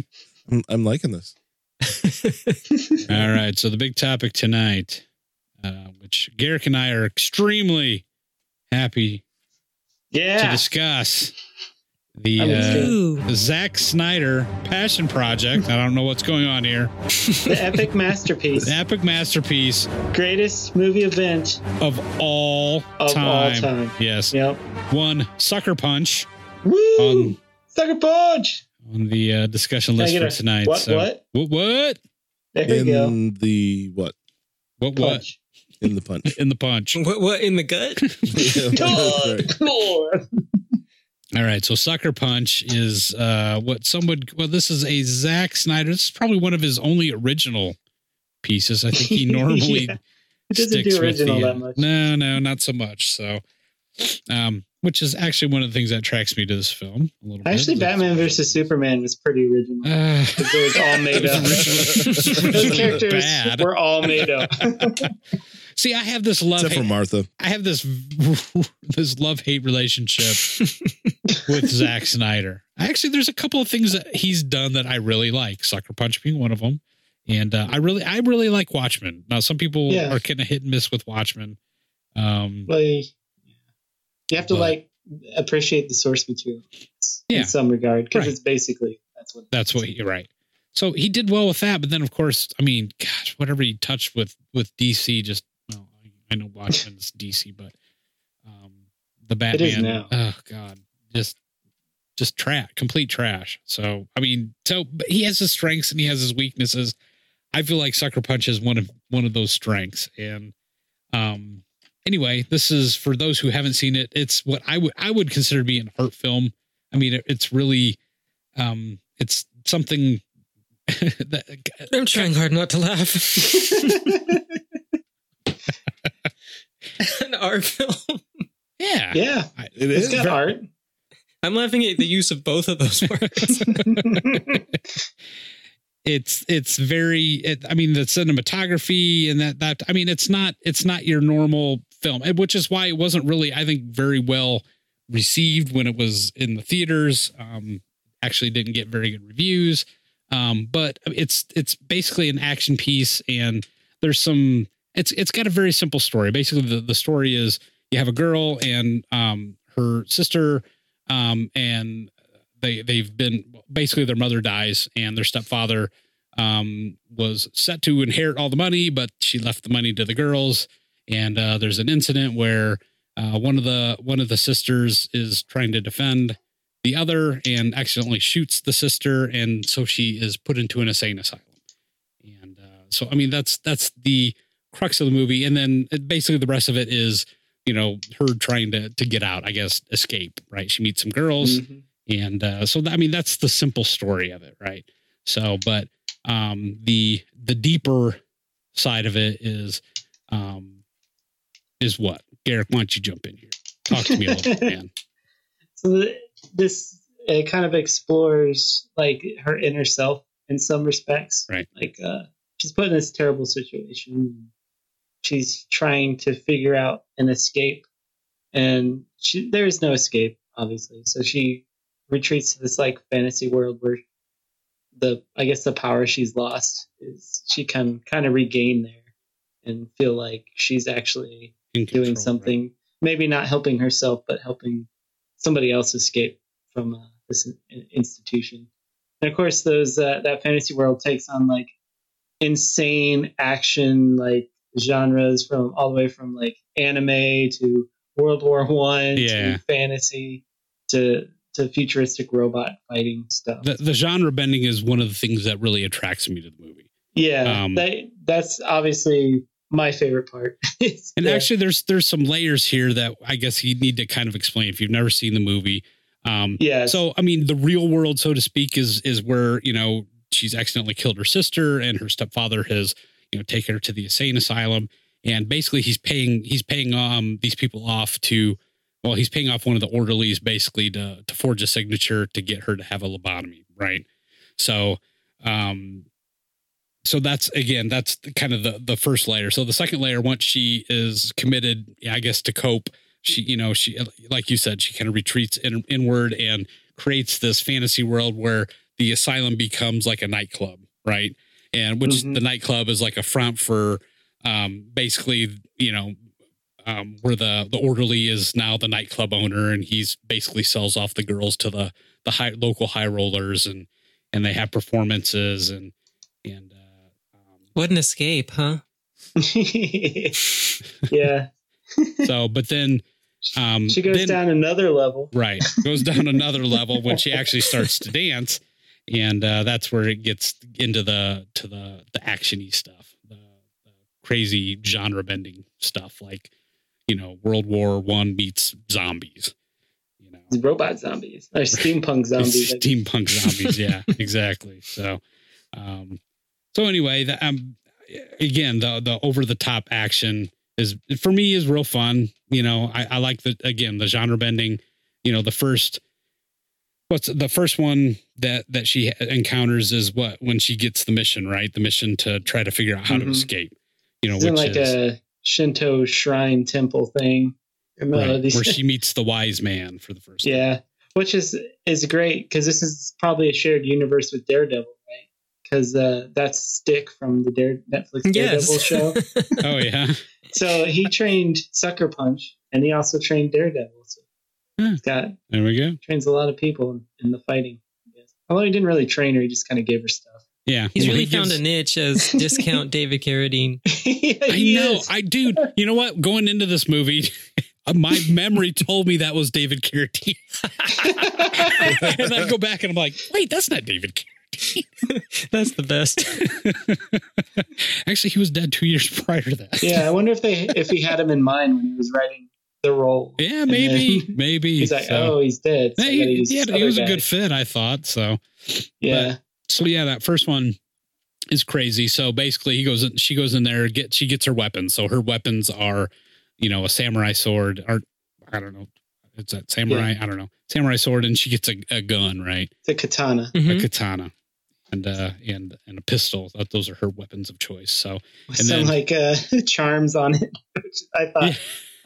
Speaker 3: I'm, I'm liking this.
Speaker 1: All right. So the big topic tonight, uh, which Garrick and I are extremely happy to
Speaker 2: Yeah.
Speaker 1: discuss,
Speaker 2: I'm excited.
Speaker 1: the
Speaker 5: Ooh,
Speaker 1: uh, Zack Snyder passion project. I don't know what's going on here.
Speaker 2: the epic masterpiece.
Speaker 1: The epic masterpiece
Speaker 2: Greatest movie event
Speaker 1: of all
Speaker 2: of
Speaker 1: time.
Speaker 2: all time.
Speaker 1: Yes.
Speaker 2: Yep.
Speaker 3: Um,
Speaker 1: One sucker punch
Speaker 2: Woo!
Speaker 1: Um,
Speaker 2: Sucker Punch!
Speaker 1: on the uh, discussion
Speaker 2: Can I
Speaker 1: list
Speaker 2: get
Speaker 1: for
Speaker 2: a-
Speaker 1: tonight.
Speaker 2: What?
Speaker 1: so.
Speaker 2: What?
Speaker 1: What? What?
Speaker 2: There we
Speaker 3: in
Speaker 2: go.
Speaker 3: the what?
Speaker 1: What? What?
Speaker 2: Punch.
Speaker 3: In the punch.
Speaker 1: In the punch.
Speaker 5: what? What in the gut?
Speaker 3: Yeah, that's
Speaker 2: God,
Speaker 3: right.
Speaker 2: Lord.
Speaker 1: All right, so Sucker Punch is uh, what some would. Well, this is a Zack Snyder. This is probably one of his only original pieces. I think he normally
Speaker 2: Yeah. He doesn't
Speaker 1: sticks
Speaker 2: do
Speaker 1: with the.
Speaker 2: original
Speaker 1: uh,
Speaker 2: that much.
Speaker 1: No, no, not so much. So, um, which is actually one of the things that attracks me to this film a little bit.
Speaker 2: Actually,
Speaker 1: That's-
Speaker 2: Batman versus Superman was pretty original.
Speaker 1: Uh,
Speaker 2: Because it was all made
Speaker 1: It
Speaker 2: up.
Speaker 1: was original.
Speaker 2: Those characters
Speaker 1: Bad.
Speaker 2: were all made up.
Speaker 1: see, I have this love.
Speaker 3: Except for Martha.
Speaker 1: I have this this love hate relationship with Zack Snyder. Actually, there's a couple of things that he's done that I really like. Sucker Punch being one of them, and uh, I really I really like Watchmen. Now, some people
Speaker 2: Yeah.
Speaker 1: are kind of hit and miss with Watchmen. Um,
Speaker 2: like, you have to
Speaker 1: But-
Speaker 2: like appreciate the source material
Speaker 1: Yeah.
Speaker 2: in some regard because
Speaker 1: Right.
Speaker 2: it's basically that's what.
Speaker 1: that's what you're right. So he did well with that, but then of course, I mean, gosh, whatever he touched with with DC, just well, I- I know Watchmen's DC, but um, the Batman,
Speaker 2: is now.
Speaker 1: oh god, just just trash, complete trash. So I mean, so but he has his strengths and he has his weaknesses. I feel like Sucker Punch is one of one of those strengths, and um, anyway, this is for those who haven't seen it. It's what I would I would consider to be an art film. I mean, it, it's really um, it's something that
Speaker 5: I'm trying hard not to laugh. An art film.
Speaker 1: yeah,
Speaker 2: yeah,
Speaker 3: It
Speaker 2: it's
Speaker 3: is.
Speaker 2: got art.
Speaker 5: I'm laughing at the use of both of those words.
Speaker 1: it's it's very it, i mean the cinematography and that that i mean it's not it's not your normal film and which is why it wasn't really i think very well received when it was in the theaters um actually didn't get very good reviews um but it's it's basically an action piece and there's some it's it's got a very simple story basically the, the story is you have a girl and um her sister um and they they've been basically their mother dies and their stepfather um, was set to inherit all the money, but she left the money to the girls. And uh, there's an incident where uh, one of the one of the sisters is trying to defend the other and accidentally shoots the sister, and so she is put into an insane asylum. And uh, so, I mean, that's that's the crux of the movie, and then it- basically the rest of it is you know her trying to to get out, I guess, escape. Right? She meets some girls
Speaker 2: Mhm.
Speaker 1: and uh, so th- I mean that's the simple story of it, right? So, but um, the the deeper side of it is um, is what Garrick? Why don't you jump in here? Talk to me a little, bit, man.
Speaker 2: So th- this it kind of explores like her inner self in some respects.
Speaker 1: Right.
Speaker 2: Like uh, she's put in this terrible situation. She's trying to figure out an escape, and she, there is no escape, obviously. So she retreats to this like fantasy world where the I guess the power she's lost is she can kind of regain there and feel like she's actually
Speaker 1: In control,
Speaker 2: doing
Speaker 1: right?
Speaker 2: something, maybe not helping herself, but helping somebody else escape from uh, this in- institution. And of course, those uh, that fantasy world takes on like insane action, like genres from all the way from like anime to World War One
Speaker 1: Yeah.
Speaker 2: to fantasy to to futuristic robot fighting stuff.
Speaker 1: The, the genre bending is one of the things that really attracts me to the movie.
Speaker 2: yeah,
Speaker 1: um,
Speaker 2: that, that's obviously my favorite part. It's
Speaker 1: And
Speaker 2: the-
Speaker 1: actually, there's there's some layers here that I guess you need to kind of explain if you've never seen the movie. Um,
Speaker 2: yeah,
Speaker 1: So I mean, the real world, so to speak, is is where you know she's accidentally killed her sister, and her stepfather has you know taken her to the insane asylum, and basically he's paying he's paying um these people off to, well, he's paying off one of the orderlies basically to to forge a signature to get her to have a lobotomy, right? So, um, so that's again that's the- kind of the the first layer. So the second layer, once she is committed, I guess to cope. She, you know, she, like you said, she kind of retreats in, inward and creates this fantasy world where the asylum becomes like a nightclub, right? And which
Speaker 2: Mhm.
Speaker 1: the nightclub is like a front for um, basically, you know, um, where the the orderly is now the nightclub owner, and he's basically sells off the girls to the the high local high rollers, and and they have performances and and uh, um,
Speaker 5: What an escape, huh?
Speaker 2: yeah.
Speaker 1: so, but then um,
Speaker 2: She goes
Speaker 1: then-
Speaker 2: down another level.
Speaker 1: Right. Goes down another level when she actually starts to dance. And uh, that's where it gets into the to the the actiony stuff, the, the crazy genre bending stuff, like you know World War One meets zombies, you know,
Speaker 2: It's Robot zombies or steampunk zombies. I
Speaker 1: steampunk zombies. Yeah, exactly. So, um, so anyway, the, um, again, the the over the top action is for me is real fun. You know, I, I like the again the genre bending. You know, the first what's the first one that that she encounters is what when she gets the mission right, the mission to try to figure out how to
Speaker 2: Mhm.
Speaker 1: escape. You know,
Speaker 2: It's in
Speaker 1: which
Speaker 2: like
Speaker 1: is
Speaker 2: a Shinto shrine temple thing. Remember
Speaker 1: right,
Speaker 2: these-
Speaker 1: where she meets the wise man for the first time.
Speaker 2: yeah, which is is great because this is probably a shared universe with Daredevil, right? Because uh, that's Stick from the Dare Netflix Daredevil
Speaker 5: Yes.
Speaker 2: show.
Speaker 1: Oh yeah.
Speaker 2: So he trained Sucker Punch, and he also trained Daredevil. So
Speaker 1: Hmm.
Speaker 2: he's got
Speaker 1: There we go.
Speaker 2: trains a lot of people in, in the fighting. I guess. Although he didn't really train her, he just kind of gave her stuff.
Speaker 1: Yeah.
Speaker 5: He's
Speaker 1: Well,
Speaker 5: really
Speaker 1: he
Speaker 5: found
Speaker 1: gives-
Speaker 5: a niche as discount David Carradine.
Speaker 1: I know. I dude, you know what? Going into this movie, my memory told me that was David Carradine. and I go back and I'm like, wait, that's not David Carradine.
Speaker 5: That's the best.
Speaker 1: Actually, he was dead two years prior to that.
Speaker 2: yeah, I wonder if they if he had him in mind when he was writing the role.
Speaker 1: Yeah, maybe.
Speaker 2: then-
Speaker 1: Maybe.
Speaker 2: He's like,
Speaker 1: so.
Speaker 2: oh, he's dead. so
Speaker 1: Yeah,
Speaker 2: I gotta
Speaker 1: he,
Speaker 2: use
Speaker 1: yeah,
Speaker 2: this
Speaker 1: he
Speaker 2: other
Speaker 1: was a
Speaker 2: guy.
Speaker 1: good fit, I thought. So
Speaker 2: Yeah,
Speaker 1: so yeah, that first one is crazy. So basically, he goes, she goes in there, get she gets her weapons. So her weapons are, you know, a samurai sword, or I don't know, it's that samurai, I don't know, samurai sword, and she gets a, a gun, right,
Speaker 2: the katana.
Speaker 5: Mhm.
Speaker 1: a katana, and uh, and and a pistol. That those are her weapons of choice. So
Speaker 2: with
Speaker 1: And
Speaker 2: some
Speaker 1: then-
Speaker 2: like uh, charms on it. Which I thought
Speaker 1: Yeah.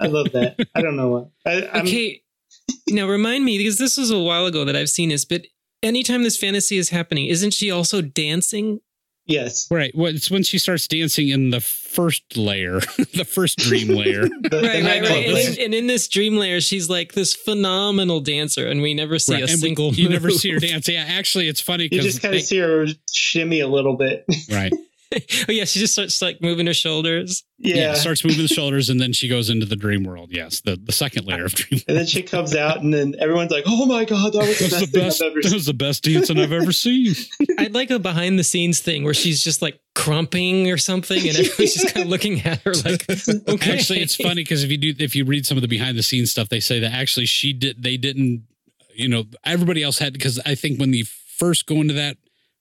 Speaker 2: I love that. I don't know what. I, I'm,
Speaker 5: Okay. now remind me because this was a while ago that I've seen this, but anytime this fantasy is happening, isn't she also dancing?
Speaker 2: Yes,
Speaker 1: right, well, it's when she starts dancing in the first layer, the first dream layer.
Speaker 2: the, the
Speaker 5: right, right,
Speaker 2: nightclub
Speaker 5: right. And
Speaker 1: layer.
Speaker 5: in, and in this dream layer, she's like this phenomenal dancer, and we never see
Speaker 1: Right,
Speaker 5: a
Speaker 1: and we-
Speaker 5: single.
Speaker 1: you never
Speaker 5: move.
Speaker 1: see her dance. Yeah, actually, it's funny
Speaker 2: You
Speaker 1: because
Speaker 2: just kind of see her shimmy a little bit.
Speaker 1: right,
Speaker 5: oh yeah, she just starts like moving her shoulders.
Speaker 2: yeah.
Speaker 1: yeah. starts moving the shoulders and then she goes into the dream world. Yes, the the second layer of dream.
Speaker 2: And then she comes out, and then everyone's like, "Oh my god, that was the
Speaker 1: That's the
Speaker 2: best,
Speaker 1: best.
Speaker 2: thing I've ever
Speaker 1: That
Speaker 2: seen."
Speaker 1: was the best dancing I've ever seen.
Speaker 5: I'd like a behind the scenes thing where she's just like crumping or something, and everyone's just kind of looking at her like, okay.
Speaker 1: Actually, it's funny because if you do, if you read some of the behind the scenes stuff, they say that actually she did. They didn't. You know, everybody else had because I think when the first go into that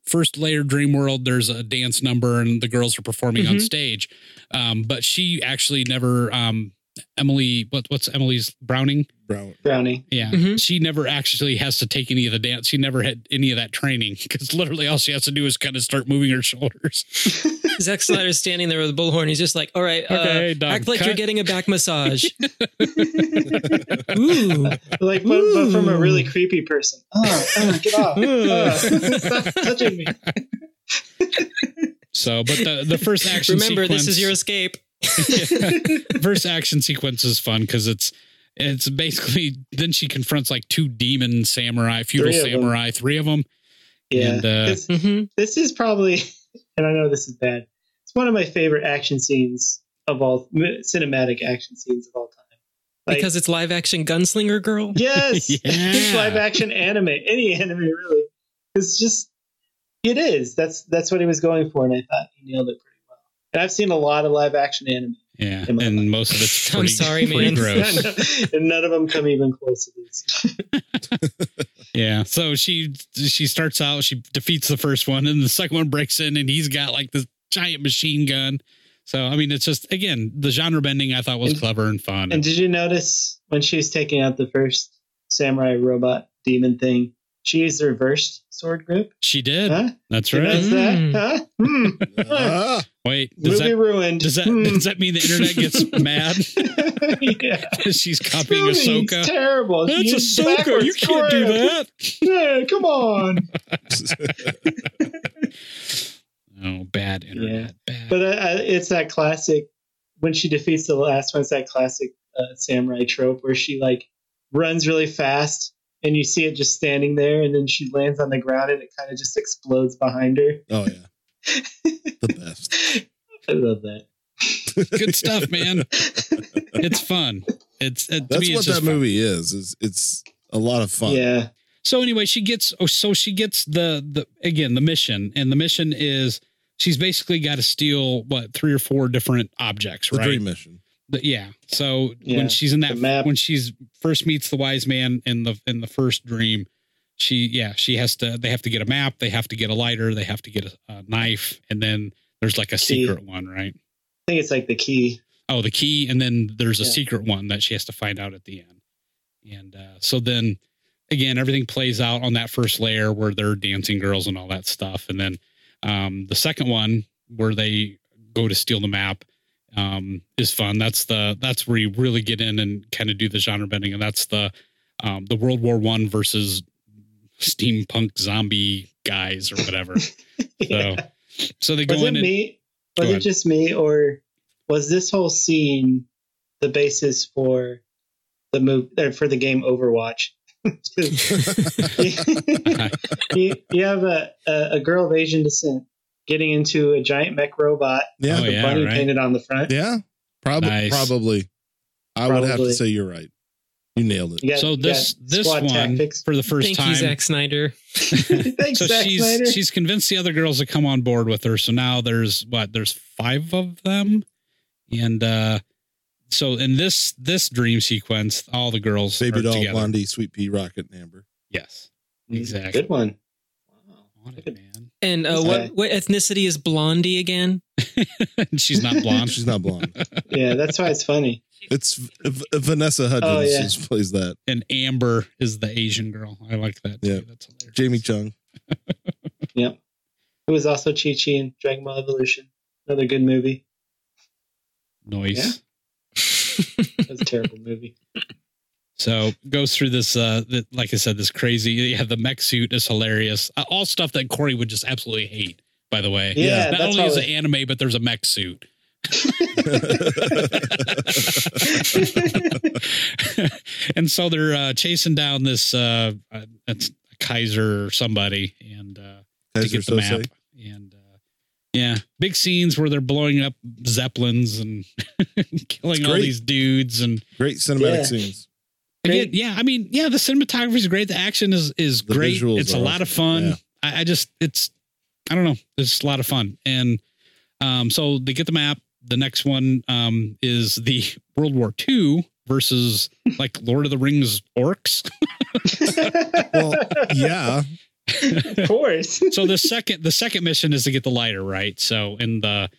Speaker 1: first layer dream world, there's a dance number and the girls are performing on
Speaker 5: Mhm.
Speaker 1: stage. Um, but she actually never. Um, Emily, what, what's Emily's Browning?
Speaker 3: Brown.
Speaker 2: Brownie.
Speaker 1: Yeah,
Speaker 5: Mhm.
Speaker 1: she never actually has to take any of the dance. She never had any of that training because literally all she has to do is kind of start moving her shoulders.
Speaker 5: Zack Snyder's standing there with a bullhorn. He's just like, all right, uh,
Speaker 1: Okay, done.
Speaker 5: act like
Speaker 1: Cut.
Speaker 5: you're getting a back massage. Ooh.
Speaker 2: Like, but, but from a
Speaker 5: Ooh.
Speaker 2: really creepy person. Oh, oh get off! Oh, stop touching me.
Speaker 1: So, but the the first action.
Speaker 5: Remember, this is
Speaker 1: sequence-
Speaker 5: your escape.
Speaker 1: first action sequence is fun because it's it's basically then she confronts like two demon samurai, feudal
Speaker 2: Three of 'em.
Speaker 1: samurai, three of them.
Speaker 2: Yeah,
Speaker 1: And, uh,
Speaker 2: This-
Speaker 5: Mhm.
Speaker 2: this is probably, and I know this is bad. It's one of my favorite action scenes of all cinematic action scenes of all time. Like-
Speaker 5: because it's live action gunslinger girl.
Speaker 2: Yes,
Speaker 1: Yeah.
Speaker 2: live action anime, any anime really. It's just, it is. That's that's what he was going for, and I thought he nailed it pretty well. And I've seen a lot of live action anime,
Speaker 1: Yeah,
Speaker 2: Am I-
Speaker 1: and most of it's
Speaker 5: I'm
Speaker 1: pretty,
Speaker 5: sorry,
Speaker 1: pretty
Speaker 5: man.
Speaker 1: gross.
Speaker 2: and none of them come even close to this.
Speaker 1: Yeah, so she she starts out, she defeats the first one, and the second one breaks in, and he's got like this giant machine gun. So I mean, it's just again the genre bending I thought was
Speaker 2: And-
Speaker 1: clever and fun.
Speaker 2: And did you notice when she was taking out the first samurai robot demon thing? She used the reversed sword grip.
Speaker 1: she did.
Speaker 2: Huh?
Speaker 1: That's
Speaker 2: You
Speaker 1: right.
Speaker 2: notice
Speaker 5: Mm.
Speaker 2: that? Huh? Hmm.
Speaker 3: Ah,
Speaker 1: Wait, does
Speaker 2: Movie
Speaker 1: that
Speaker 2: ruined.
Speaker 1: does that
Speaker 2: Hmm.
Speaker 1: does that mean the internet gets mad?
Speaker 2: yeah.
Speaker 1: She's copying
Speaker 2: Movie's
Speaker 1: Ahsoka.
Speaker 2: terrible.
Speaker 1: That's
Speaker 2: Use
Speaker 1: Ahsoka.
Speaker 2: backwards
Speaker 1: You can't do
Speaker 2: grip.
Speaker 1: that.
Speaker 2: Yeah, come on.
Speaker 1: Oh, bad internet. Bad.
Speaker 2: But uh, uh, it's that classic when she defeats the last one. It's that classic uh, samurai trope where she like runs really fast, and you see it just standing there, and then she lands on the ground, and it kind of just explodes behind her.
Speaker 3: oh yeah, the best.
Speaker 2: I love that.
Speaker 1: Good stuff, man. it's fun. It's uh, to
Speaker 3: That's
Speaker 1: me,
Speaker 3: what
Speaker 1: it's
Speaker 3: that
Speaker 1: just fun.
Speaker 3: movie is. Is it's a lot of fun.
Speaker 2: Yeah,
Speaker 1: So anyway, she gets. Oh, so she gets the the again the mission, and the mission is she's basically got to steal what three or four different objects,
Speaker 3: the
Speaker 1: right?
Speaker 3: dream mission.
Speaker 1: But yeah. So
Speaker 2: Yeah,
Speaker 1: when she's in that
Speaker 2: the map.
Speaker 1: when she's first meets the wise man in the in the first dream, she yeah she has to they have to get a map, they have to get a lighter, they have to get a, a knife, and then there's like a
Speaker 2: Key.
Speaker 1: secret one, right?
Speaker 2: I think it's like the key.
Speaker 1: Oh, the key, and then there's a
Speaker 2: Yeah.
Speaker 1: secret one that she has to find out at the end. And uh, so then again, everything plays out on that first layer where they're dancing girls and all that stuff, and then um, the second one where they go to steal the map um, is fun. That's the that's where you really get in and kind of do the genre bending, and that's the um, the World War One versus steampunk zombie guys or whatever.
Speaker 2: Yeah.
Speaker 1: So so they go
Speaker 2: was it
Speaker 1: in and
Speaker 2: me?
Speaker 1: Go
Speaker 2: Was it
Speaker 1: ahead.
Speaker 2: just me, or was this whole scene the basis for the move or for the game Overwatch? 'Cause- you, you have a, a, a girl of Asian descent getting into a giant mech robot
Speaker 3: Yeah,
Speaker 1: Oh,
Speaker 2: with
Speaker 1: yeah,
Speaker 2: a bunny
Speaker 1: right.
Speaker 2: painted on the front.
Speaker 3: yeah. Probably,
Speaker 1: Nice.
Speaker 3: probably. I would have to
Speaker 2: Probably.
Speaker 3: say you're right. You nailed it.
Speaker 2: You got-
Speaker 1: so
Speaker 2: you got
Speaker 1: this this
Speaker 2: squad
Speaker 1: one
Speaker 2: Tactics.
Speaker 1: for the first
Speaker 5: Thank
Speaker 1: time.
Speaker 5: you, Zack Snyder.
Speaker 2: Thanks,
Speaker 1: so
Speaker 2: Zack
Speaker 1: she's
Speaker 2: Snyder.
Speaker 1: she's convinced the other girls to come on board with her. So now there's what there's five of them, and uh, so in this this dream sequence, all the girls
Speaker 3: Baby
Speaker 1: are
Speaker 3: doll,
Speaker 1: together.
Speaker 3: Blondie, Sweet Pea, Rocket, and Amber.
Speaker 1: Yes,
Speaker 2: Mm,
Speaker 1: exactly.
Speaker 2: Good one.
Speaker 1: on it, man.
Speaker 5: And uh,
Speaker 2: Okay.
Speaker 5: what what ethnicity is Blondie again?
Speaker 1: And she's not blonde.
Speaker 3: She's not blonde.
Speaker 2: Yeah, that's why it's funny.
Speaker 3: It's v- v- Vanessa Hudgens
Speaker 2: Oh, yeah.
Speaker 3: is- plays that.
Speaker 1: and Amber is the Asian girl. I like that.
Speaker 3: Yeah.
Speaker 1: Too. That's hilarious.
Speaker 3: Jamie Chung.
Speaker 2: Yep. who is also Chi Chi in Dragon Ball Evolution. Another good movie.
Speaker 1: Noise.
Speaker 2: Yeah. That's a terrible movie.
Speaker 1: So goes through this, uh, the, like I said, this crazy. Yeah, the mech suit is hilarious. Uh, all stuff that Corey would just absolutely hate. By the way,
Speaker 2: Yeah,
Speaker 1: not
Speaker 2: that's
Speaker 1: only is it
Speaker 2: probably-
Speaker 1: anime, but there's a mech suit. and so they're uh, chasing down this uh, uh, that's Kaiser or somebody, and uh, to
Speaker 3: Kaiser
Speaker 1: get the
Speaker 3: Sose.
Speaker 1: map. And uh, yeah, big scenes where they're blowing up zeppelins and killing all
Speaker 3: great.
Speaker 1: these dudes. And
Speaker 3: Great cinematic
Speaker 2: Yeah.
Speaker 3: scenes.
Speaker 1: again,
Speaker 2: Great.
Speaker 1: yeah, I mean, yeah, the cinematography is great. The action is is
Speaker 3: The
Speaker 1: great.
Speaker 3: visuals
Speaker 1: It's a
Speaker 3: are
Speaker 1: lot of fun.
Speaker 3: awesome.
Speaker 1: I, I just it's I don't know. It's just a lot of fun. And um, so they get the map. The next one um, is the World War II versus like Lord of the Rings orcs.
Speaker 3: Well, yeah.
Speaker 2: of course.
Speaker 1: so the second the second mission is to get the lighter right so in the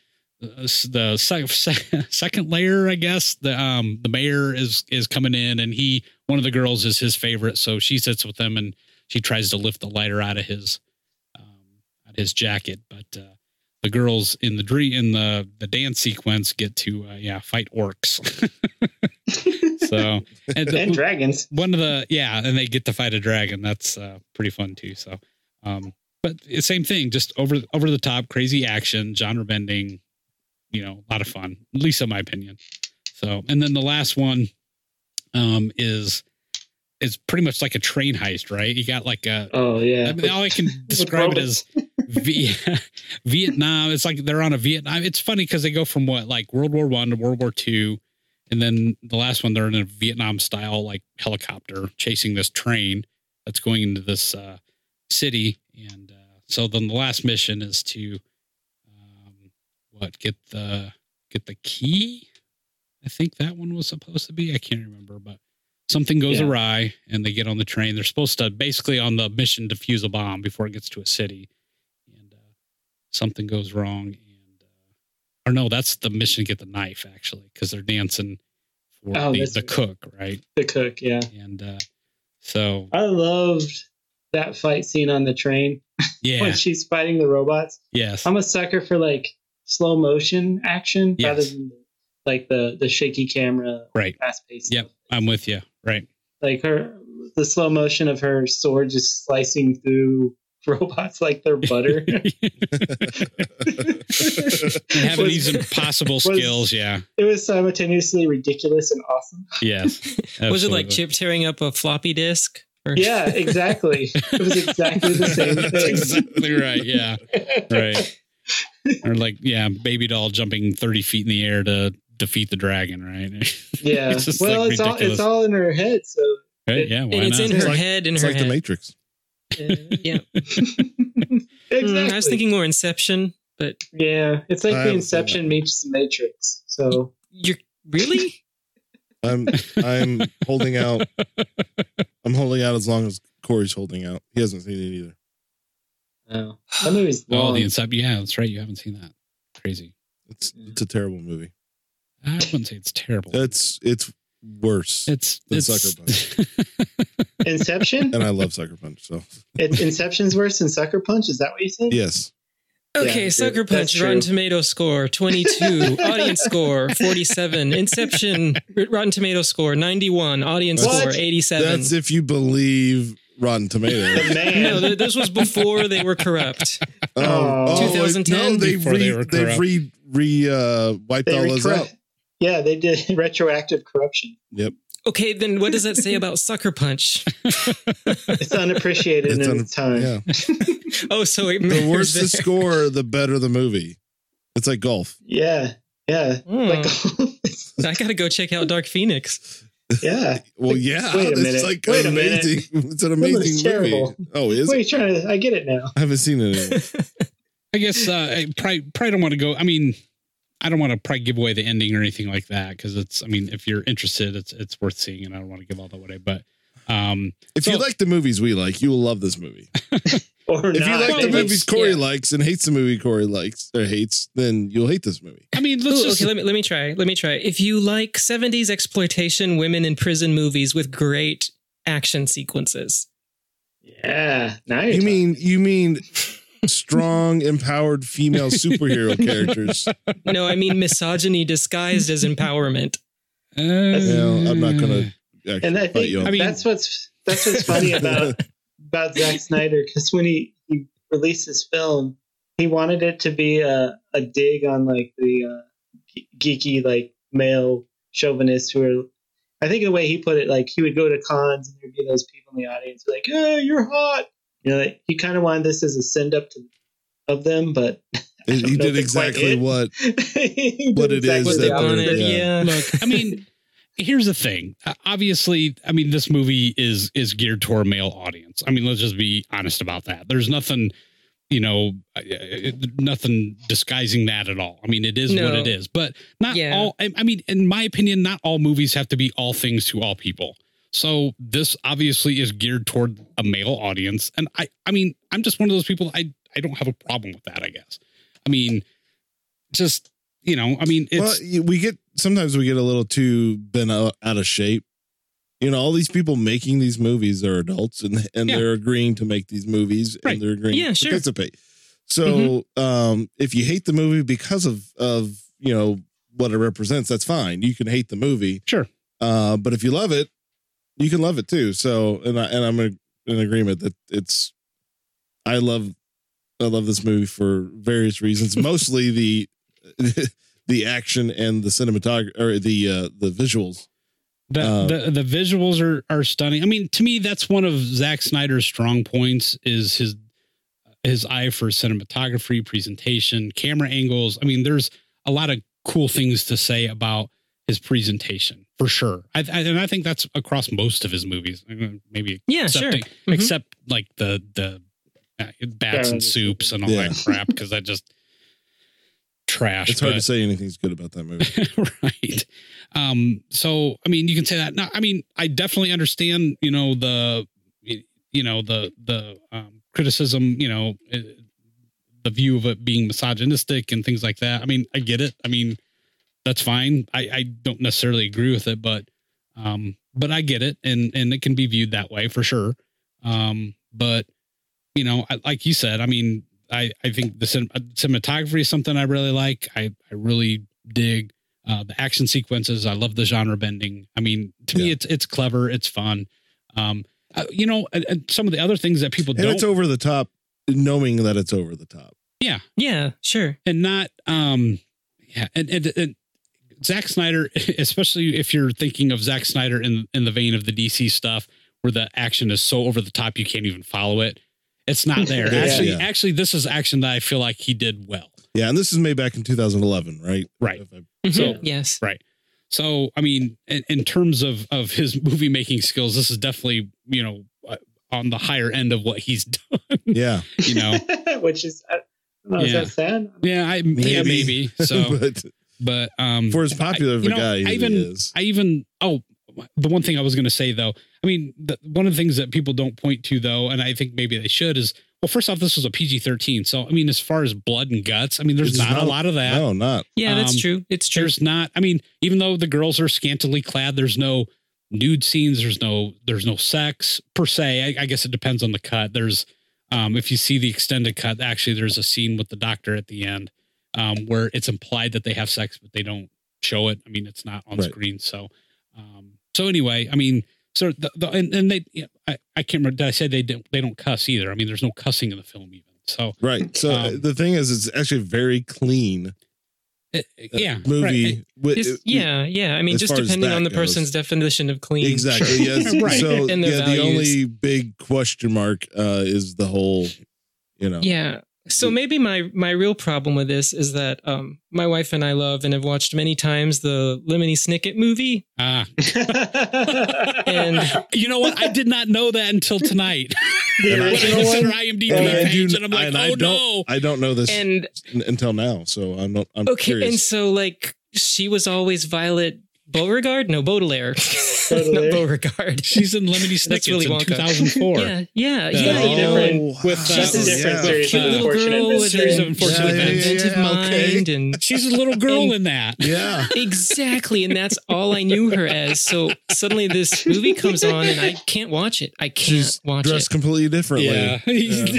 Speaker 1: uh, the sec- se- second layer i guess the um the mayor is is coming in and he one of the girls is his favorite so she sits with him and she tries to lift the lighter out of his um out of his jacket but uh the girls in the dream in the the dance sequence get to uh, yeah fight orcs so and the-
Speaker 2: and dragons.
Speaker 1: one of the yeah, and they get to fight a dragon. That's uh, pretty fun too. So, um, but it's same thing, just over over the top, crazy action, genre bending. You know, a lot of fun, at least in my opinion. So, and then the last one um, is is pretty much like a train heist, right? You got like a
Speaker 2: Oh yeah.
Speaker 1: I mean, all I can describe it as v- Vietnam. It's like they're on a Vietnam. It's funny because they go from what like World War One to World War Two, and then the last one they're in a Vietnam style like helicopter chasing this train that's going into this uh, city, and uh, so then the last mission is to um, what get the get the key. I think that one was supposed to be. I can't remember, but something goes
Speaker 2: Yeah.
Speaker 1: awry and they get on the train. They're supposed to basically on the mission to fuse a bomb before it gets to a city, and uh, something goes wrong. And uh, or no, that's the mission to get the knife actually because they're dancing for
Speaker 2: Oh,
Speaker 1: the,
Speaker 2: that's
Speaker 1: the
Speaker 2: right.
Speaker 1: cook, right?
Speaker 2: the cook. Yeah.
Speaker 1: And uh, so
Speaker 2: I loved that fight scene on the train when
Speaker 1: yeah,
Speaker 2: she's fighting the robots.
Speaker 1: yes,
Speaker 2: I'm a sucker for like slow motion action
Speaker 1: Yes.
Speaker 2: rather than like the the shaky camera,
Speaker 1: Right.
Speaker 2: Fast paced.
Speaker 1: Yep. I'm with you, right?
Speaker 2: Like her, the slow motion of her sword just slicing through robots like they're butter.
Speaker 1: And having
Speaker 2: Was-
Speaker 1: these impossible
Speaker 2: was-
Speaker 1: skills, yeah,
Speaker 2: it was simultaneously ridiculous and awesome.
Speaker 1: yes.
Speaker 5: Was it
Speaker 1: absolutely.
Speaker 5: like Chip tearing up a floppy disk? Or
Speaker 2: Yeah, exactly. it was exactly the same
Speaker 1: That's
Speaker 2: thing.
Speaker 1: exactly right. Yeah. Right. or like, yeah, baby doll jumping 30 feet in the air to defeat the dragon, right?
Speaker 2: Yeah.
Speaker 1: It's just,
Speaker 2: well,
Speaker 1: like,
Speaker 2: it's all
Speaker 1: ridiculous.
Speaker 2: it's all in her head. So
Speaker 1: Right? Yeah. Why
Speaker 5: and it's
Speaker 1: not?
Speaker 5: in her
Speaker 3: like-
Speaker 5: head. In
Speaker 3: It's
Speaker 5: her
Speaker 3: like
Speaker 5: head.
Speaker 3: the Matrix.
Speaker 5: yeah.
Speaker 2: exactly.
Speaker 5: Mm, I was thinking more Inception, but
Speaker 2: Yeah, it's like
Speaker 3: I
Speaker 2: the
Speaker 3: haven't seen
Speaker 2: Inception
Speaker 3: that.
Speaker 2: meets the Matrix. So
Speaker 5: you're really
Speaker 3: I'm I'm holding out. I'm holding out as long as Corey's holding out. He hasn't seen it either.
Speaker 2: oh, that movie's
Speaker 1: Oh,
Speaker 2: long.
Speaker 1: the inside. Yeah, that's right. You haven't seen that. Crazy.
Speaker 3: It's it's a terrible movie.
Speaker 1: I wouldn't say it's terrible.
Speaker 3: It's it's worse.
Speaker 1: it's
Speaker 3: the
Speaker 1: it's
Speaker 3: Sucker
Speaker 2: Inception.
Speaker 3: and I love Sucker Punch. So
Speaker 2: it's Inception's worse than Sucker Punch. Is that what you said?
Speaker 3: yes,
Speaker 5: okay.
Speaker 2: Yeah,
Speaker 5: Sucker
Speaker 2: dude, that's
Speaker 5: Punch,
Speaker 2: true.
Speaker 5: Rotten Tomato score twenty two, audience score forty seven, Inception, R- Rotten Tomato score ninety one, audience
Speaker 3: What?
Speaker 5: score eighty seven.
Speaker 3: that's if you believe Rotten Tomatoes.
Speaker 2: The man.
Speaker 5: No, th- this was before they were corrupt.
Speaker 3: Oh,
Speaker 2: Oh.
Speaker 3: oh,
Speaker 5: 2010
Speaker 3: no, they
Speaker 1: Before they
Speaker 3: re,
Speaker 1: were
Speaker 3: they
Speaker 1: corrupt.
Speaker 3: re re uh, wiped
Speaker 2: they
Speaker 3: all
Speaker 2: re-
Speaker 3: those out.
Speaker 2: Yeah, they did retroactive corruption.
Speaker 5: Okay, then what does that say about Sucker Punch?
Speaker 2: It's unappreciated
Speaker 3: It's
Speaker 2: in
Speaker 3: un-
Speaker 2: its time.
Speaker 3: Yeah,
Speaker 5: Oh, so it
Speaker 3: the
Speaker 5: mirrors
Speaker 3: worse the
Speaker 5: there.
Speaker 3: score, the better the movie. It's like golf.
Speaker 2: Yeah, yeah.
Speaker 5: Hmm.
Speaker 2: Like,
Speaker 5: I gotta go check out Dark Phoenix.
Speaker 2: yeah.
Speaker 3: Well, yeah,
Speaker 2: Wait a
Speaker 3: it's
Speaker 2: minute.
Speaker 3: like
Speaker 2: Wait a minute.
Speaker 3: amazing. It's an
Speaker 2: movie's
Speaker 3: amazing movie.
Speaker 2: terrible.
Speaker 3: Oh, is
Speaker 2: What are
Speaker 3: it?
Speaker 2: you trying to? I get it now.
Speaker 3: I haven't seen it. Anymore.
Speaker 1: I guess uh, I probably, probably don't want to go. I mean, I don't want to probably give away the ending or anything like that because it's. I mean, if you're interested, it's it's worth seeing, and I don't want to give all that away. But um,
Speaker 3: If
Speaker 1: So-
Speaker 3: you like the movies we like, you will love this movie.
Speaker 2: Or
Speaker 3: If
Speaker 2: not,
Speaker 3: you like the
Speaker 2: maybe.
Speaker 3: movies Corey
Speaker 5: yeah.
Speaker 3: likes and hates the movie Corey likes or hates, then you'll hate this movie.
Speaker 1: I mean, let's
Speaker 5: Ooh,
Speaker 1: just
Speaker 5: okay, let me let me try. Let me try. If you like 70s exploitation women in prison movies with great action sequences.
Speaker 2: Yeah. Now you're
Speaker 3: You mean you mean strong, empowered female superhero characters.
Speaker 5: No, I mean misogyny disguised as empowerment.
Speaker 1: uh,
Speaker 3: Well, I'm not gonna actually
Speaker 2: And I
Speaker 3: fight you.
Speaker 2: think
Speaker 3: on
Speaker 1: I mean-
Speaker 2: that's what's that's what's funny about about Zack Snyder because when he, he released his film, he wanted it to be a, a dig on like the uh, ge- geeky like male chauvinists who are. I think the way he put it, like he would go to cons and there'd be those people in the audience who were like, "Oh, you're hot," you know. Like, he kind of wanted this as a send up to of them, but
Speaker 3: that.
Speaker 2: don't
Speaker 3: he
Speaker 2: know
Speaker 3: did
Speaker 2: if it's quite
Speaker 3: exactly
Speaker 2: it.
Speaker 3: what
Speaker 2: he
Speaker 3: What
Speaker 2: did
Speaker 3: it is
Speaker 5: What
Speaker 3: that
Speaker 5: they uh, wanted,
Speaker 3: they're- yeah.
Speaker 5: yeah.
Speaker 1: Look, I mean, here's the thing. Uh, Obviously, I mean, this movie is is geared toward a male audience. I mean, let's just be honest about that. There's nothing, you know, uh, uh, nothing disguising that at all. I mean, it is what
Speaker 5: No.
Speaker 1: it is. But not
Speaker 5: Yeah.
Speaker 1: all. I I mean, in my opinion, not all movies have to be all things to all people. So this obviously is geared toward a male audience, and I, I mean, I'm just one of those people. I, I don't have a problem with that. I guess. I mean, just you know, I mean, it's
Speaker 3: well, y- we get sometimes we get a little too been out out of shape. You know, all these people making these movies are adults, and and
Speaker 1: Yeah.
Speaker 3: they're agreeing to make these movies,
Speaker 1: Right. Mm-hmm.
Speaker 3: and they're agreeing
Speaker 5: Yeah,
Speaker 3: to
Speaker 5: sure.
Speaker 3: participate. So, um, if you hate the movie because of of you know what it represents, that's fine. You can hate the movie,
Speaker 1: Sure.
Speaker 3: Uh, but if you love it, you can love it too. So, and I and I'm a, in agreement that it's. I love, I love this movie for various reasons. Mostly the the action and the cinematography or the uh the visuals.
Speaker 1: The,
Speaker 3: Uh,
Speaker 1: the the visuals are are stunning. I mean, to me, that's one of Zack Snyder's strong points is his his eye for cinematography, presentation, camera angles. I mean, there's a lot of cool things to say about his presentation for sure. I, I, and I think that's across most of his movies. I mean, Maybe
Speaker 5: Yeah,
Speaker 1: except
Speaker 5: sure.
Speaker 1: the-
Speaker 5: Mhm.
Speaker 1: except like the the uh, bats and soups and all that crap because I just trash.
Speaker 3: It's hard
Speaker 1: but-
Speaker 3: to say anything's good about that movie.
Speaker 1: right. Um, so I mean, you can say that. No, I mean, I definitely understand. You know the, you know the the um, criticism. You know eh, the view of it being misogynistic and things like that. I mean, I get it. I mean, that's fine. I I don't necessarily agree with it, but um, but I get it, and and it can be viewed that way for sure. Um, but you know, I, like you said, I mean, I I think the cin- uh, cinematography is something I really like. I I really dig uh, the action sequences. I love the genre bending. I mean, to me,
Speaker 3: Yeah.
Speaker 1: it's it's clever. It's fun. Um, uh, you know, and, and some of the other things that people
Speaker 3: and
Speaker 1: don't
Speaker 3: it's over the top, knowing that it's over the top.
Speaker 5: Yeah, sure.
Speaker 1: and not um yeah and and, and Zack Snyder especially if you're thinking of Zack Snyder in in the vein of the DC stuff where the action is so over the top you can't even follow it it's not there
Speaker 2: Yeah.
Speaker 1: actually
Speaker 3: Yeah.
Speaker 1: actually this is action that I feel like he did well
Speaker 3: Yeah, and this is made back in 2011, right?
Speaker 1: Right.
Speaker 3: If I-
Speaker 5: Mhm.
Speaker 1: So-
Speaker 5: yes.
Speaker 1: so I mean in, in terms of of his movie making skills this is definitely you know uh, on the higher end of what he's done
Speaker 3: yeah,
Speaker 1: you know
Speaker 2: which is I don't know, is
Speaker 1: Yeah.
Speaker 2: that sad?
Speaker 1: yeah I yeah
Speaker 3: Maybe.
Speaker 1: maybe so
Speaker 3: but
Speaker 1: but um
Speaker 3: for as popular of
Speaker 1: you
Speaker 3: a
Speaker 1: know,
Speaker 3: guy
Speaker 1: I
Speaker 3: who
Speaker 1: even-
Speaker 3: he is,
Speaker 1: I even oh the one thing I was going to say though I mean the, one of the things that people don't point to though and I think maybe they should is well first off this was a PG thirteen so I mean as far as blood and guts I mean there's
Speaker 3: It's
Speaker 1: not, a
Speaker 3: not-
Speaker 1: lot of that
Speaker 3: no, not
Speaker 5: Yeah, that's
Speaker 1: Um,
Speaker 5: true. It's true.
Speaker 1: there's not I mean even though the girls are scantily clad there's no nude scenes there's no there's no sex per se I, I guess it depends on the cut there's um if you see the extended cut actually there's a scene with the doctor at the end um where it's implied that they have sex but they don't show it I mean it's not on
Speaker 3: Right.
Speaker 1: screen so um, so anyway, I mean, so the, the and, and they, yeah, I, I can't remember. Did I say they don't they don't cuss either? I mean, there's no cussing in the film even. So
Speaker 3: right. So
Speaker 1: Um,
Speaker 3: the thing is, it's actually very clean
Speaker 1: uh,
Speaker 3: uh,
Speaker 1: yeah,
Speaker 3: movie.
Speaker 1: right.
Speaker 3: with-
Speaker 5: Just- yeah, yeah. I mean,
Speaker 3: as
Speaker 5: just
Speaker 3: far as
Speaker 5: depending
Speaker 3: that
Speaker 5: on the
Speaker 3: goes.
Speaker 5: person's definition of clean.
Speaker 3: Exactly. Yes.
Speaker 1: Right.
Speaker 3: So
Speaker 5: And their
Speaker 3: yeah, the
Speaker 5: values.
Speaker 3: only big question mark uh, is the whole, you know,
Speaker 5: Yeah. So
Speaker 3: Yeah.
Speaker 5: maybe my my real problem with this is that um, my wife and I love and have watched many times the Lemony Snicket movie,
Speaker 1: Ah,
Speaker 5: and
Speaker 1: you know what? I did not know that until tonight.
Speaker 2: the
Speaker 3: And
Speaker 1: when
Speaker 3: I-
Speaker 1: I
Speaker 2: original
Speaker 1: consider
Speaker 2: one.
Speaker 1: IMDb
Speaker 3: And I
Speaker 1: page,
Speaker 3: do-
Speaker 1: and I'm like,
Speaker 3: and I
Speaker 1: oh
Speaker 3: don't-
Speaker 1: no.
Speaker 3: I don't know this
Speaker 5: and
Speaker 3: n- until now, so I'm not. I'm
Speaker 5: okay, and
Speaker 3: curious.
Speaker 5: so like she was always Violet Beauregard? No, Baudelaire. Not
Speaker 2: Baudelaire.
Speaker 5: Beauregard.
Speaker 1: She's in Lemony
Speaker 5: That's
Speaker 1: Snicket's
Speaker 5: Willy
Speaker 1: in
Speaker 5: Wonka.
Speaker 1: 2004.
Speaker 5: Yeah, yeah,
Speaker 1: Uh,
Speaker 5: yeah.
Speaker 3: Oh,
Speaker 5: you know,
Speaker 2: different.
Speaker 1: With, uh,
Speaker 5: She's a
Speaker 2: different
Speaker 3: yeah.
Speaker 2: series.
Speaker 5: cute little
Speaker 2: Unfortunate
Speaker 5: girl with
Speaker 2: Mysteries
Speaker 5: an
Speaker 2: of
Speaker 1: Unfortunate
Speaker 5: with an
Speaker 1: Events.
Speaker 5: inventive
Speaker 3: Yeah, okay.
Speaker 5: mind and
Speaker 1: She's a little girl
Speaker 5: And-
Speaker 1: in that.
Speaker 3: Yeah.
Speaker 5: exactly and that's all i knew her as so suddenly this movie comes on and i can't watch it i can't
Speaker 3: She's
Speaker 5: watch
Speaker 3: dressed
Speaker 5: it
Speaker 3: completely differently.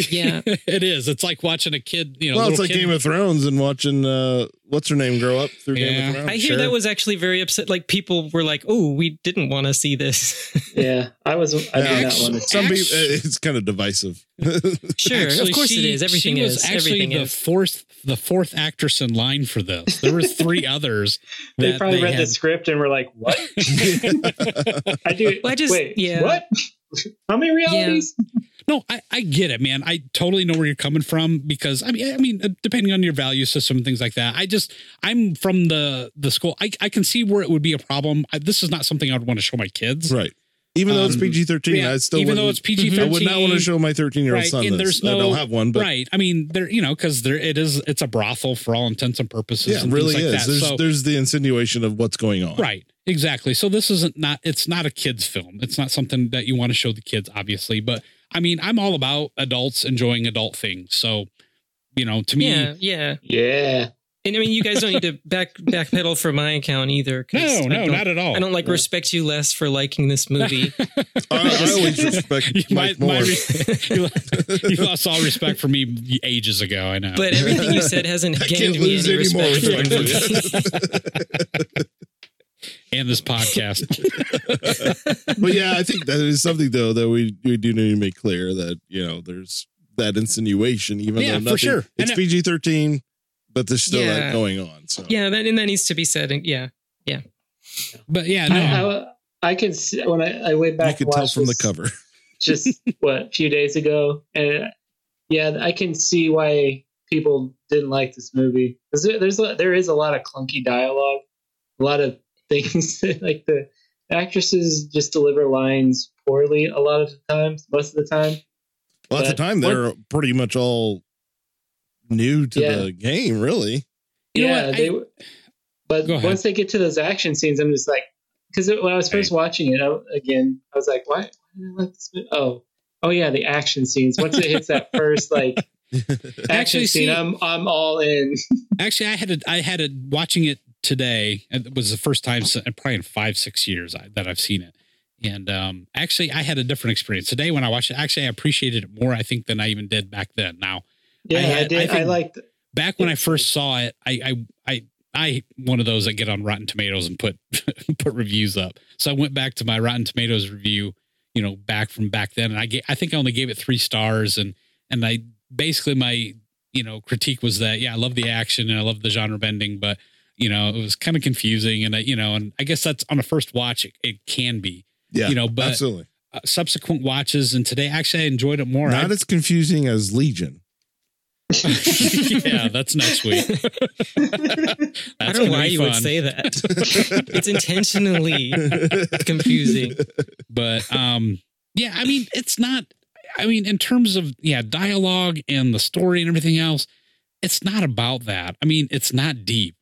Speaker 5: Yeah.
Speaker 1: it is. It's like watching a kid. You know,
Speaker 3: well, it's
Speaker 1: little
Speaker 3: like
Speaker 1: kid-
Speaker 3: Game of Thrones and watching uh, what's her name grow up through Game
Speaker 1: Yeah.
Speaker 3: of Thrones.
Speaker 5: i hear
Speaker 3: Sure.
Speaker 5: that was actually very upset like people were like oh we didn't want to see this
Speaker 2: Yeah, I was. I did
Speaker 3: Yeah,
Speaker 2: not
Speaker 3: actually-
Speaker 2: want to.
Speaker 3: Some
Speaker 1: Actu-
Speaker 3: people, it's kind of divisive.
Speaker 5: sure
Speaker 1: Actually,
Speaker 5: of course it
Speaker 1: she-
Speaker 5: is everything
Speaker 1: she was
Speaker 5: is
Speaker 1: actually
Speaker 5: everything
Speaker 1: the
Speaker 5: is
Speaker 1: fourth, the fourth actress in line for this. There were three others.
Speaker 2: They
Speaker 1: that
Speaker 2: probably read
Speaker 1: had-
Speaker 2: the script and were like, "What? I do.
Speaker 5: Well, I just-
Speaker 2: wait,
Speaker 5: yeah.
Speaker 2: what? How many realities?
Speaker 1: No, I, I get it, man. I totally know where you're coming from because I mean, I mean, uh, depending on your value system and things like that. I just, I'm from the the school. I, I can see where it would be a problem. I, this is not something I would want to show my kids.
Speaker 3: right. Even though it's
Speaker 1: Um,
Speaker 3: PG 13,
Speaker 1: yeah,
Speaker 3: I still
Speaker 1: even though
Speaker 3: wouldn't-
Speaker 1: it's PG-13,
Speaker 3: I would not want to show my 13 year old
Speaker 1: Right,
Speaker 3: son
Speaker 1: and
Speaker 3: this.
Speaker 1: there's no-
Speaker 3: I don't have one, but
Speaker 1: right. I mean, there, you know, because there it is. It's a brothel for all intents and purposes.
Speaker 3: yeah, it
Speaker 1: and
Speaker 3: really
Speaker 1: things
Speaker 3: is.
Speaker 1: like That.
Speaker 3: there's,
Speaker 1: so,
Speaker 3: there's the insinuation of what's going on.
Speaker 1: Right. Exactly. So this isn't not it's not a kids film. It's not something that you want to show the kids obviously, but I mean, I'm all about adults enjoying adult things. So, you know, to me
Speaker 5: yeah yeah
Speaker 2: Yeah,
Speaker 5: and i mean you guys don't need to back backpedal for my account either 'cause
Speaker 1: No,
Speaker 5: I
Speaker 1: no,
Speaker 5: don't-
Speaker 1: not at all.
Speaker 5: i don't like
Speaker 2: No.
Speaker 5: respect you less for liking this movie
Speaker 3: I, I always respect
Speaker 1: My-
Speaker 3: Mike
Speaker 1: my
Speaker 3: Moore.
Speaker 1: re- you, you lost all respect for me ages ago. I know.
Speaker 5: but everything you said hasn't
Speaker 3: I
Speaker 5: gained
Speaker 3: can't
Speaker 5: me
Speaker 3: lose
Speaker 5: any
Speaker 3: any more
Speaker 5: respect for
Speaker 3: respect
Speaker 5: the
Speaker 3: for
Speaker 5: movie.
Speaker 1: and this podcast,
Speaker 3: but yeah, I think that is something though that we, we do need to make clear that you know there's that insinuation, even
Speaker 1: Yeah,
Speaker 3: though
Speaker 1: for
Speaker 3: nothing,
Speaker 1: sure. And
Speaker 3: it's
Speaker 1: it-
Speaker 3: PG thirteen, but there's still
Speaker 5: Yeah.
Speaker 3: that going on. So
Speaker 5: yeah that and that needs to be said and yeah
Speaker 1: but yeah, no,
Speaker 2: Oh, I, I, I could see when I, I went back.
Speaker 3: you could
Speaker 2: and
Speaker 3: tell
Speaker 2: watched
Speaker 3: from the
Speaker 2: this
Speaker 3: cover.
Speaker 2: just what a few days ago, and yeah, I can see why people didn't like this movie 'Cause there, there's a, there is a lot of clunky dialogue, a lot of things that, like the actresses just deliver lines poorly a lot of the times, most of the time.
Speaker 3: Well, at the
Speaker 2: But-
Speaker 3: time, they're pretty much all new to
Speaker 2: Yeah.
Speaker 3: the game, really.
Speaker 1: You know
Speaker 2: yeah,
Speaker 1: what, I-
Speaker 2: they. were but
Speaker 1: Go ahead.
Speaker 2: once they get to those action scenes, I'm just like, because when I was first watching it I, again, I was like, why, why did I like this? Movie? Oh, oh yeah, the action scenes. Once it hits that first like action
Speaker 1: Actually,
Speaker 2: scene,
Speaker 1: see-
Speaker 2: I'm I'm all in.
Speaker 1: actually, I had a, I had a watching it today. It was the first time si- probably in five six years I, that I've seen it, and um, actually, I had a different experience today when I watched it. Actually, I appreciated it more, I think, than I even did back then. Now,
Speaker 2: Yeah, I,
Speaker 1: had- I
Speaker 2: did. I,
Speaker 1: think-
Speaker 2: liked.
Speaker 1: back when I first saw it, I I I I one of those that get on Rotten Tomatoes and put put reviews up. So I went back to my Rotten Tomatoes review, you know, back from back then, and I gave, I think I only gave it three stars, and and I basically my you know critique was that yeah I love the action and I love the genre bending, but you know it was kind of confusing, and I, you know, and I guess that's on a first watch it, it can be,
Speaker 3: Yeah,
Speaker 1: you know, but
Speaker 3: absolutely.
Speaker 1: uh, subsequent watches and today actually I enjoyed it more.
Speaker 3: Not
Speaker 1: I-
Speaker 3: as confusing as Legion.
Speaker 1: yeah, that's next week.
Speaker 5: I
Speaker 1: That's
Speaker 5: don't
Speaker 1: gonna
Speaker 5: know why
Speaker 1: be
Speaker 5: you would
Speaker 1: fun.
Speaker 5: say that. it's intentionally confusing.
Speaker 1: but um yeah i mean it's not i mean in terms of yeah dialogue and the story and everything else it's not about that i mean it's not deep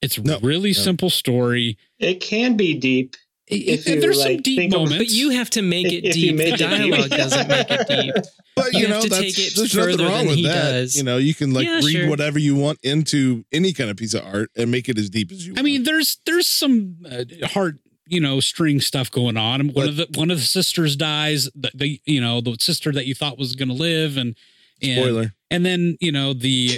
Speaker 1: it's
Speaker 3: No,
Speaker 1: really
Speaker 3: no.
Speaker 1: simple story
Speaker 2: It can be deep.
Speaker 1: I-
Speaker 2: If
Speaker 1: I-
Speaker 2: you,
Speaker 1: there's some
Speaker 2: like,
Speaker 1: deep
Speaker 2: think of-
Speaker 1: moments
Speaker 5: But you have to make it
Speaker 2: If you
Speaker 5: deep. The
Speaker 2: make it deep.
Speaker 5: dialogue doesn't make it deep.
Speaker 3: But you,
Speaker 5: You have
Speaker 3: know,
Speaker 5: to
Speaker 3: that's,
Speaker 5: take it
Speaker 3: there's nothing
Speaker 5: further
Speaker 3: wrong
Speaker 5: than
Speaker 3: with
Speaker 5: he
Speaker 3: that.
Speaker 5: does.
Speaker 3: You know, you can like
Speaker 5: Yeah,
Speaker 3: read
Speaker 5: sure.
Speaker 3: whatever you want into any kind of piece of art and make it as deep as you.
Speaker 1: i mean there's there's some uh, heart you know string stuff going on one of the one of the sisters dies the, the you know the sister that you thought was going to live and and
Speaker 3: want. spoiler.
Speaker 1: and then you know the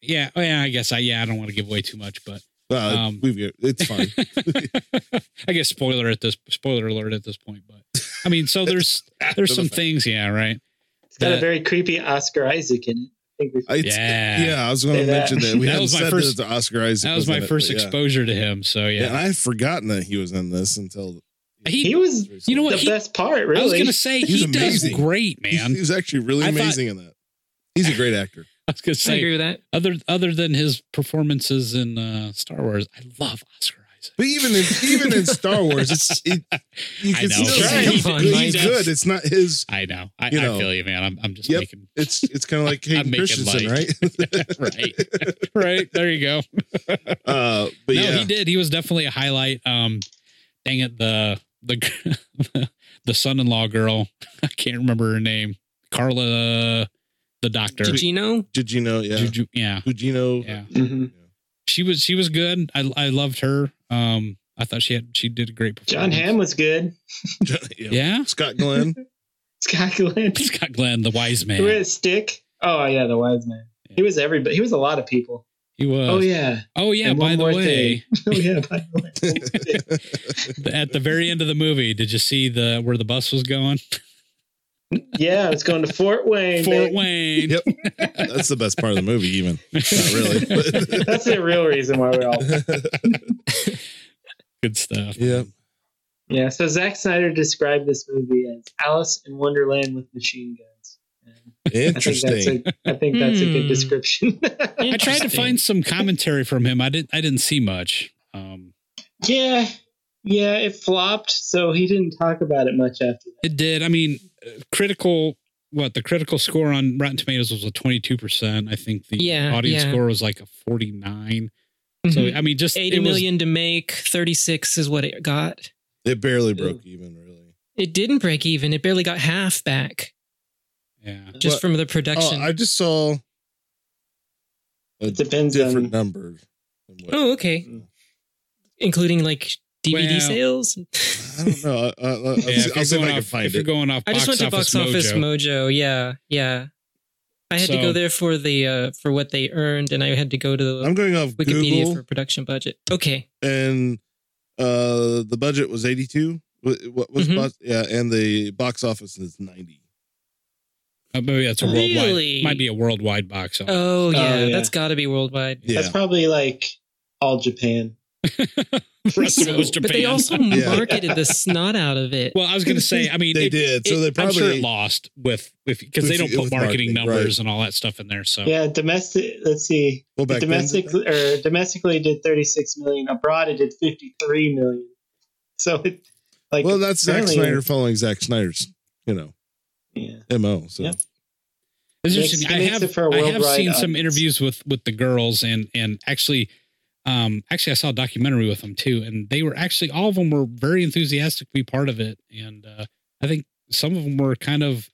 Speaker 1: yeah oh, yeah i guess i yeah i don't want to give away too much but
Speaker 3: Well,
Speaker 1: um,
Speaker 3: we've got, it's fine.
Speaker 1: I guess spoiler at this spoiler alert at this point, but I mean, so there's there's some things, yeah, right.
Speaker 2: It's got
Speaker 1: That-
Speaker 2: a very creepy Oscar Isaac in it. I think we
Speaker 3: It's,
Speaker 1: yeah.
Speaker 3: yeah. I was going to
Speaker 2: Say that.
Speaker 3: mention that we
Speaker 1: That
Speaker 3: had
Speaker 1: was my
Speaker 3: said
Speaker 1: first-
Speaker 3: that the Oscar Isaac.
Speaker 1: that was my
Speaker 3: in it,
Speaker 1: first
Speaker 3: but yeah.
Speaker 1: exposure to him. So
Speaker 3: Yeah, and
Speaker 1: yeah,
Speaker 3: I had forgotten that he was in this until
Speaker 1: he,
Speaker 2: he was
Speaker 1: you know
Speaker 2: the
Speaker 1: what? He,
Speaker 2: best part. Really,
Speaker 1: I was gonna say
Speaker 3: He's
Speaker 1: he
Speaker 3: amazing.
Speaker 1: does great,
Speaker 3: He's-
Speaker 1: man.
Speaker 3: He was actually really
Speaker 1: I thought-
Speaker 3: amazing in that. He's a great actor.
Speaker 1: I was gonna
Speaker 5: I
Speaker 1: say
Speaker 5: agree with that.
Speaker 1: other other than his performances in uh, Star Wars, I love Oscar Christ.
Speaker 3: But even in even in Star Wars, it's it, you
Speaker 1: I
Speaker 3: can
Speaker 1: know.
Speaker 3: still
Speaker 5: Right.
Speaker 3: see
Speaker 5: Come
Speaker 3: him.
Speaker 5: on,
Speaker 3: he's
Speaker 1: Mike.
Speaker 3: good. It's not his.
Speaker 1: I know. I,
Speaker 3: You
Speaker 1: I
Speaker 3: know.
Speaker 1: feel you, man. I'm, I'm just
Speaker 3: Yep.
Speaker 1: making
Speaker 3: It's it's kind of like
Speaker 1: I'm
Speaker 3: Hayden
Speaker 1: making
Speaker 3: Christensen,
Speaker 1: light. right. right. There you go.
Speaker 3: right? Uh, but
Speaker 1: no,
Speaker 3: yeah,
Speaker 1: he did. He was definitely a highlight. Um, dang it, the the the son-in-law girl. I can't remember her name. Carla, the doctor.
Speaker 5: Did you know?
Speaker 3: Gugino, yeah,
Speaker 1: Juju- yeah.
Speaker 3: Gugino,
Speaker 1: Yeah.
Speaker 2: Mhm.
Speaker 1: she was she was good. I I loved her. Um, I thought she had she did a great
Speaker 2: John
Speaker 1: performance.
Speaker 2: Hamm was good.
Speaker 3: yeah.
Speaker 1: yeah.
Speaker 3: Scott Glenn.
Speaker 2: Scott Glenn.
Speaker 1: Scott Glenn, the wise
Speaker 2: Who had
Speaker 1: man.
Speaker 2: a stick? Oh yeah, the wise man. He was everybody. He was a lot of people.
Speaker 1: He was.
Speaker 2: oh yeah.
Speaker 1: Oh yeah.
Speaker 2: And
Speaker 1: By
Speaker 2: one
Speaker 1: the
Speaker 2: more
Speaker 1: way,
Speaker 2: Oh yeah. By the way.
Speaker 1: at the very end of the movie, did you see the where the bus was going?
Speaker 2: yeah, it's going to Fort Wayne.
Speaker 1: Fort
Speaker 2: babe.
Speaker 1: Wayne.
Speaker 3: Yep. That's the best part of the movie, even not really. but-
Speaker 2: That's the real reason why we're all.
Speaker 1: Good stuff.
Speaker 3: yeah,
Speaker 2: Yeah. So Zack Snyder described this movie as Alice in Wonderland with machine guns. And I think that's
Speaker 3: interesting.
Speaker 2: a, I think that's a good
Speaker 5: Hmm.
Speaker 2: description.
Speaker 1: I tried to find some commentary from him. I didn't. I didn't see much. Um,
Speaker 2: yeah. Yeah, it flopped, so he didn't talk about it much after that.
Speaker 1: it did. I mean, uh, critical. What the critical score on Rotten Tomatoes was a twenty-two percent. I think the
Speaker 5: Yeah,
Speaker 1: audience
Speaker 5: yeah.
Speaker 1: score was like a forty-nine.
Speaker 5: Mhm.
Speaker 1: So I mean, just
Speaker 5: Eighty
Speaker 1: it was-
Speaker 5: million to make, 36 is what it got.
Speaker 3: It barely broke even, really.
Speaker 5: It didn't break even. It barely got half back
Speaker 1: yeah.
Speaker 5: just
Speaker 3: Well,
Speaker 5: from the
Speaker 3: Oh,
Speaker 5: production.
Speaker 3: I just saw a
Speaker 2: It depends on
Speaker 1: uh,
Speaker 3: different number. than what-
Speaker 5: Oh, okay. Including like DVD
Speaker 1: Well,
Speaker 5: sales.
Speaker 3: I don't know. I, I, I'll,
Speaker 1: Yeah,
Speaker 3: see,
Speaker 1: if
Speaker 3: I'll
Speaker 1: you're
Speaker 3: see if I
Speaker 1: going
Speaker 3: can
Speaker 1: off,
Speaker 3: find
Speaker 1: if you're
Speaker 3: it.
Speaker 1: going off,
Speaker 5: I just went to Box Office
Speaker 1: Mojo.
Speaker 5: Mojo. Yeah, yeah. I had
Speaker 1: So-
Speaker 5: to go there for the uh for what they earned, and I had to go to the
Speaker 3: I'm going off
Speaker 5: Wikipedia
Speaker 3: Google,
Speaker 5: for production budget. Okay,
Speaker 3: and uh, the budget was 82. What, what was
Speaker 5: Mhm.
Speaker 3: box- yeah, and the box office is 90.
Speaker 1: Uh, maybe that's a worldwide.
Speaker 5: Really?
Speaker 1: Might be a worldwide box office.
Speaker 5: Oh yeah,
Speaker 2: yeah.
Speaker 5: that's got to be worldwide.
Speaker 3: Yeah,
Speaker 2: That's probably like all Japan.
Speaker 1: The rest of it was
Speaker 5: So- But they
Speaker 1: Japan.
Speaker 5: also
Speaker 3: Yeah.
Speaker 5: marketed the snot out of it.
Speaker 1: Well, I was going to say. I mean,
Speaker 3: they
Speaker 1: it-
Speaker 3: did. So
Speaker 1: it-
Speaker 3: they
Speaker 1: I'm
Speaker 3: probably
Speaker 1: sure it lost with if because they
Speaker 3: With-
Speaker 1: don't put
Speaker 3: with
Speaker 1: marketing,
Speaker 3: marketing,
Speaker 1: numbers and all that stuff in there. So
Speaker 2: Yeah, domestic. Let's see.
Speaker 3: well back then-
Speaker 2: Domestic or domestically it did 36 million. Abroad it did 53 million. So it like
Speaker 3: well, that's Zack
Speaker 2: apparently-
Speaker 3: Snyder following Zack Snyder's, you know,
Speaker 2: Yeah.
Speaker 3: mo. So
Speaker 2: Yeah.
Speaker 1: It's
Speaker 2: Makes-
Speaker 1: interesting. I
Speaker 2: makes
Speaker 1: have,
Speaker 2: it for a
Speaker 1: I have
Speaker 2: worldwide
Speaker 1: seen some
Speaker 2: audience.
Speaker 1: interviews with with the girls and and actually um actually I saw a documentary with them too and they were actually all of them were very enthusiastic to be part of it and uh I think some of them were kind of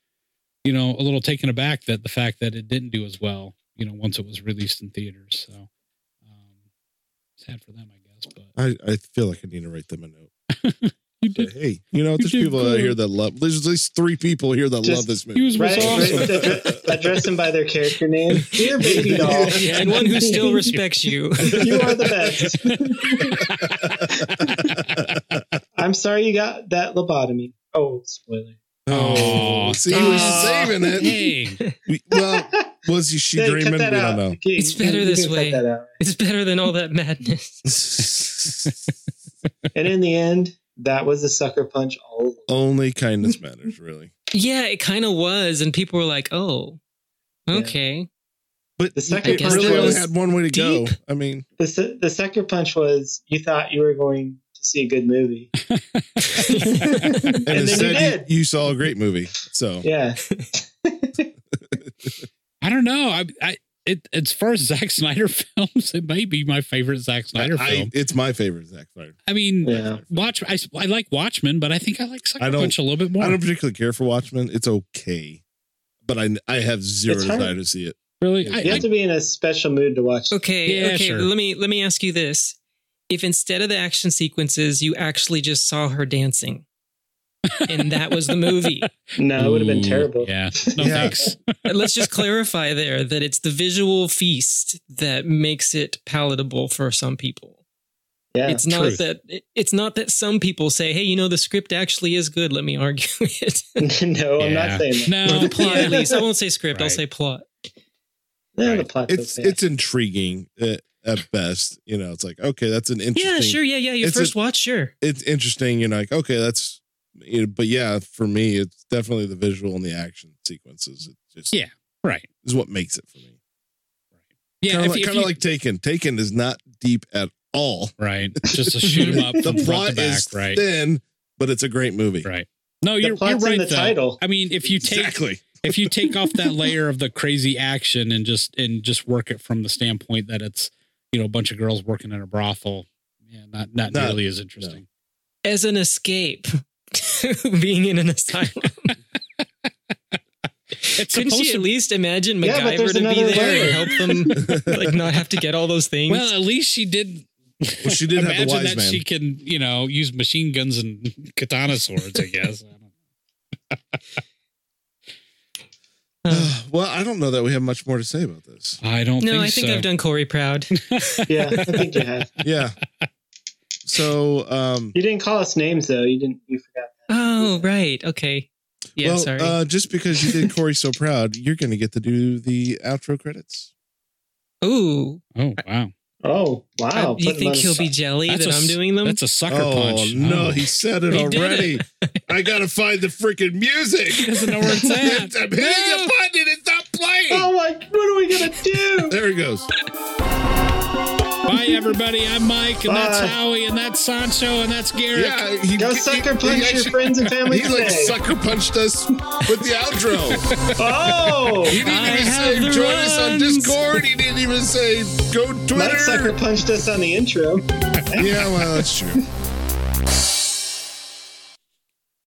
Speaker 1: you know a little taken aback that the fact that it didn't do as well you know once it was released in theaters so um sad for them I guess but
Speaker 3: I, I feel like I need to write them a note.
Speaker 1: you
Speaker 3: Say,
Speaker 1: did
Speaker 3: hey, you know,
Speaker 1: You
Speaker 3: there's
Speaker 1: did
Speaker 3: people out
Speaker 1: good.
Speaker 3: here that love. There's at least three people here that
Speaker 2: Just
Speaker 3: love this movie.
Speaker 1: Hughes was
Speaker 2: Right, right,
Speaker 1: awesome.
Speaker 2: address, address them by their character name. Dear baby doll,
Speaker 5: Yeah, and one who still respects you.
Speaker 2: you are the best. I'm sorry you got that lobotomy. Oh, spoiler.
Speaker 1: Aw.
Speaker 3: Oh, see, he was
Speaker 5: Aw.
Speaker 3: saving it.
Speaker 1: Dang.
Speaker 3: We- well, was he, she
Speaker 2: Hey, cut
Speaker 3: dreaming? We
Speaker 2: that out.
Speaker 3: don't know.
Speaker 2: Okay, you-
Speaker 5: It's better
Speaker 2: you
Speaker 5: this
Speaker 2: can cut
Speaker 5: way.
Speaker 2: that out.
Speaker 5: It's better than all that madness.
Speaker 2: And in the end, that was a sucker punch all along.
Speaker 3: Only kindness matters, really.
Speaker 5: Yeah, it kind of was, and people were like, "Oh,
Speaker 2: Yeah.
Speaker 5: okay."
Speaker 3: But
Speaker 2: The second
Speaker 3: it
Speaker 5: punch
Speaker 3: really only
Speaker 5: was
Speaker 3: had one way to go.
Speaker 5: deep.
Speaker 3: I mean,
Speaker 2: The, su- the sucker punch was you thought you were going to see a good movie.
Speaker 3: and,
Speaker 2: then you
Speaker 3: instead,
Speaker 2: did.
Speaker 3: you, you saw a great movie. So
Speaker 2: Yeah.
Speaker 1: I don't know. I, I it as far as Zack Snyder films, it may be my favorite Zack Snyder
Speaker 3: I-
Speaker 1: film.
Speaker 3: it's my favorite Zack Snyder.
Speaker 1: I mean,
Speaker 2: Yeah.
Speaker 1: Watch. I, I like Watchmen, but I think I like Sucker
Speaker 3: I don't-
Speaker 1: Punch a little bit more.
Speaker 3: I don't particularly care for Watchmen. It's okay, but I I have zero
Speaker 2: It's hard.
Speaker 3: desire to see it.
Speaker 1: really. I,
Speaker 2: You
Speaker 1: I,
Speaker 2: have to be in a special mood to watch.
Speaker 5: Okay,
Speaker 1: Yeah,
Speaker 5: okay.
Speaker 1: sure.
Speaker 5: Let me let me ask you this: If instead of the action sequences, you actually just saw her dancing, and that was the movie,
Speaker 2: No, it would have been
Speaker 1: Ooh,
Speaker 2: terrible.
Speaker 1: Yeah. No
Speaker 3: Yeah.
Speaker 1: thanks.
Speaker 5: let's just clarify there that it's the visual feast that makes it palatable for some people.
Speaker 2: Yeah.
Speaker 5: it's not
Speaker 1: truth.
Speaker 5: that it- it's not that some people say, "Hey, you know, the script actually is good." Let me argue it,
Speaker 2: no, Oh, I'm
Speaker 1: Yeah.
Speaker 2: not saying that.
Speaker 5: or
Speaker 1: No.
Speaker 5: the plot at least. I won't say script. I'll
Speaker 1: Right.
Speaker 5: say plot.
Speaker 2: No, the
Speaker 1: Right.
Speaker 2: plot's
Speaker 3: It's
Speaker 2: okay.
Speaker 3: it's intriguing at, at best. You know, it's like okay, that's an interesting.
Speaker 5: Yeah, sure. Yeah, yeah. Your
Speaker 3: It's
Speaker 5: first
Speaker 3: a-
Speaker 5: watch, sure.
Speaker 3: It's interesting. You know, like okay, that's. You know, but yeah, for me, it's definitely the visual and the action sequences. It just
Speaker 1: Yeah. Right.
Speaker 3: is what makes it for me.
Speaker 1: Yeah. if-
Speaker 3: kind of like,
Speaker 1: if
Speaker 3: kinda
Speaker 1: you-
Speaker 3: like Taken. Taken is not deep at all.
Speaker 1: Right. Just to shoot him up
Speaker 3: The
Speaker 1: from front
Speaker 3: plot
Speaker 1: to back.
Speaker 3: is
Speaker 1: Right.
Speaker 3: thin, but it's a great movie.
Speaker 1: Right. No,
Speaker 2: The
Speaker 1: you're, you're
Speaker 2: plot's
Speaker 1: right.
Speaker 2: in the
Speaker 1: though.
Speaker 2: title.
Speaker 1: I mean, if you take
Speaker 3: exactly.
Speaker 1: if you take off that layer of the crazy action and just and just work it from the standpoint that it's you know a bunch of girls working in a brothel, yeah, not not
Speaker 3: No,
Speaker 1: nearly as interesting.
Speaker 5: as an escape, being in an asylum.
Speaker 1: It's
Speaker 5: Couldn't
Speaker 1: supposed
Speaker 5: you
Speaker 1: to
Speaker 5: at least imagine
Speaker 2: Yeah, but
Speaker 5: MacGyver
Speaker 2: there's
Speaker 5: to be
Speaker 2: another
Speaker 5: there
Speaker 2: layer.
Speaker 5: and help them like not have to get all those things?
Speaker 1: well, at least she did.
Speaker 3: Well, she did have the
Speaker 1: imagine
Speaker 3: wise
Speaker 1: that
Speaker 3: man.
Speaker 1: she can you know use machine guns and katana swords. I guess. Uh.
Speaker 3: well, I don't know that we have much more to say about this.
Speaker 1: I don't.
Speaker 5: no,
Speaker 1: think
Speaker 5: I think
Speaker 1: so.
Speaker 5: I've done Corey proud.
Speaker 2: Yeah, I think you have.
Speaker 3: Yeah. So, um,
Speaker 2: You didn't call us names though. You didn't. You forgot.
Speaker 5: oh, right. Okay. Yeah,
Speaker 3: well,
Speaker 5: sorry.
Speaker 3: Uh, just because you did Corey so proud, you're going to get to do the outro credits.
Speaker 5: Ooh.
Speaker 1: Oh wow,
Speaker 2: Oh wow!
Speaker 5: Uh, do you
Speaker 2: putting them
Speaker 5: think
Speaker 2: on
Speaker 5: he'll
Speaker 2: the
Speaker 5: be
Speaker 2: spot.
Speaker 5: jelly
Speaker 1: That's
Speaker 5: that
Speaker 1: a
Speaker 5: i I'm
Speaker 1: s-
Speaker 5: doing them?
Speaker 1: that's a sucker
Speaker 3: oh
Speaker 1: punch.
Speaker 3: no,
Speaker 1: Oh.
Speaker 3: he said it
Speaker 5: He did
Speaker 3: already. I got to find the freaking music.
Speaker 1: He doesn't know where it's at.
Speaker 3: I'm hitting the button. It's not playing.
Speaker 2: Oh my! What are we gonna do?
Speaker 3: There it goes.
Speaker 1: Bye, everybody. I'm Mike, and that's
Speaker 2: Bye.
Speaker 1: Howie, and that's Sancho, and that's Garrett.
Speaker 3: Yeah, he,
Speaker 2: Go
Speaker 3: he-
Speaker 2: sucker
Speaker 3: he-
Speaker 2: punch
Speaker 3: he
Speaker 2: your
Speaker 3: actually-
Speaker 2: friends and family
Speaker 3: He like
Speaker 2: today.
Speaker 3: sucker punched us with the outro.
Speaker 2: oh,
Speaker 3: He didn't
Speaker 5: I
Speaker 3: even
Speaker 5: have
Speaker 3: say
Speaker 5: the
Speaker 3: join us on
Speaker 5: runs."
Speaker 3: Discord. He didn't even say go
Speaker 2: Mike
Speaker 3: Twitter.
Speaker 2: sucker punched us on the intro.
Speaker 3: Yeah, well, that's true.